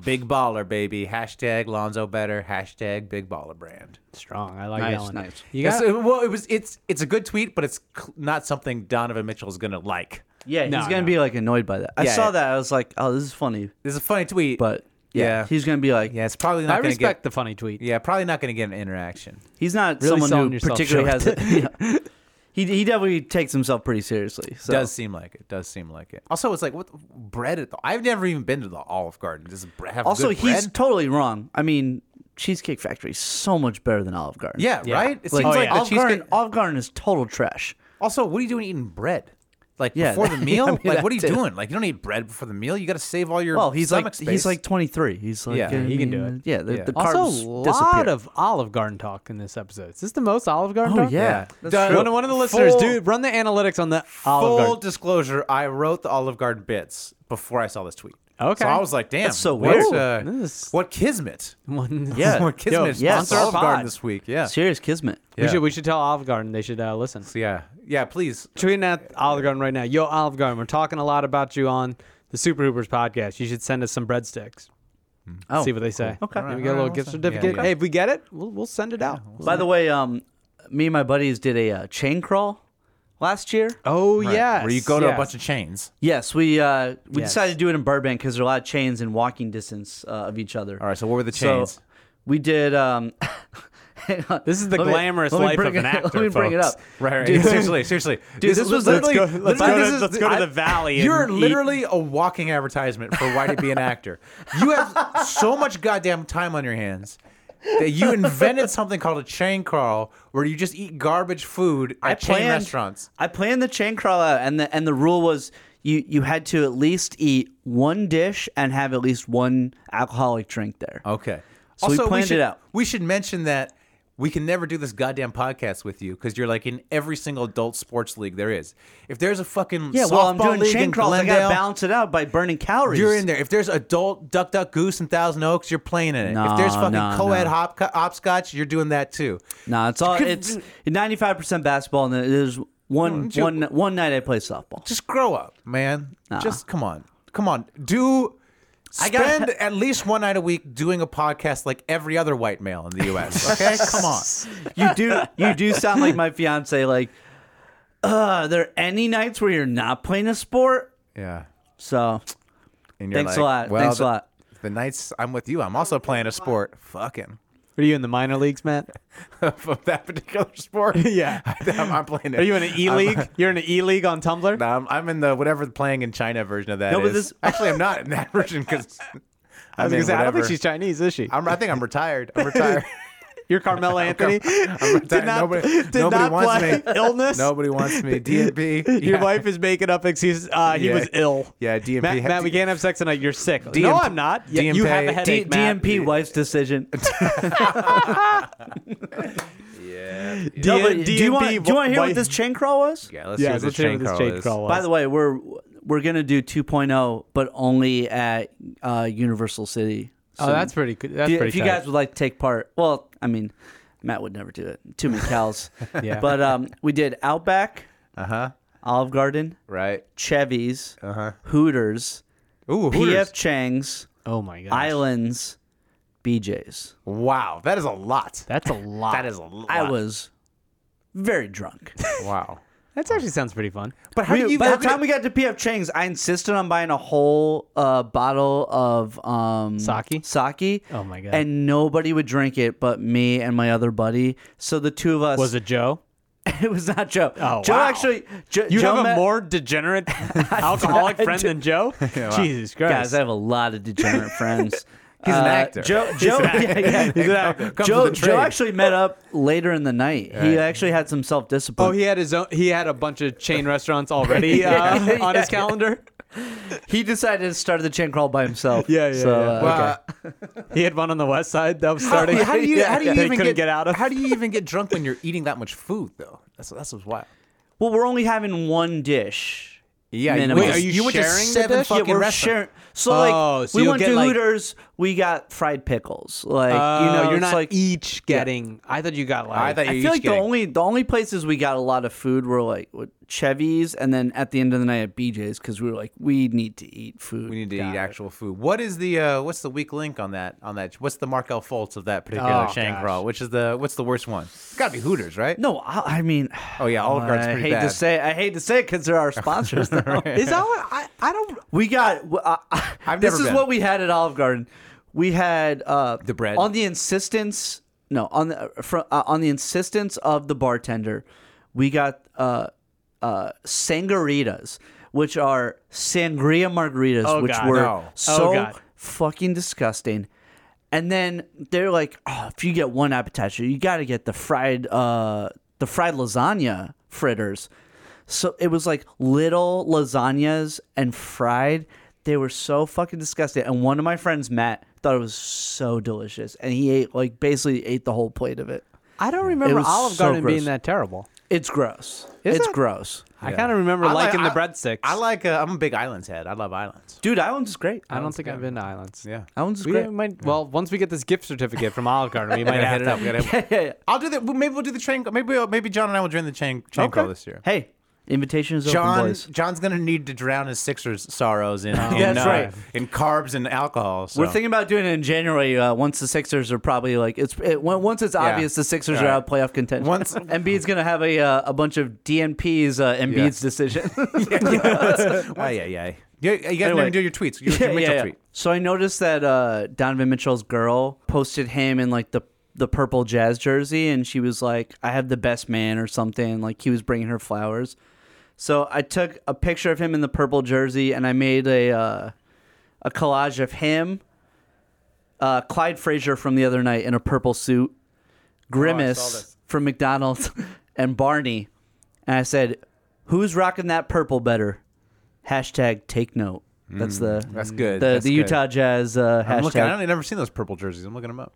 Speaker 7: Big baller, baby. Hashtag Lonzo better. Hashtag Big baller brand.
Speaker 9: Strong. I like
Speaker 8: Nice,
Speaker 9: that one.
Speaker 8: nice.
Speaker 9: You
Speaker 7: Yes,
Speaker 9: got
Speaker 7: it- well, it was. It's it's a good tweet, but it's cl- not something Donovan Mitchell is gonna like.
Speaker 8: Yeah, he's
Speaker 9: No,
Speaker 8: gonna
Speaker 9: no.
Speaker 8: be like annoyed by that. I
Speaker 7: Yeah,
Speaker 8: saw
Speaker 7: yeah.
Speaker 8: that. I was like, oh, this is funny,
Speaker 7: It's a funny tweet,
Speaker 8: but yeah,
Speaker 7: Yeah.
Speaker 8: he's gonna be like,
Speaker 7: yeah, it's probably not
Speaker 9: I
Speaker 7: gonna
Speaker 9: respect
Speaker 7: get.
Speaker 9: the funny tweet.
Speaker 7: yeah, probably not gonna get an interaction.
Speaker 8: he's not
Speaker 9: Really selling
Speaker 8: someone who
Speaker 9: yourself
Speaker 8: particularly
Speaker 9: short.
Speaker 8: has. A, yeah. He he definitely takes himself pretty seriously. So.
Speaker 7: Does seem like it. Does seem like it. Also, it's like what the- bread at the. I've never even been to the Olive Garden. Does it bre- have
Speaker 8: also
Speaker 7: good
Speaker 8: he's
Speaker 7: bread?
Speaker 8: totally wrong. I mean, Cheesecake Factory is so much better than Olive Garden.
Speaker 7: yeah, right. It
Speaker 8: Like,
Speaker 7: seems
Speaker 9: oh,
Speaker 7: like
Speaker 9: yeah.
Speaker 7: the
Speaker 8: Olive, Garden,
Speaker 7: cheesecake.
Speaker 8: Olive Garden is total trash.
Speaker 7: Also, what are you doing eating bread? Like
Speaker 8: Yeah,
Speaker 7: before the
Speaker 8: I
Speaker 7: meal?
Speaker 8: mean,
Speaker 7: like what are you
Speaker 8: that too.
Speaker 7: doing? Like you don't eat bread before the meal. You got to save all your.
Speaker 8: Well, he's like
Speaker 7: stomach
Speaker 8: he's
Speaker 7: space.
Speaker 8: like 23. He's like
Speaker 7: Yeah,
Speaker 8: I
Speaker 9: he can do
Speaker 8: mean,
Speaker 9: it.
Speaker 8: Yeah, the,
Speaker 7: Yeah.
Speaker 8: the carbs
Speaker 9: Also, a lot
Speaker 8: disappear.
Speaker 9: of Olive Garden talk in this episode. Is this the most Olive Garden
Speaker 8: oh
Speaker 9: talk?
Speaker 8: yeah,
Speaker 7: Yeah.
Speaker 8: That's
Speaker 7: Done.
Speaker 8: true.
Speaker 9: One, one of the listeners,
Speaker 7: Full-
Speaker 9: dude, run the analytics on the Olive
Speaker 7: Full
Speaker 9: Garden.
Speaker 7: disclosure, I wrote the Olive Garden bits before I saw this tweet.
Speaker 9: Okay.
Speaker 7: So I was like, damn.
Speaker 8: That's so
Speaker 7: what,
Speaker 8: weird.
Speaker 7: uh,
Speaker 9: This is-
Speaker 7: what kismet?
Speaker 9: One-
Speaker 8: Yeah.
Speaker 7: what kismet?
Speaker 9: Yo,
Speaker 7: is
Speaker 8: yes.
Speaker 7: Olive
Speaker 9: Sponsor our
Speaker 7: Garden
Speaker 9: pod.
Speaker 7: this week. Yeah.
Speaker 8: serious kismet.
Speaker 9: We
Speaker 7: Yeah.
Speaker 9: should we should tell Olive Garden they should uh, listen.
Speaker 7: yeah. Yeah. Please.
Speaker 9: Tweeting at Olive Garden right now. Yo, Olive Garden, we're talking a lot about you on the Super Hoopers podcast. You should send us some breadsticks.
Speaker 8: Oh,
Speaker 9: See what they say.
Speaker 8: Okay.
Speaker 9: Maybe get a
Speaker 7: All right,
Speaker 9: little
Speaker 7: we'll
Speaker 9: gift
Speaker 7: send- yeah,
Speaker 9: certificate.
Speaker 7: yeah.
Speaker 9: Hey, if we get it, we'll, we'll send it out.
Speaker 8: By the way, um, me and my buddies did a uh, chain crawl last year.
Speaker 9: oh yes.
Speaker 7: Where you go to
Speaker 9: yes.
Speaker 7: a bunch of chains.
Speaker 8: Yes, we uh, we
Speaker 9: Yes.
Speaker 8: decided to do it in Burbank because there are a lot of chains in walking distance uh, of each other.
Speaker 7: All right. So what were the
Speaker 8: So
Speaker 7: chains?
Speaker 8: we did. Um, hang on.
Speaker 9: This is the
Speaker 8: Let me-
Speaker 9: glamorous
Speaker 8: let me
Speaker 9: life
Speaker 8: bring
Speaker 9: of an
Speaker 8: it-
Speaker 9: actor.
Speaker 8: Let me bring it
Speaker 9: folks.
Speaker 8: up.
Speaker 7: Right, right.
Speaker 8: Dude,
Speaker 7: seriously, seriously.
Speaker 8: Dude, this was
Speaker 7: literally-
Speaker 8: let's go- let's
Speaker 7: literally-
Speaker 8: go to-
Speaker 7: this is-
Speaker 9: let's go to
Speaker 7: I-
Speaker 9: the valley
Speaker 7: You're
Speaker 9: and eat.
Speaker 7: literally a walking advertisement for why to be an actor. You have so much goddamn time on your hands that you invented something called a chain crawl, where you just eat garbage food at
Speaker 8: I
Speaker 7: chain
Speaker 8: planned,
Speaker 7: restaurants.
Speaker 8: I planned the chain crawl out, and the and the rule was you you had to at least eat one dish and have at least one alcoholic drink there.
Speaker 7: Okay.
Speaker 8: So we planned it
Speaker 7: should,
Speaker 8: out.
Speaker 7: We should mention that we can never do this goddamn podcast with you because you're like in every single adult sports league there is. If there's a fucking
Speaker 8: yeah, well, I'm
Speaker 7: softball
Speaker 8: doing
Speaker 7: league
Speaker 8: chain
Speaker 7: in
Speaker 8: crawls. I gotta
Speaker 7: Glendale-
Speaker 8: balance it out by burning calories.
Speaker 7: You're in there. If there's adult Duck Duck Goose and Thousand Oaks, you're playing in it.
Speaker 8: No,
Speaker 7: if there's fucking
Speaker 8: no,
Speaker 7: co-ed
Speaker 8: no.
Speaker 7: hop, hopscotch, you're doing that too.
Speaker 8: Nah, it's all
Speaker 7: Could-
Speaker 8: it's 95 percent basketball, and there's one
Speaker 7: you-
Speaker 8: one one night I play softball.
Speaker 7: Just grow up, man. Just come on, come on. Do
Speaker 8: gotta-
Speaker 7: spend at least one night a week doing a podcast like every other white male in the U.S. Okay, come on.
Speaker 8: You do you do sound like my fiance. Like, uh, are there any nights where you're not playing a sport?
Speaker 7: Yeah.
Speaker 8: So
Speaker 7: And
Speaker 8: Thanks a lot. Thanks a
Speaker 7: the-
Speaker 8: lot."
Speaker 7: The nights I'm with you, I'm also playing a sport. Fucking
Speaker 9: Are you in the minor leagues, Matt?
Speaker 7: from that particular sport.
Speaker 9: Yeah.
Speaker 7: I'm, I'm playing. It.
Speaker 9: Are you in an E
Speaker 7: I'm-
Speaker 9: league? You're in an E league on Tumblr.
Speaker 7: No, I'm, I'm in the whatever the playing in China version of that.
Speaker 8: No, but
Speaker 7: is.
Speaker 8: this-
Speaker 7: actually I'm not in that version because
Speaker 9: I was gonna say I don't think she's Chinese, is she?
Speaker 7: I'm, I think I'm retired. I'm retired.
Speaker 9: You're Carmelo Anthony.
Speaker 7: tell
Speaker 9: did
Speaker 7: you,
Speaker 9: not,
Speaker 7: nobody-
Speaker 9: did
Speaker 7: nobody
Speaker 9: not
Speaker 7: wants
Speaker 9: play
Speaker 7: me.
Speaker 9: illness.
Speaker 7: Nobody wants me. DMP.
Speaker 9: Your
Speaker 7: Yeah.
Speaker 9: wife is making up excuses. Uh, he
Speaker 7: Yeah.
Speaker 9: was ill.
Speaker 7: Yeah, DMP
Speaker 9: Matt,
Speaker 7: had-
Speaker 9: Matt, we can't have sex tonight. You're sick. no,
Speaker 7: DMP
Speaker 9: I'm not. Yeah, you
Speaker 7: DMP
Speaker 9: have a headache,
Speaker 8: D-
Speaker 9: Matt.
Speaker 8: DMP wife's decision.
Speaker 9: D-
Speaker 8: No, but do you want,
Speaker 9: DMP
Speaker 8: do you want to hear
Speaker 9: wife-
Speaker 8: what this chain crawl was?
Speaker 7: Yeah, let's
Speaker 9: Yeah,
Speaker 7: hear what this
Speaker 9: let's hear
Speaker 7: chain
Speaker 9: what this
Speaker 7: crawl
Speaker 9: chain
Speaker 7: is.
Speaker 9: crawl was.
Speaker 8: By the way, we're we're gonna do 2.0, but only at uh, Universal City.
Speaker 9: Oh,
Speaker 8: So
Speaker 9: that's pretty good. That's
Speaker 8: if
Speaker 9: pretty
Speaker 8: you
Speaker 9: tight.
Speaker 8: guys would like to take part, well, I mean, Matt would never do it. Too many cows.
Speaker 9: Yeah.
Speaker 8: But um, we did Outback, uh
Speaker 7: Uh-huh.
Speaker 8: Olive Garden,
Speaker 7: Right.
Speaker 8: Chevy's, uh-huh. Hooters,
Speaker 9: Ooh,
Speaker 8: PF Chang's,
Speaker 9: Oh my god.
Speaker 8: Islands, BJ's.
Speaker 7: Wow, that is a lot.
Speaker 9: That's a lot.
Speaker 7: That is a lot.
Speaker 8: I was very drunk.
Speaker 7: wow.
Speaker 9: That actually sounds pretty fun.
Speaker 7: But how do
Speaker 8: We-
Speaker 7: you?
Speaker 8: by
Speaker 7: how
Speaker 8: the
Speaker 7: could
Speaker 8: time
Speaker 7: it-
Speaker 8: we got to PF Chang's, I insisted on buying a whole uh, bottle of um,
Speaker 9: Sake?
Speaker 8: Sake.
Speaker 9: Oh my God.
Speaker 8: And nobody would drink it but me and my other buddy. So the two of us.
Speaker 9: Was it Joe?
Speaker 8: it was not Joe.
Speaker 9: Oh,
Speaker 8: Joe
Speaker 9: wow.
Speaker 8: actually. Jo-
Speaker 9: You
Speaker 8: Joe
Speaker 9: have a
Speaker 8: met-
Speaker 9: more degenerate alcoholic
Speaker 8: I
Speaker 9: friend
Speaker 8: do.
Speaker 9: than Joe? Jesus Christ.
Speaker 8: Guys, I have a lot of degenerate friends.
Speaker 7: He's an
Speaker 8: Uh,
Speaker 7: actor.
Speaker 8: Joe, Joe, yeah, yeah.
Speaker 7: Comes
Speaker 8: Joe,
Speaker 7: with the
Speaker 8: Joe
Speaker 7: trade.
Speaker 8: actually met up later in the night. He actually had some self discipline.
Speaker 9: Oh, he had his own. He had a bunch of chain restaurants already uh,
Speaker 8: Yeah,
Speaker 9: on his
Speaker 8: yeah.
Speaker 9: calendar.
Speaker 8: he decided to start the chain crawl by himself.
Speaker 9: Yeah, yeah,
Speaker 8: So,
Speaker 9: yeah.
Speaker 8: uh,
Speaker 9: Wow.
Speaker 7: Uh,
Speaker 9: He had one on the west side that was starting.
Speaker 7: how do you? How do you
Speaker 9: that he
Speaker 7: even
Speaker 9: couldn't get, out of?
Speaker 7: How do you even get drunk when you're eating that much food though? That's that's what's wild.
Speaker 8: Well, we're only having one dish.
Speaker 7: Yeah,
Speaker 8: you-
Speaker 7: you,
Speaker 8: Minimum.
Speaker 7: went
Speaker 8: wait,
Speaker 7: to-
Speaker 8: are
Speaker 9: you
Speaker 7: you went to
Speaker 9: sharing the
Speaker 7: seven
Speaker 9: dish? Yeah,
Speaker 7: fucking
Speaker 8: yeah, we're
Speaker 7: restaurants.
Speaker 8: sharing. So like,
Speaker 9: Oh, so
Speaker 8: we
Speaker 9: you'll
Speaker 8: went
Speaker 9: get,
Speaker 8: to
Speaker 9: like-
Speaker 8: Hooters. We got fried pickles. Like you know,
Speaker 9: you're
Speaker 8: Oh, it's
Speaker 9: not
Speaker 8: like.
Speaker 9: each getting. I thought you got like.
Speaker 7: I thought you
Speaker 8: I
Speaker 7: were
Speaker 8: feel
Speaker 7: each
Speaker 8: like the
Speaker 7: getting-
Speaker 8: only the only places we got a lot of food were like with Chevy's, and then at the end of the night at BJ's because we were like, we need to eat food.
Speaker 7: We need to eat actual food. What is the uh, what's the weak link on that on that? What's the Markel Fultz of that particular
Speaker 9: Oh,
Speaker 7: chain
Speaker 9: gosh.
Speaker 7: crawl? Which is the what's the worst one? It's got to be Hooters, right?
Speaker 8: No, I, I mean,
Speaker 7: Oh yeah, Olive Garden's
Speaker 8: I
Speaker 7: pretty
Speaker 8: hate
Speaker 7: bad.
Speaker 8: to say, I hate to say it because they're our sponsors. now.
Speaker 9: Is that what I? I don't.
Speaker 8: We got. w- Uh,
Speaker 7: I've
Speaker 8: this
Speaker 7: never
Speaker 8: is
Speaker 7: been.
Speaker 8: what we had at Olive Garden. We had uh,
Speaker 7: The bread.
Speaker 8: on the insistence. No, on the uh, fro- uh, on the insistence of the bartender, we got uh, uh, sangritas, which are sangria margaritas,
Speaker 9: Oh,
Speaker 8: which
Speaker 9: God,
Speaker 8: were
Speaker 7: no. Oh,
Speaker 8: so
Speaker 9: God.
Speaker 8: fucking disgusting. And then they're like, oh, if you get one appetizer, you got to get the fried uh, the fried lasagna fritters. So it was like little lasagnas and fried. They were so fucking disgusting. And one of my friends, Matt, thought it was so delicious, and he ate like basically ate the whole plate of it.
Speaker 9: I don't remember
Speaker 8: was
Speaker 9: Olive
Speaker 8: so
Speaker 9: Garden being
Speaker 8: gross.
Speaker 9: that terrible.
Speaker 8: It's gross.
Speaker 9: Is
Speaker 8: it's
Speaker 9: it?
Speaker 8: gross,
Speaker 9: I kind of remember
Speaker 7: I like-
Speaker 9: liking
Speaker 7: I-
Speaker 9: the breadsticks.
Speaker 7: I like. Uh, I'm a big islands head. I love islands.
Speaker 8: dude. Islands is great.
Speaker 9: I don't think I've been to Islands.
Speaker 7: Yeah.
Speaker 8: Islands is
Speaker 9: We
Speaker 8: great.
Speaker 9: might. Well, once we get this gift certificate from Olive Garden, we might
Speaker 7: gotta
Speaker 9: have
Speaker 7: hit it
Speaker 9: to.
Speaker 7: up. We gotta hit it up.
Speaker 8: Yeah, yeah.
Speaker 7: I'll do that. Maybe we'll do the chain. Maybe we'll, maybe John and I will join the chain chain crawl this year.
Speaker 8: Hey, invitation is open,
Speaker 7: John
Speaker 8: boys. Oh,
Speaker 7: John's gonna need to drown his Sixers sorrows in, in,
Speaker 8: That's
Speaker 7: uh,
Speaker 8: right.
Speaker 7: in carbs and alcohol. So.
Speaker 8: We're thinking about doing it in January uh, once the Sixers are probably like it's it, when- once it's obvious the Sixers are
Speaker 7: All right.
Speaker 8: out of playoff contention.
Speaker 7: Once-
Speaker 8: Embiid's gonna have a uh, a bunch of DNP's uh, Embiid's decision.
Speaker 7: Ay, ay, ay. You, you guys
Speaker 8: Anyway.
Speaker 7: never do your tweets. Your, your
Speaker 8: Yeah,
Speaker 7: Mitchell
Speaker 8: yeah, yeah.
Speaker 7: tweet.
Speaker 8: So I noticed that uh, Donovan Mitchell's girl posted him in like the the purple jazz jersey, and she was like, "I have the best man" or something. Like he was bringing her flowers. So I took a picture of him in the purple jersey, and I made a uh, a collage of him, uh, Clyde Frazier from the other night in a purple suit, Grimace
Speaker 7: this.
Speaker 8: from McDonald's, and Barney, and I said, "Who's rocking that purple better?" Hashtag take note. That's the
Speaker 7: Mm, That's good.
Speaker 8: the,
Speaker 7: That's
Speaker 8: the
Speaker 7: good.
Speaker 8: Utah Jazz uh,
Speaker 7: I'm
Speaker 8: hashtag.
Speaker 7: looking. I've never seen those purple jerseys. I'm looking them up.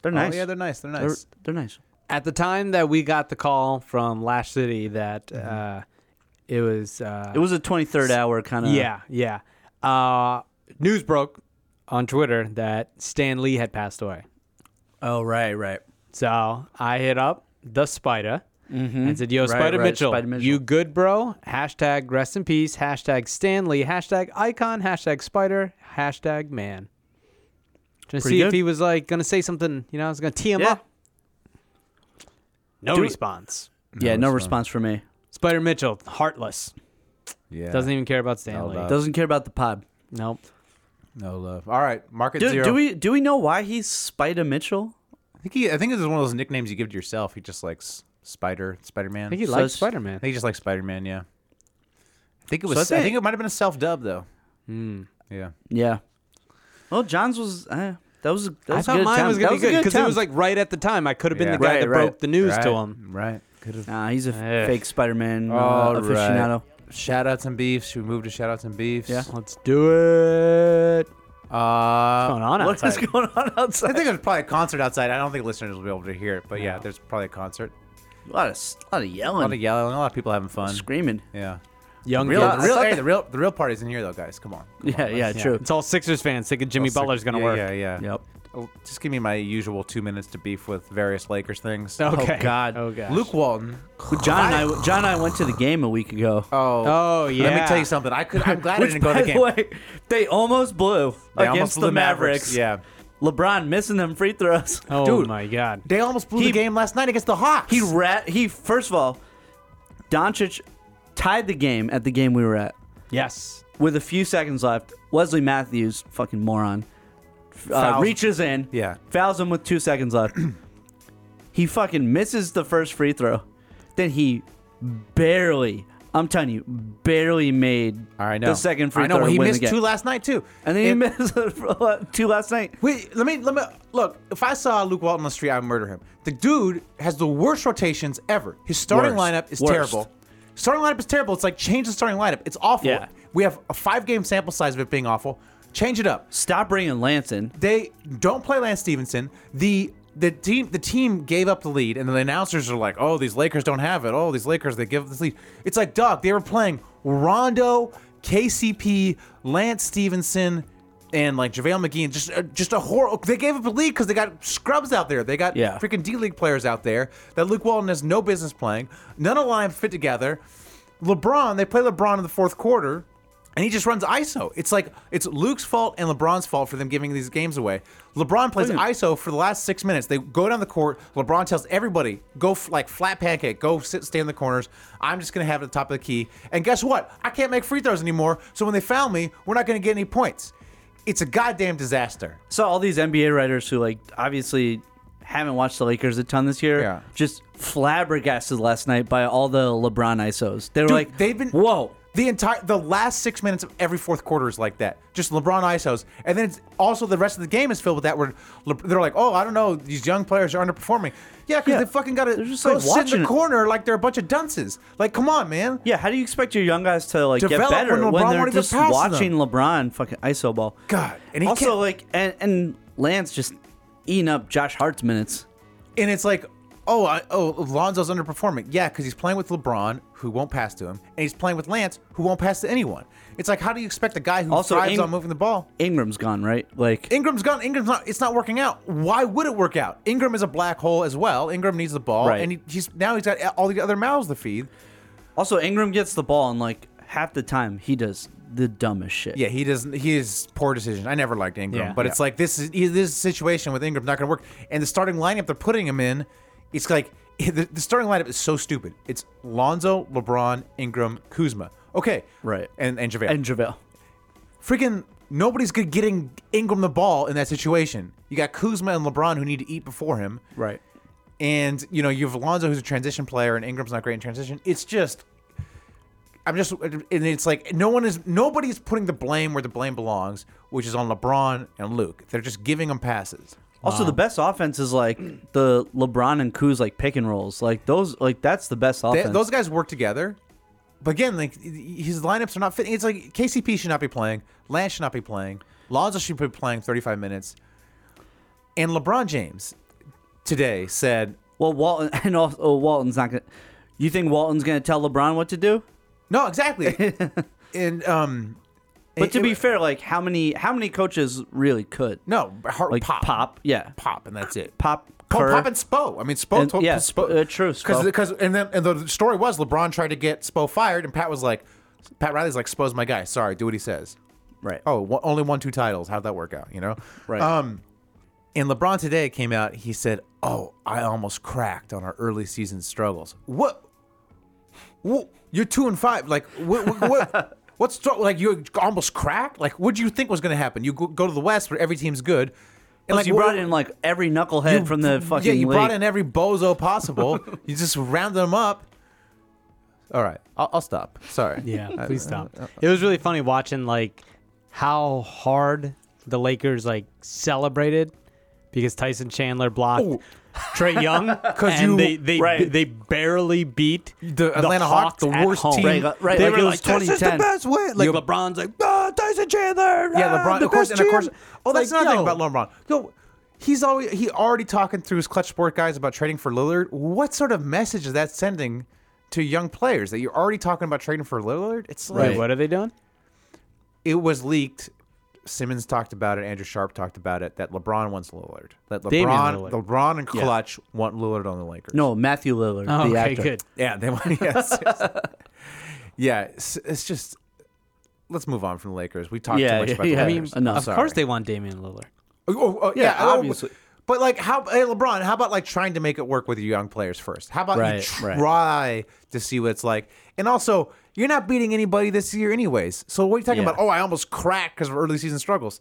Speaker 8: they're
Speaker 7: Oh, yeah, they're nice. They're
Speaker 8: They're-
Speaker 7: nice.
Speaker 8: they're nice.
Speaker 9: At the time that we got the call from Lash City that uh, it was. Uh,
Speaker 8: Mm-hmm. It was a 23rd hour kind of.
Speaker 9: Yeah, yeah. Uh, news broke on Twitter that Stan Lee had passed away.
Speaker 8: Oh right, right.
Speaker 9: So I hit up the Spider and said, "Yo, Spider,
Speaker 8: Mm-hmm. right,
Speaker 9: Mitchell,
Speaker 8: Spider Mitchell.
Speaker 9: you good, bro? Hashtag rest in peace. Hashtag Stan Lee. Hashtag icon. Hashtag Spider. Hashtag man." Trying to
Speaker 8: Pretty
Speaker 9: see if
Speaker 8: good.
Speaker 9: he was like gonna say something. You know, I was gonna tee him
Speaker 8: Yeah.
Speaker 9: up. No
Speaker 8: Do it.
Speaker 9: response.
Speaker 8: yeah, no response from me.
Speaker 9: Spider Mitchell, heartless.
Speaker 7: Yeah.
Speaker 9: Doesn't e even care about Stan
Speaker 7: No
Speaker 9: Lee.
Speaker 7: love.
Speaker 8: Doesn't care about the pod.
Speaker 9: Nope.
Speaker 7: no love. All right. Market
Speaker 8: Do,
Speaker 7: zero.
Speaker 8: do we do we know why he's Spider Mitchell?
Speaker 7: I think he, I think this is one of those nicknames you give to yourself. He just likes Spider Spider Man.
Speaker 9: I think he
Speaker 8: So
Speaker 9: likes
Speaker 8: it's-
Speaker 9: Spider Man.
Speaker 7: just likes Spider Man. Yeah. I think it was.
Speaker 8: So I
Speaker 7: I,
Speaker 8: think-
Speaker 7: think, it might have been a self dub though. Yeah.
Speaker 8: Yeah. Well, John's was. Uh, That was that
Speaker 9: I
Speaker 8: was a
Speaker 9: thought
Speaker 8: good
Speaker 9: mine
Speaker 8: attempt.
Speaker 9: was
Speaker 8: That
Speaker 9: gonna be
Speaker 8: a
Speaker 9: good because it
Speaker 8: attempt.
Speaker 9: was like right at the time. I could have been
Speaker 7: Yeah.
Speaker 9: the guy
Speaker 8: Right,
Speaker 9: that
Speaker 8: right.
Speaker 9: broke the news
Speaker 7: right,
Speaker 9: to him.
Speaker 7: Right. Could have.
Speaker 8: nah, he's a
Speaker 9: Ugh.
Speaker 8: fake Spider-Man uh,
Speaker 7: All right.
Speaker 8: aficionado.
Speaker 7: Shout outs and beefs. Should we move to shout outs and beefs?
Speaker 8: Yeah.
Speaker 9: Let's do it.
Speaker 7: Uh,
Speaker 9: going on
Speaker 8: What is
Speaker 9: outside?
Speaker 8: going on
Speaker 7: I
Speaker 8: outside?
Speaker 7: think there's probably a concert outside. I don't think listeners will be able to hear it, but yeah, there's probably a concert.
Speaker 8: a lot of s- a lot of
Speaker 7: A
Speaker 8: yelling,
Speaker 7: lot of yelling, a lot of people having fun.
Speaker 8: screaming.
Speaker 7: Yeah.
Speaker 9: Young
Speaker 7: Real,
Speaker 9: kids.
Speaker 7: the real, hey, the real, the real party's in here though, guys. Come on.
Speaker 8: Yeah, yeah,
Speaker 9: Yeah.
Speaker 8: true.
Speaker 9: It's all Sixers fans thinking Jimmy
Speaker 7: Also-
Speaker 9: Butler's gonna
Speaker 7: yeah,
Speaker 9: work.
Speaker 7: Yeah, yeah.
Speaker 8: Yep.
Speaker 7: Oh, Just give me my usual two minutes to beef with various Lakers things.
Speaker 9: Okay.
Speaker 8: Oh, God.
Speaker 9: Oh God.
Speaker 7: Luke Walton.
Speaker 8: John and I, John and I went to the game a week ago.
Speaker 7: Oh.
Speaker 9: Oh yeah.
Speaker 7: Let me tell you something. I could. I'm glad I
Speaker 8: Which,
Speaker 7: didn't go
Speaker 8: by
Speaker 7: to
Speaker 8: the
Speaker 7: the game.
Speaker 8: way, they almost blew
Speaker 7: They almost
Speaker 8: against
Speaker 7: blew
Speaker 8: the Mavericks.
Speaker 7: Yeah.
Speaker 8: LeBron missing them free throws.
Speaker 9: Oh
Speaker 7: Dude.
Speaker 9: my God.
Speaker 7: They almost blew
Speaker 8: He-
Speaker 7: the game last night against the Hawks.
Speaker 8: He rat. He first of all, Doncic tied the game at the game we were at
Speaker 9: Yes.
Speaker 8: with a few seconds left. Wesley Matthews, fucking moron, f- uh,
Speaker 7: Fouls.
Speaker 8: reaches in,
Speaker 7: Yeah.
Speaker 8: fouls him with two seconds left. he fucking misses the first free throw. Then he barely, I'm telling you, barely made
Speaker 7: All right,
Speaker 8: the second free
Speaker 7: I know
Speaker 8: throw.
Speaker 7: he
Speaker 8: to win the
Speaker 7: missed
Speaker 8: game.
Speaker 7: two last night too.
Speaker 8: and then he missed two last night.
Speaker 7: Wait, let me let me look. If I saw Luke Walton on the street, I'd murder him. The dude has the worst rotations ever. His starting
Speaker 8: Worst.
Speaker 7: lineup is
Speaker 8: Worst.
Speaker 7: terrible. Starting lineup is terrible. It's like change the starting lineup. It's awful.
Speaker 8: Yeah.
Speaker 7: We have a five game sample size of it being awful. Change it up.
Speaker 8: Stop bringing Lance in.
Speaker 7: They don't play Lance Stevenson. The the team the team gave up the lead, and then the announcers are like, "Oh, these Lakers don't have it. Oh, these Lakers they give up this lead." It's like, dog, they were playing Rondo, KCP, Lance Stevenson, and like JaVale McGee, and just uh, just a horror. They gave up the lead because they got scrubs out there. They got
Speaker 8: Yeah.
Speaker 7: freaking D League players out there that Luke Walton has no business playing. None of the line fit together. LeBron, they play LeBron in the fourth quarter, and he just runs ISO. It's like it's Luke's fault and LeBron's fault for them giving these games away. LeBron plays ISO for the last six minutes. They go down the court. LeBron tells everybody, "Go f- like flat pancake. Go sit, stay in the corners. I'm just gonna have it at the top of the key." And guess what? I can't make free throws anymore. So when they found me, we're not gonna get any points. It's a goddamn disaster.
Speaker 8: saw all these NBA writers who like obviously haven't watched the Lakers a ton this year.
Speaker 7: Yeah.
Speaker 8: Just flabbergasted last night by all the LeBron ISOs. They were
Speaker 7: Dude,
Speaker 8: like,
Speaker 7: they've been
Speaker 8: whoa.
Speaker 7: The entire the last six minutes of every fourth quarter is like that. Just LeBron ISOs, and then it's also the rest of the game is filled with that. Where Le- they're like, "Oh, I don't know, these young players are underperforming." Yeah, because
Speaker 8: Yeah.
Speaker 7: they fucking got to
Speaker 8: They're just,
Speaker 7: go
Speaker 8: like,
Speaker 7: sit in
Speaker 8: watching
Speaker 7: the
Speaker 8: it.
Speaker 7: corner like they're a bunch of dunces. Like, come on, man.
Speaker 8: Yeah, how do you expect your young guys to like
Speaker 7: Develop
Speaker 8: get better
Speaker 7: when
Speaker 8: when,
Speaker 7: LeBron
Speaker 8: they're
Speaker 7: won't even
Speaker 8: just
Speaker 7: pass to
Speaker 8: watching
Speaker 7: them.
Speaker 8: LeBron fucking ISO ball?
Speaker 7: God, and he
Speaker 8: also
Speaker 7: can't-
Speaker 8: like and, and Lance just eating up Josh Hart's minutes.
Speaker 7: And it's like, oh, I, oh, Lonzo's underperforming. Yeah, because he's playing with LeBron, who won't pass to him, and he's playing with Lance, who won't pass to anyone. It's like, how do you expect a guy who
Speaker 8: Also,
Speaker 7: thrives
Speaker 8: Ing-
Speaker 7: on moving the ball?
Speaker 8: Ingram's gone, right? Like
Speaker 7: Ingram's gone. Ingram's not. It's not working out. Why would it work out? Ingram is a black hole as well. Ingram needs the ball,
Speaker 8: Right.
Speaker 7: and he, he's now he's got all the other mouths to feed.
Speaker 8: also Ingram gets the ball and like half the time he does the dumbest shit.
Speaker 7: Yeah, he doesn't. He is poor decision. I never liked Ingram,
Speaker 9: Yeah.
Speaker 7: but it's like this is he- this situation with Ingram's not going to work. And the starting lineup they're putting him in, it's like the, the starting lineup is so stupid. It's Lonzo, LeBron, Ingram, Kuzma. Okay,
Speaker 8: Right.
Speaker 7: and and JaVale.
Speaker 8: And JaVale.
Speaker 7: freaking nobody's good getting Ingram the ball in that situation. You got Kuzma and LeBron who need to eat before him.
Speaker 8: Right.
Speaker 7: and you know you have Alonzo who's a transition player, and Ingram's not great in transition. It's just, I'm just, and it's like no one is, nobody's putting the blame where the blame belongs, which is on LeBron and Luke. They're just giving them passes.
Speaker 8: Also, the best offense is like the LeBron and Kuz like pick and rolls. Like those, like that's the best
Speaker 7: They-
Speaker 8: offense.
Speaker 7: those guys work together, but again, like his lineups are not fitting. It's like KCP should not be playing, Lance should not be playing, Lonzo should be playing 35 minutes, and LeBron James today said
Speaker 8: well, Walton and also Walton's not gonna. You think Walton's gonna tell LeBron what to do?
Speaker 7: no exactly, and um.
Speaker 8: But to
Speaker 7: it-
Speaker 8: be fair, like how many how many coaches really could?
Speaker 7: no, Hart,
Speaker 8: like pop, yeah,
Speaker 7: pop, and that's it.
Speaker 8: pop,
Speaker 7: Pop,
Speaker 8: Kerr.
Speaker 7: pop and Spo. I mean, Spo.
Speaker 8: And-
Speaker 7: told,
Speaker 8: yeah,
Speaker 7: Spo,
Speaker 8: Spo- uh, true,
Speaker 7: Because
Speaker 8: Spo.
Speaker 7: because and then and the story was LeBron tried to get Spo fired, and Pat was like, Pat Riley's like, Spo's my guy. Sorry, do what he says.
Speaker 8: right?
Speaker 7: Oh, one, only won two titles. How'd that work out? You know.
Speaker 8: Right.
Speaker 7: Um, and LeBron today came out. He said, "Oh, I almost cracked on our early season struggles. What? Wha- You're two and five. Like what? what, what what's str- like? You almost cracked. Like what do you think was going to happen? You go, go to the West where every team's good." And
Speaker 8: Plus, you brought
Speaker 7: what-
Speaker 8: in like every knucklehead
Speaker 7: you-
Speaker 8: from the fucking
Speaker 7: Yeah, you
Speaker 8: league.
Speaker 7: brought in every bozo possible. you just rounded them up. All right, I'll, I'll stop. Sorry.
Speaker 9: Oh. Yeah, please stop. It was really funny watching like how hard the Lakers like celebrated because Tyson Chandler blocked Trey Young because
Speaker 7: you-
Speaker 9: they they,
Speaker 8: Right.
Speaker 9: they barely beat
Speaker 7: The Atlanta Hawks, the
Speaker 9: at
Speaker 7: worst
Speaker 9: home.
Speaker 7: team.
Speaker 8: Right, right,
Speaker 9: They
Speaker 8: like
Speaker 9: were
Speaker 8: it
Speaker 9: like,
Speaker 8: was
Speaker 9: "This is the
Speaker 8: 2010."
Speaker 9: best way." Like
Speaker 7: Yep.
Speaker 9: LeBron's like, "Ah, Tyson Chandler.
Speaker 7: Yeah,
Speaker 9: ah,
Speaker 7: LeBron.
Speaker 9: the
Speaker 7: Of course,
Speaker 9: best
Speaker 7: and of course.
Speaker 9: champ."
Speaker 7: Oh, that's
Speaker 9: Like,
Speaker 7: another thing
Speaker 9: yo,
Speaker 7: about LeBron. Yo, he's always he already talking through his clutch sport guys about trading for Lillard. What sort of message is that sending to young players that you're already talking about trading for Lillard? It's like
Speaker 9: Wait, what are they doing?
Speaker 7: it was leaked. Simmons talked about it. Andrew Sharp talked about it. That LeBron wants Lillard. That LeBron,
Speaker 9: Damian Lillard.
Speaker 7: LeBron and Clutch want Lillard on the Lakers.
Speaker 8: No, Matthew Lillard,
Speaker 7: Oh,
Speaker 8: the
Speaker 9: okay,
Speaker 8: actor.
Speaker 9: good.
Speaker 7: Yeah, they want. Yes, yes. yeah, it's, it's just. Let's move on from the Lakers. We talked
Speaker 8: Yeah,
Speaker 7: too much
Speaker 8: yeah,
Speaker 7: about
Speaker 8: yeah. I
Speaker 7: the
Speaker 8: mean,
Speaker 7: Lakers.
Speaker 8: enough.
Speaker 7: I'm
Speaker 9: Of
Speaker 7: sorry.
Speaker 9: course, they want Damian Lillard.
Speaker 7: Oh, oh, yeah, oh,
Speaker 8: obviously.
Speaker 7: But like, how hey, LeBron? How about like trying to make it work with your young players first? How about you
Speaker 9: Right,
Speaker 7: try
Speaker 9: right.
Speaker 7: to see what it's like? And also, you're not beating anybody this year, anyways. So what are you talking
Speaker 9: Yeah.
Speaker 7: about? Oh, I almost cracked because of early season struggles.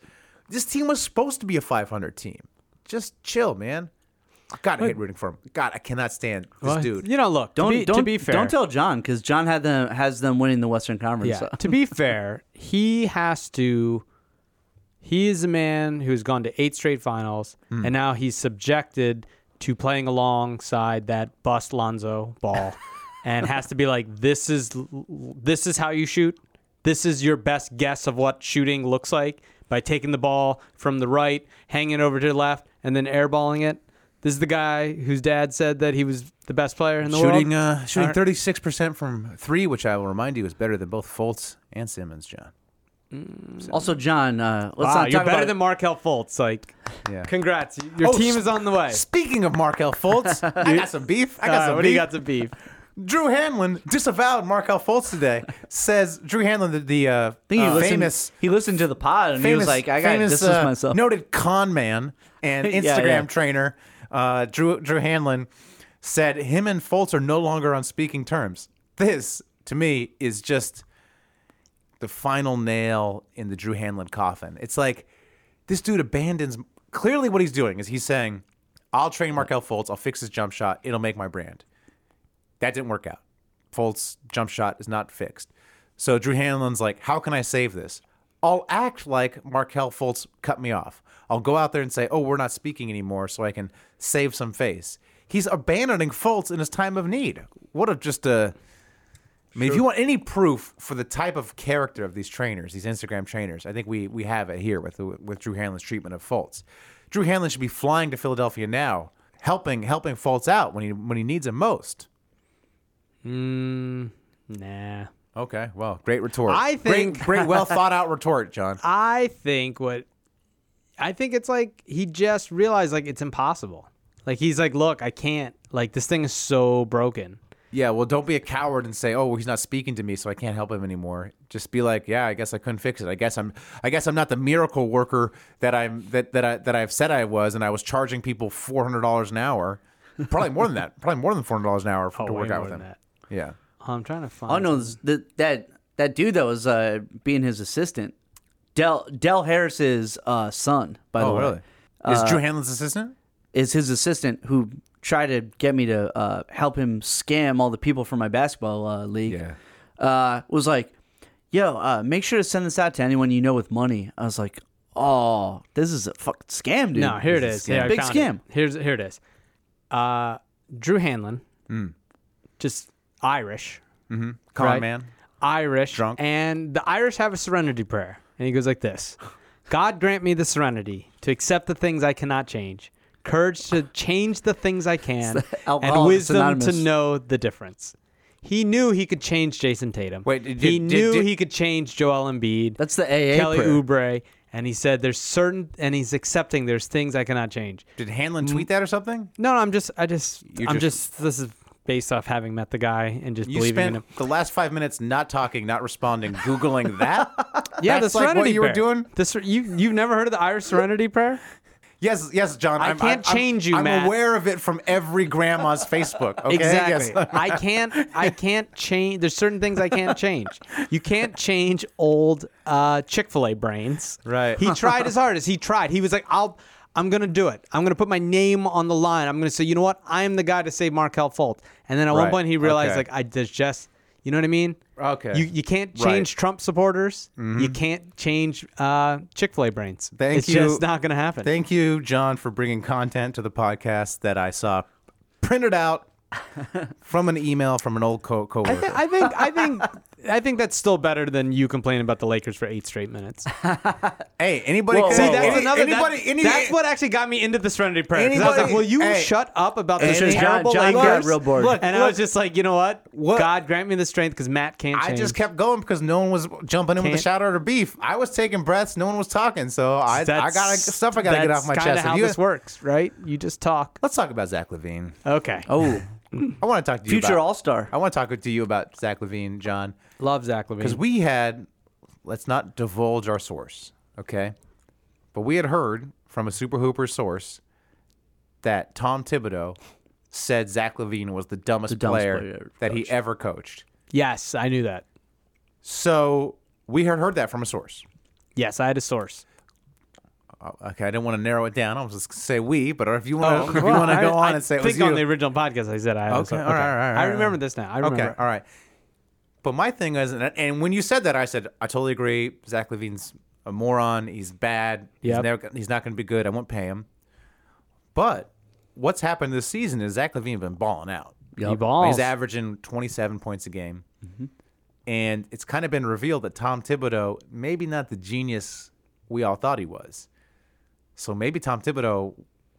Speaker 7: This team was supposed to be a 500 team. Just chill, man. God, I hate rooting for him. God, I cannot stand this dude.
Speaker 9: you know, look.
Speaker 8: Don't
Speaker 9: to be,
Speaker 8: don't
Speaker 9: to be fair,
Speaker 8: don't tell John because John had them has them winning the Western Conference.
Speaker 9: Yeah.
Speaker 8: So-
Speaker 9: to be fair, he has to. He is a man who's gone to eight straight finals,
Speaker 7: Hmm.
Speaker 9: and now he's subjected to playing alongside that bust Lonzo Ball, and has to be like, "This is this is how you shoot. This is your best guess of what shooting looks like by taking the ball from the right, hanging over to the left, and then airballing it." This is the guy whose dad said that he was the best player in the world.
Speaker 7: shooting uh, shooting
Speaker 9: Alright.
Speaker 7: 36 percent from three, which I will remind you is better than both Fultz and Simmons, John.
Speaker 8: Also, John, uh, let's
Speaker 9: Wow,
Speaker 8: not
Speaker 9: Ah, you're
Speaker 8: talk
Speaker 9: better
Speaker 8: about
Speaker 9: than Markel Fultz. Like,
Speaker 7: Yeah.
Speaker 9: congrats, your
Speaker 7: Oh,
Speaker 9: team
Speaker 7: sp-
Speaker 9: is on the way.
Speaker 7: Speaking of Markel Fultz, I got some beef. I got
Speaker 9: Uh,
Speaker 7: some
Speaker 9: what do
Speaker 7: beef.
Speaker 9: you got to beef?
Speaker 7: Drew Hanlon disavowed Markel Fultz today. Says Drew Hanlon, the, the uh,
Speaker 8: I think he
Speaker 7: uh,
Speaker 8: listened,
Speaker 7: famous,
Speaker 8: He listened to the pod and he
Speaker 7: famous,
Speaker 8: was like, "I got
Speaker 7: famous,
Speaker 8: this is
Speaker 7: uh,
Speaker 8: myself."
Speaker 7: noted con man and Instagram
Speaker 8: Yeah, yeah.
Speaker 7: trainer, uh, Drew Drew Hanlon, said him and Fultz are no longer on speaking terms. This to me is just the final nail in the Drew Hanlon coffin. It's like this dude abandons. Clearly, what he's doing is he's saying, "I'll train Markel Fultz. I'll fix his jump shot. It'll make my brand." That didn't work out. Fultz jump shot is not fixed. So Drew Hanlon's like, "How can I save this? I'll act like Markel Fultz cut me off. I'll go out there and say, "Oh, we're not speaking anymore," so I can save some face." He's abandoning Fultz in his time of need. What a just a I mean, if you want any proof for the type of character of these trainers, these Instagram trainers, I think we we have it here with with Drew Hanlon's treatment of Fultz. Drew Hanlon should be flying to Philadelphia now, helping helping Fultz out when he when he needs him most.
Speaker 9: Nah.
Speaker 7: Okay, well, great retort.
Speaker 9: I
Speaker 7: Great-
Speaker 9: think-
Speaker 7: great, well thought out retort, John.
Speaker 9: I think what I think it's like he just realized like it's impossible. Like he's like, look, I can't. Like this thing is so broken.
Speaker 7: Yeah, well, don't be a coward and say, "Oh, well, he's not speaking to me, so I can't help him anymore." Just be like, "Yeah, I guess I couldn't fix it. I guess I'm, I guess I'm not the miracle worker that I'm that that I that I've said I was, and I was charging people four hundred dollars an hour, probably more than that, probably more than four hundred dollars an hour for, to
Speaker 9: Oh, way
Speaker 7: work out
Speaker 9: more
Speaker 7: with
Speaker 9: than
Speaker 7: him."
Speaker 9: that.
Speaker 7: Yeah,
Speaker 9: I'm trying to find.
Speaker 8: Oh no, this- that that that dude that was uh, being his assistant, Del Del Harris's uh, son, by
Speaker 9: Oh,
Speaker 7: Oh,
Speaker 8: the way,
Speaker 9: Uh,
Speaker 7: Is Drew Hanlon's assistant?
Speaker 8: is his assistant who tried to get me to uh, help him scam all the people from my basketball uh, league. uh, was like, "Yo, uh, make sure to send this out to anyone you know with money." I was like, "Oh, this is a fucking scam, dude."
Speaker 9: No, here it
Speaker 8: This
Speaker 9: is.
Speaker 8: a scam.
Speaker 9: Here, I
Speaker 8: Big
Speaker 9: found
Speaker 8: scam.
Speaker 9: it. Here's here it is. Uh, Drew Hanlon, just Irish,
Speaker 7: Con
Speaker 9: Right.
Speaker 7: man.
Speaker 9: Irish,
Speaker 7: Drunk.
Speaker 9: and the Irish have a serenity prayer, and he goes like this: God grant me the serenity to accept the things I cannot change, courage to change the things I can, and
Speaker 8: Alcoholics
Speaker 9: wisdom to
Speaker 8: Anonymous.
Speaker 9: know the difference. He knew he could change Jason Tatum.
Speaker 7: Wait, did-
Speaker 9: he
Speaker 7: did-
Speaker 9: knew
Speaker 7: did-
Speaker 9: he could change Joel Embiid.
Speaker 8: That's the AA
Speaker 9: Kelly
Speaker 8: prayer.
Speaker 9: Oubre, and he said there's certain, and he's accepting there's things I cannot change.
Speaker 7: Did Hanlon
Speaker 9: Mm-hmm.
Speaker 7: tweet that or something?
Speaker 9: No, no, I'm just, I just,
Speaker 7: You
Speaker 9: I'm
Speaker 7: just-
Speaker 9: just, this is based off having met the guy and just
Speaker 7: You
Speaker 9: believing in him.
Speaker 7: spent the last five minutes not talking, not responding, googling that.
Speaker 9: Yeah,
Speaker 7: That's
Speaker 9: the
Speaker 7: like what
Speaker 9: Serenity
Speaker 7: you were
Speaker 9: Prayer.
Speaker 7: doing?
Speaker 9: The ser- you you've never heard of the Irish Serenity Prayer?
Speaker 7: Yes, yes, John.
Speaker 9: I
Speaker 7: I'm-
Speaker 9: can't
Speaker 7: I'm-
Speaker 9: change you,
Speaker 7: I'm
Speaker 9: Matt.
Speaker 7: aware of it from every grandma's Facebook. Okay?
Speaker 9: exactly.
Speaker 7: Yes.
Speaker 9: I can't. I can't change. There's certain things I can't change. You can't change old uh, Chick Fil A brains.
Speaker 7: Right.
Speaker 9: He tried his hardest. He tried. He was like, I'll. I'm gonna do it. I'm gonna put my name on the line. I'm gonna say, you know what? I am the guy to save Markel Fultz. And then at
Speaker 7: Right.
Speaker 9: one point he realized,
Speaker 7: Okay.
Speaker 9: like, I there's just You know what I mean?
Speaker 7: Okay.
Speaker 9: You you can't change
Speaker 7: Right. Mm-hmm.
Speaker 9: Trump supporters. You can't change uh, Chick Fil A brains.
Speaker 7: Thank
Speaker 9: it's
Speaker 7: you.
Speaker 9: just not gonna happen.
Speaker 7: Thank you, John, for bringing content to the podcast that I saw printed out from an email from an old co
Speaker 9: I,
Speaker 7: coworker.
Speaker 9: thi- I think I think I think that's still better than you complaining about the Lakers for eight straight minutes.
Speaker 7: hey, anybody?
Speaker 8: Whoa,
Speaker 7: could-
Speaker 8: whoa,
Speaker 9: See, that's
Speaker 7: Oh, any-
Speaker 9: another. that-
Speaker 7: anybody, any-
Speaker 9: that's what actually got me into the Serenity Prayer. 'cause I was like,
Speaker 7: Anybody-
Speaker 9: "Will you
Speaker 7: hey.
Speaker 9: shut up about this
Speaker 7: Any-
Speaker 9: terrible
Speaker 8: John- John got
Speaker 9: Lakers?"
Speaker 8: real bored.
Speaker 9: and I was just like, "You know what?
Speaker 7: What-
Speaker 9: God grant me the strength because Matt can't."
Speaker 7: I
Speaker 9: change.
Speaker 7: just kept going because no one was jumping in with the
Speaker 9: Can't-
Speaker 7: shout out or beef. I was taking breaths, no one was talking, so I, I
Speaker 9: That's-
Speaker 7: got stuff I got to get
Speaker 9: that's
Speaker 7: off my
Speaker 9: kinda
Speaker 7: chest. If
Speaker 9: How
Speaker 7: you-
Speaker 9: this works, right? You just talk.
Speaker 7: Let's talk about Zach Levine.
Speaker 9: Okay.
Speaker 8: Oh,
Speaker 7: I want to talk to you
Speaker 8: future
Speaker 7: about-
Speaker 8: All Star.
Speaker 7: I want to talk to you about Zach Levine, John.
Speaker 9: Love Zach Levine.
Speaker 7: because we had let's not divulge our source okay but we had heard from a super hooper source that tom thibodeau said zach levine was the dumbest,
Speaker 8: dumbest
Speaker 7: player,
Speaker 8: player ever
Speaker 7: that he ever coached
Speaker 9: yes, I knew that.
Speaker 7: so we had heard that from a source Oh,
Speaker 9: Yes, I had a source.
Speaker 7: okay i didn't want to narrow it down i was just gonna say we but if you want to if you
Speaker 9: Well,
Speaker 7: want to
Speaker 9: Oh. I-
Speaker 7: go on
Speaker 9: I
Speaker 7: and say it
Speaker 9: think
Speaker 7: was you
Speaker 9: on the original podcast I said I had a
Speaker 7: Okay,
Speaker 9: source.
Speaker 7: all right, all right, all
Speaker 9: I
Speaker 7: right.
Speaker 9: remember this now. I remember.
Speaker 7: okay all right but my thing is and, and when you said that i said i totally agree zach levine's a moron he's bad he's
Speaker 9: Yep.
Speaker 7: never gonna- he's not going to be good i won't pay him But what's happened this season is Zach Levine been balling out.
Speaker 9: He
Speaker 7: I mean,
Speaker 9: balls. Mm-hmm.
Speaker 7: He's averaging 27 points a game. And it's kind of been revealed that Tom Thibodeau, maybe not the genius we all thought he was. So maybe Tom Thibodeau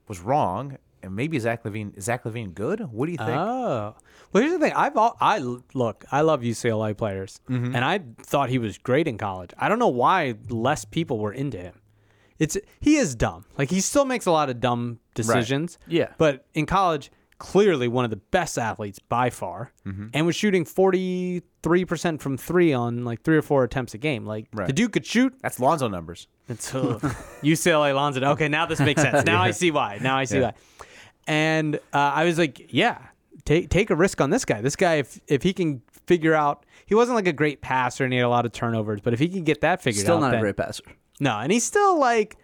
Speaker 7: was wrong. And maybe Zach Levine, is Zach Levine good? What do you think?
Speaker 9: Oh, well, here's the thing. I've all, I look. I love UCLA players, and I thought he was great in college. I don't know why less people were into him. It's he is dumb. Like he still makes a lot of dumb decisions.
Speaker 8: Yeah.
Speaker 9: but in college, clearly one of the best athletes by far, and was shooting forty three percent from three on like three or four attempts a game. Like the dude could shoot.
Speaker 7: That's Lonzo numbers.
Speaker 9: It's ugh. UCLA Lonzo. Okay, now this makes sense. Now I see why. Now I see why. And uh, I was like, yeah, take take a risk on this guy. This guy, if if he can figure out, he wasn't like a great passer and he had a lot of turnovers, but if he can get that figured out,
Speaker 8: Still not a
Speaker 9: then-
Speaker 8: great passer.
Speaker 9: No, and he's still like.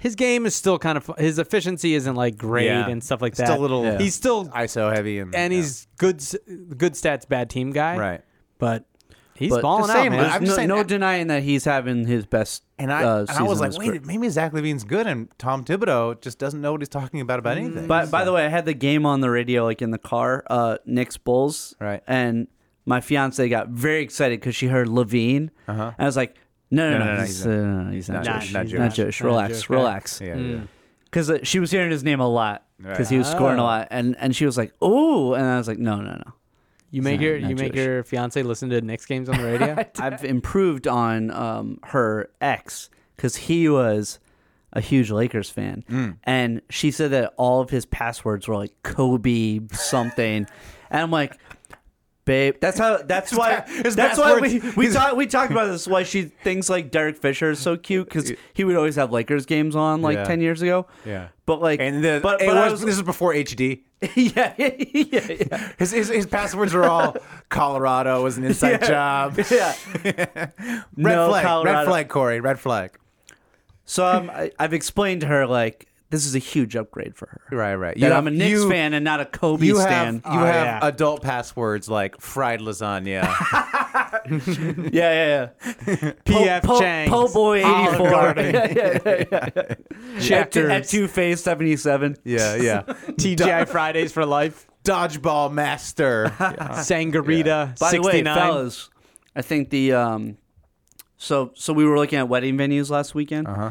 Speaker 9: His game is still kind of his efficiency isn't like great
Speaker 7: Yeah.
Speaker 9: and stuff like
Speaker 7: Still
Speaker 9: that.
Speaker 7: a little- Yeah.
Speaker 9: He's still
Speaker 7: ISO heavy. And,
Speaker 9: and
Speaker 7: yeah.
Speaker 9: he's good s- good stats bad team guy.
Speaker 7: Right.
Speaker 9: But he's
Speaker 8: But-
Speaker 9: balling
Speaker 7: Same,
Speaker 9: out, man.
Speaker 7: but I'm
Speaker 8: no,
Speaker 7: just saying-
Speaker 8: no denying that he's having his best.
Speaker 7: And I,
Speaker 8: uh,
Speaker 7: and I
Speaker 8: season
Speaker 7: was
Speaker 8: of
Speaker 7: like,
Speaker 8: his
Speaker 7: wait,
Speaker 8: career.
Speaker 7: maybe Zach Levine's good. And Tom Thibodeau just doesn't know what he's talking about about anything.
Speaker 8: By, by the way, I had the game on the radio, like in the car, uh, Knicks Bulls.
Speaker 7: Right.
Speaker 8: And my fiance got very excited because she heard Levine. Uh-huh. And I was like, no, no, no,
Speaker 7: no, no,
Speaker 8: he's,
Speaker 7: he's
Speaker 8: uh,
Speaker 7: not-
Speaker 8: no, no, he's not,
Speaker 7: not-
Speaker 8: Jewish.
Speaker 7: not
Speaker 8: He's not
Speaker 7: Jewish.
Speaker 8: Jewish.
Speaker 9: Not
Speaker 8: Relax,
Speaker 9: Jewish, right.
Speaker 8: relax.
Speaker 7: yeah, Mm. yeah.
Speaker 8: Because uh, she was hearing his name a lot because
Speaker 7: Right.
Speaker 8: he was scoring a
Speaker 9: Oh.
Speaker 8: lot. And, and she was like, oh. And I was like, no, no, no.
Speaker 9: You make your
Speaker 8: not
Speaker 9: you make
Speaker 8: Jewish.
Speaker 9: your fiance listen to Knicks games on the radio.
Speaker 8: I've improved on um, her ex because he was a huge Lakers fan, and she said that all of his passwords were like Kobe something, and I'm like. Babe, that's how. That's why.
Speaker 7: his
Speaker 8: That's why we
Speaker 7: passwords-
Speaker 8: we talked we talked about this. Why she thinks like Derek Fisher is so cute because he would always have Lakers games on like
Speaker 7: Yeah.
Speaker 8: ten years ago.
Speaker 7: Yeah.
Speaker 8: but like,
Speaker 7: And the,
Speaker 8: but,
Speaker 7: it
Speaker 8: but I
Speaker 7: was-
Speaker 8: was,
Speaker 7: this is before E HD.
Speaker 8: yeah, yeah, yeah,
Speaker 7: His, his, his passwords are all Colorado was an inside job. Red
Speaker 8: yeah. No,
Speaker 7: flag. Red
Speaker 8: Colorado.
Speaker 7: flag, Corey. Red flag.
Speaker 8: So I'm, I, I've explained to her like this is a huge upgrade for her.
Speaker 7: Right, right.
Speaker 8: That
Speaker 7: You
Speaker 8: I'm a
Speaker 7: have-
Speaker 8: Knicks
Speaker 7: you-
Speaker 8: fan and not a Kobe
Speaker 7: You have,
Speaker 8: stan.
Speaker 7: you
Speaker 9: Oh,
Speaker 7: have
Speaker 9: yeah.
Speaker 7: adult passwords like fried lasagna.
Speaker 8: yeah, yeah, yeah.
Speaker 9: PF
Speaker 8: Po,
Speaker 9: Chang's.
Speaker 8: po boy eighty four.
Speaker 9: Garden.
Speaker 8: yeah, yeah, yeah, yeah. At,
Speaker 9: Checkers.
Speaker 8: at two phase seventy seven.
Speaker 7: yeah, yeah.
Speaker 9: TGI Fridays for life.
Speaker 7: Dodgeball master.
Speaker 9: Sangarita
Speaker 8: By the
Speaker 9: 69.
Speaker 8: way, fellas, I think the um, so so we were looking at wedding venues last weekend,
Speaker 7: Uh-huh.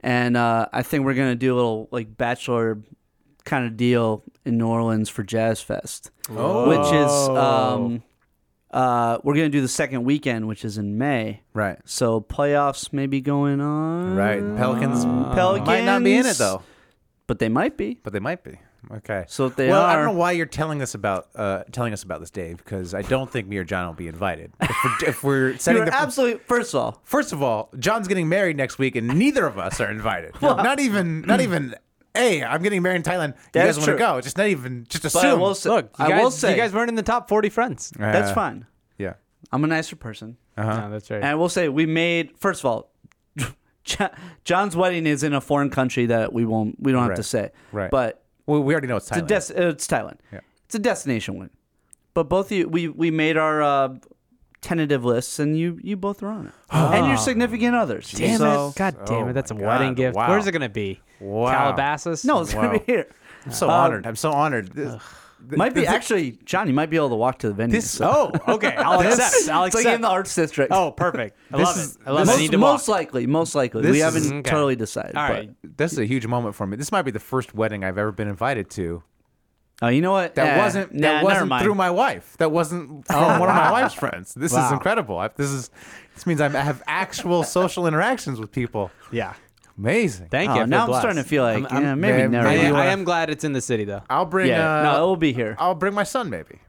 Speaker 8: and uh, I think we're gonna do a little like bachelor kind of deal in New Orleans for Jazz Fest,
Speaker 7: Oh.
Speaker 8: which is um, uh, we're gonna do the second weekend, which is in May.
Speaker 7: Right,
Speaker 8: So playoffs may be going on, Uh,
Speaker 7: right. Pelicans
Speaker 8: Pelicans
Speaker 7: Uh, might not be in it though,
Speaker 8: but they might be.
Speaker 7: but they might be. Okay.
Speaker 8: So if they
Speaker 7: well, I
Speaker 8: are-
Speaker 7: don't know why you're telling us about uh, telling us about this, Dave, because I don't think me or John will be invited. If we're, if we're setting
Speaker 8: You're
Speaker 7: the
Speaker 8: absolutely. First of all,
Speaker 7: First of all, John's getting married next week, and neither of us are invited. not even, not even. Hey, I'm getting married in Thailand. You
Speaker 8: That's
Speaker 7: guys want to
Speaker 8: true.
Speaker 7: go? Just not even. Just
Speaker 8: but I
Speaker 7: assume.
Speaker 8: will say,
Speaker 9: Look, you
Speaker 8: I
Speaker 9: guys,
Speaker 8: will say
Speaker 9: you guys weren't in the top 40 friends.
Speaker 8: that's
Speaker 7: Uh,
Speaker 8: fine.
Speaker 7: Yeah.
Speaker 8: I'm a nicer person.
Speaker 9: Uh-huh. No, that's right.
Speaker 8: And I will say, we made first of all, Jo- John's wedding is in a foreign country that we won't, we don't have to say,
Speaker 7: Right. Right.
Speaker 8: but
Speaker 7: Well, we already know it's
Speaker 8: it's
Speaker 7: Thailand.
Speaker 8: a des- uh, it's Thailand. It's a destination wedding. But both of you, we we made our uh, tentative lists, and you you both were on it, and
Speaker 7: Ah.
Speaker 8: your significant others.
Speaker 9: Damn
Speaker 8: so,
Speaker 9: it! God damn
Speaker 7: Oh
Speaker 9: it! That's a
Speaker 7: my
Speaker 9: wedding
Speaker 7: God,
Speaker 9: gift.
Speaker 7: wow.
Speaker 9: Where's it gonna be?
Speaker 7: Wow.
Speaker 9: Calabasas?
Speaker 8: No, it's gonna
Speaker 7: Wow.
Speaker 8: be here.
Speaker 7: I'm so honored. I'm so honored. This,
Speaker 8: um, Might be actually, John. You might be able to walk to the venue.
Speaker 7: this
Speaker 8: so-
Speaker 9: Oh, okay. I'll accept. I'll
Speaker 8: it's
Speaker 9: accept.
Speaker 8: like in the arts district.
Speaker 9: oh, perfect. I
Speaker 7: This
Speaker 9: love
Speaker 7: is-
Speaker 9: it. I love
Speaker 7: this
Speaker 9: it. I
Speaker 8: most,
Speaker 9: need to
Speaker 8: most
Speaker 9: walk.
Speaker 8: likely, most likely.
Speaker 7: This
Speaker 8: we
Speaker 7: is-
Speaker 8: haven't
Speaker 9: okay.
Speaker 8: totally decided.
Speaker 9: All
Speaker 8: but-
Speaker 9: right.
Speaker 7: this is a huge moment for me. This might be the first wedding I've ever been invited to
Speaker 8: Oh, you know what?
Speaker 7: that
Speaker 8: Eh,
Speaker 7: wasn't
Speaker 8: nah,
Speaker 7: that
Speaker 8: never
Speaker 7: wasn't
Speaker 8: mind.
Speaker 7: through my wife. That wasn't from one of my wife's friends. This is
Speaker 9: Wow.
Speaker 7: incredible. I, this is this means I'm, I have actual social interactions with people.
Speaker 9: Yeah.
Speaker 7: Amazing.
Speaker 9: Thank
Speaker 8: Oh,
Speaker 9: you. I feel
Speaker 8: now I'm
Speaker 9: blessed.
Speaker 8: starting to feel like
Speaker 9: I'm-
Speaker 8: yeah,
Speaker 9: I'm-
Speaker 8: maybe
Speaker 7: man,
Speaker 8: never.
Speaker 9: I,
Speaker 7: maybe
Speaker 8: mind.
Speaker 7: you
Speaker 9: I
Speaker 7: wanna-
Speaker 9: am glad it's in the city though.
Speaker 7: I'll bring.
Speaker 8: yeah,
Speaker 7: Uh,
Speaker 8: no, it will be here.
Speaker 7: I'll bring my son maybe.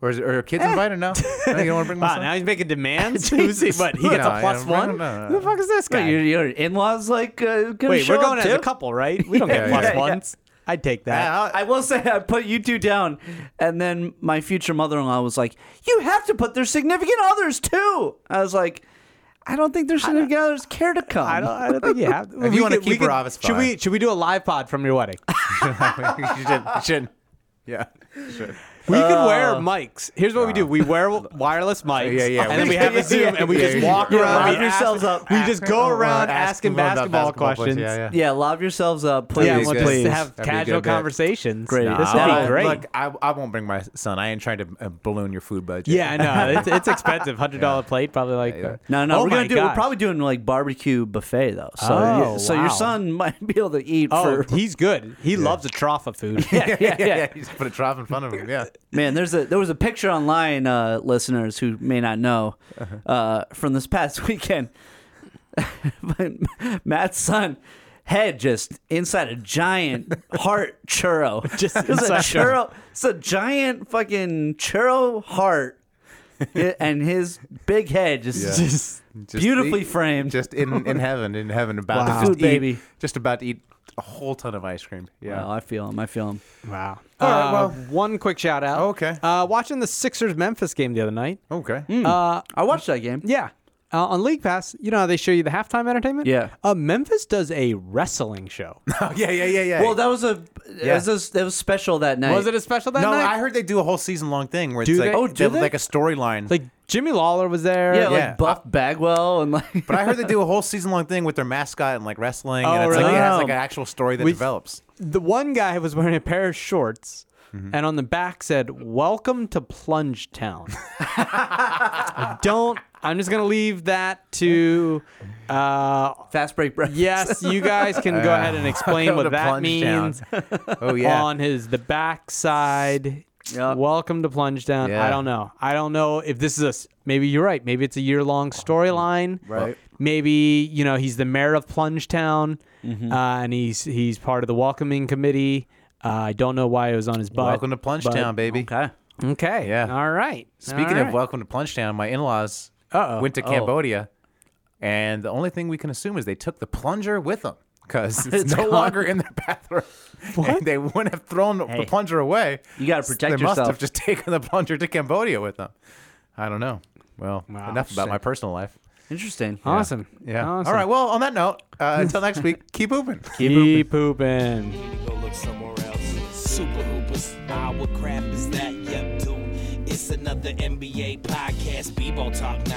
Speaker 7: Or is it, are kids invited? No, no you don't want to bring my
Speaker 9: Wow,
Speaker 7: son.
Speaker 9: Eh. now he's making demands. Who's he? What? He gets
Speaker 7: No,
Speaker 9: a plus
Speaker 7: yeah, no,
Speaker 9: one.
Speaker 7: no, no.
Speaker 9: Who the fuck is this
Speaker 8: Wait,
Speaker 9: guy?
Speaker 8: your, your in-laws like uh, gonna
Speaker 9: Wait,
Speaker 8: show
Speaker 9: we're going
Speaker 8: up
Speaker 9: as a
Speaker 8: too?
Speaker 9: couple, right? We don't
Speaker 7: Yeah,
Speaker 9: get plus
Speaker 7: yeah, yeah.
Speaker 9: ones. I'd take that.
Speaker 7: Yeah,
Speaker 8: I will say I put you two down, and then my future mother-in-law was like, "You have to put their significant others too." I was like, "I don't think their significant others care to come."
Speaker 9: I don't. I don't think you have.
Speaker 7: If
Speaker 9: We
Speaker 7: you wanna
Speaker 9: could- we
Speaker 7: keep her
Speaker 9: could-
Speaker 7: off, it's
Speaker 9: Should we?
Speaker 7: fine.
Speaker 9: Should we do a live pod from your wedding?
Speaker 7: you shouldn't. You shouldn't. Yeah. you shouldn't.
Speaker 9: We could wear mics. Here's what we do: we wear wireless mics,
Speaker 7: Uh, Yeah, yeah,
Speaker 9: and
Speaker 7: we-
Speaker 9: then we have
Speaker 7: yeah,
Speaker 9: a Zoom, and we
Speaker 7: yeah,
Speaker 9: just
Speaker 7: yeah,
Speaker 9: walk
Speaker 7: yeah.
Speaker 9: around.
Speaker 8: Lock
Speaker 9: we ask-
Speaker 8: yourselves up.
Speaker 9: We just go around asking
Speaker 7: people about
Speaker 9: basketball,
Speaker 7: questions.
Speaker 9: questions.
Speaker 7: Yeah, yeah.
Speaker 8: Yeah, lob yourselves up, please.
Speaker 9: Yeah,
Speaker 7: That'd be
Speaker 9: well,
Speaker 7: good.
Speaker 9: just to have
Speaker 7: That'd be a
Speaker 9: casual
Speaker 7: good bit. Uh,
Speaker 9: conversations.
Speaker 8: Great.
Speaker 9: This
Speaker 8: Nah.
Speaker 9: would
Speaker 8: That'd
Speaker 9: be
Speaker 8: be
Speaker 9: great.
Speaker 7: Look, I, I won't bring my son. I ain't trying to uh, balloon your food budget.
Speaker 9: yeah, I know. It's, it's expensive. Hundred dollar plate, probably like.
Speaker 7: Yeah.
Speaker 8: No, no,
Speaker 9: Oh
Speaker 8: we're gonna
Speaker 9: my
Speaker 8: do. We're
Speaker 9: gosh.
Speaker 8: probably doing like barbecue buffet though. So,
Speaker 9: Oh,
Speaker 8: yeah, so your
Speaker 9: wow.
Speaker 8: son might be able to eat
Speaker 9: Oh,
Speaker 8: for.
Speaker 9: he's good. He loves a trough of food.
Speaker 8: yeah, yeah,
Speaker 7: yeah, yeah. You just put a trough in front of him. Yeah.
Speaker 8: Man, there's a there was a picture online, uh, listeners who may not know,
Speaker 9: Uh-huh.
Speaker 8: uh, from this past weekend. Matt's son head just inside a giant heart churro.
Speaker 9: Just
Speaker 8: It was a
Speaker 9: inside a-
Speaker 8: churro. It's a giant fucking churro heart, I- and his big head just,
Speaker 7: Yeah.
Speaker 9: Just-
Speaker 7: Just
Speaker 8: beautifully
Speaker 7: eat-
Speaker 8: framed.
Speaker 7: Just in, in heaven, in heaven, about
Speaker 9: Wow.
Speaker 7: to just
Speaker 8: Food
Speaker 7: eat,
Speaker 8: baby.
Speaker 7: just about to eat a whole ton of ice cream. Yeah.
Speaker 8: Oh, I feel him. I feel him.
Speaker 9: wow.
Speaker 7: All right,
Speaker 9: Uh,
Speaker 7: well-
Speaker 9: one quick shout out.
Speaker 7: Okay.
Speaker 9: Uh, watching the Sixers Memphis game the other night.
Speaker 7: okay.
Speaker 9: Uh,
Speaker 8: I watched that game.
Speaker 9: Yeah. Uh, on League Pass, you know how they show you the halftime entertainment?
Speaker 8: Yeah.
Speaker 9: Uh, Memphis does a wrestling show.
Speaker 7: Oh, yeah, yeah, yeah, yeah.
Speaker 8: Well, that was a
Speaker 7: Yeah.
Speaker 8: that was a, that was special that night.
Speaker 9: Was it a special that
Speaker 7: no,
Speaker 9: night?
Speaker 7: I heard they do a whole season long thing where
Speaker 9: Do
Speaker 7: it's
Speaker 9: they?
Speaker 7: like
Speaker 9: Oh,
Speaker 8: do
Speaker 7: they-
Speaker 8: they?
Speaker 7: like a storyline.
Speaker 9: Like Jimmy Lawler was there.
Speaker 8: yeah,
Speaker 7: yeah.
Speaker 8: like Buff Bagwell and like.
Speaker 7: but I heard they do a whole season long thing with their mascot and like wrestling,
Speaker 9: Oh,
Speaker 7: and it's like
Speaker 9: really?
Speaker 7: it has like
Speaker 8: Wow.
Speaker 7: an actual story that
Speaker 9: We-
Speaker 7: develops.
Speaker 9: The one guy was wearing a pair of shorts
Speaker 7: Mm-hmm.
Speaker 9: and on the back said, Welcome to Plunge Town. I don't I'm just gonna leave that to uh
Speaker 8: Fast break breakfast.
Speaker 9: yes, you guys can go ahead and explain
Speaker 7: Uh, to
Speaker 9: what that
Speaker 7: Plunge Town.
Speaker 9: means
Speaker 7: Oh yeah,
Speaker 9: on his the backside.
Speaker 8: Yep.
Speaker 9: Welcome to Plunge Down.
Speaker 7: Yeah.
Speaker 9: I don't know. I don't know if this is a. s- Maybe you're right. Maybe it's a year long storyline.
Speaker 7: Right.
Speaker 9: Maybe you know he's the mayor of Plunge Town,
Speaker 7: Mm-hmm.
Speaker 9: uh, and he's he's part of the welcoming committee. Uh, I don't know why it was on his butt.
Speaker 7: Welcome to Plunge
Speaker 9: but-
Speaker 7: Town, baby.
Speaker 8: Okay.
Speaker 9: Okay.
Speaker 7: Yeah.
Speaker 9: All right.
Speaker 7: Speaking of Welcome to Plunge Town, my in laws
Speaker 9: Uh-oh.
Speaker 7: went to Cambodia, and the only thing we can assume is they took the plunger with them because it's, no
Speaker 8: gone.
Speaker 7: longer in their bathroom. And they wouldn't have thrown the- the plunger away.
Speaker 8: You gotta
Speaker 7: S-
Speaker 8: protect
Speaker 7: They must
Speaker 8: yourself.
Speaker 7: have just taken the plunger to Cambodia with them. I don't know. Well,
Speaker 9: Wow.
Speaker 7: enough about my personal life.
Speaker 8: Interesting.
Speaker 9: awesome.
Speaker 7: Yeah.
Speaker 9: Awesome.
Speaker 7: All right. Well, on that note, uh, until next week, keep hooping.
Speaker 9: Keep pooping.
Speaker 1: go look somewhere else. Super Hoopers, nah, what crap is that? Yep, dude, it's another NBA podcast, b-ball talk, nah,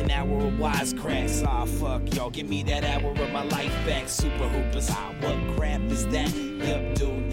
Speaker 1: an hour of wisecracks. Ah, fuck, y'all, give me that hour of my life back. Super Hoopers, ah, what crap is that? Yep, dude,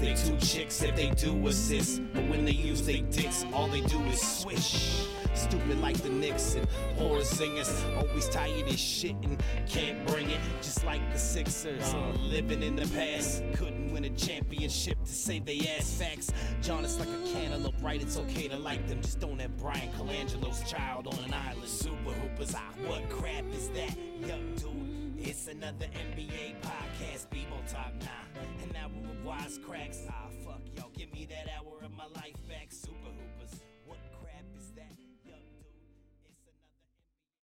Speaker 1: they two chicks if they do assist. But when they use they dicks, all they do is swish. Stupid like the Knicks and horror singers. Always tired as shit and can't bring it. Just like the Sixers. Living in the past. Couldn't win a championship to save they ass facts. John is like a cantaloupe, right? It's okay to like them. Just don't have Brian Colangelo's child on an island. Super Hoopers. Ah, what crap is that? Yup, dude. It's another NBA podcast. People top nah. An hour of wisecracks. Ah, fuck, y'all. Give me that hour of my life back. Super Hoopers.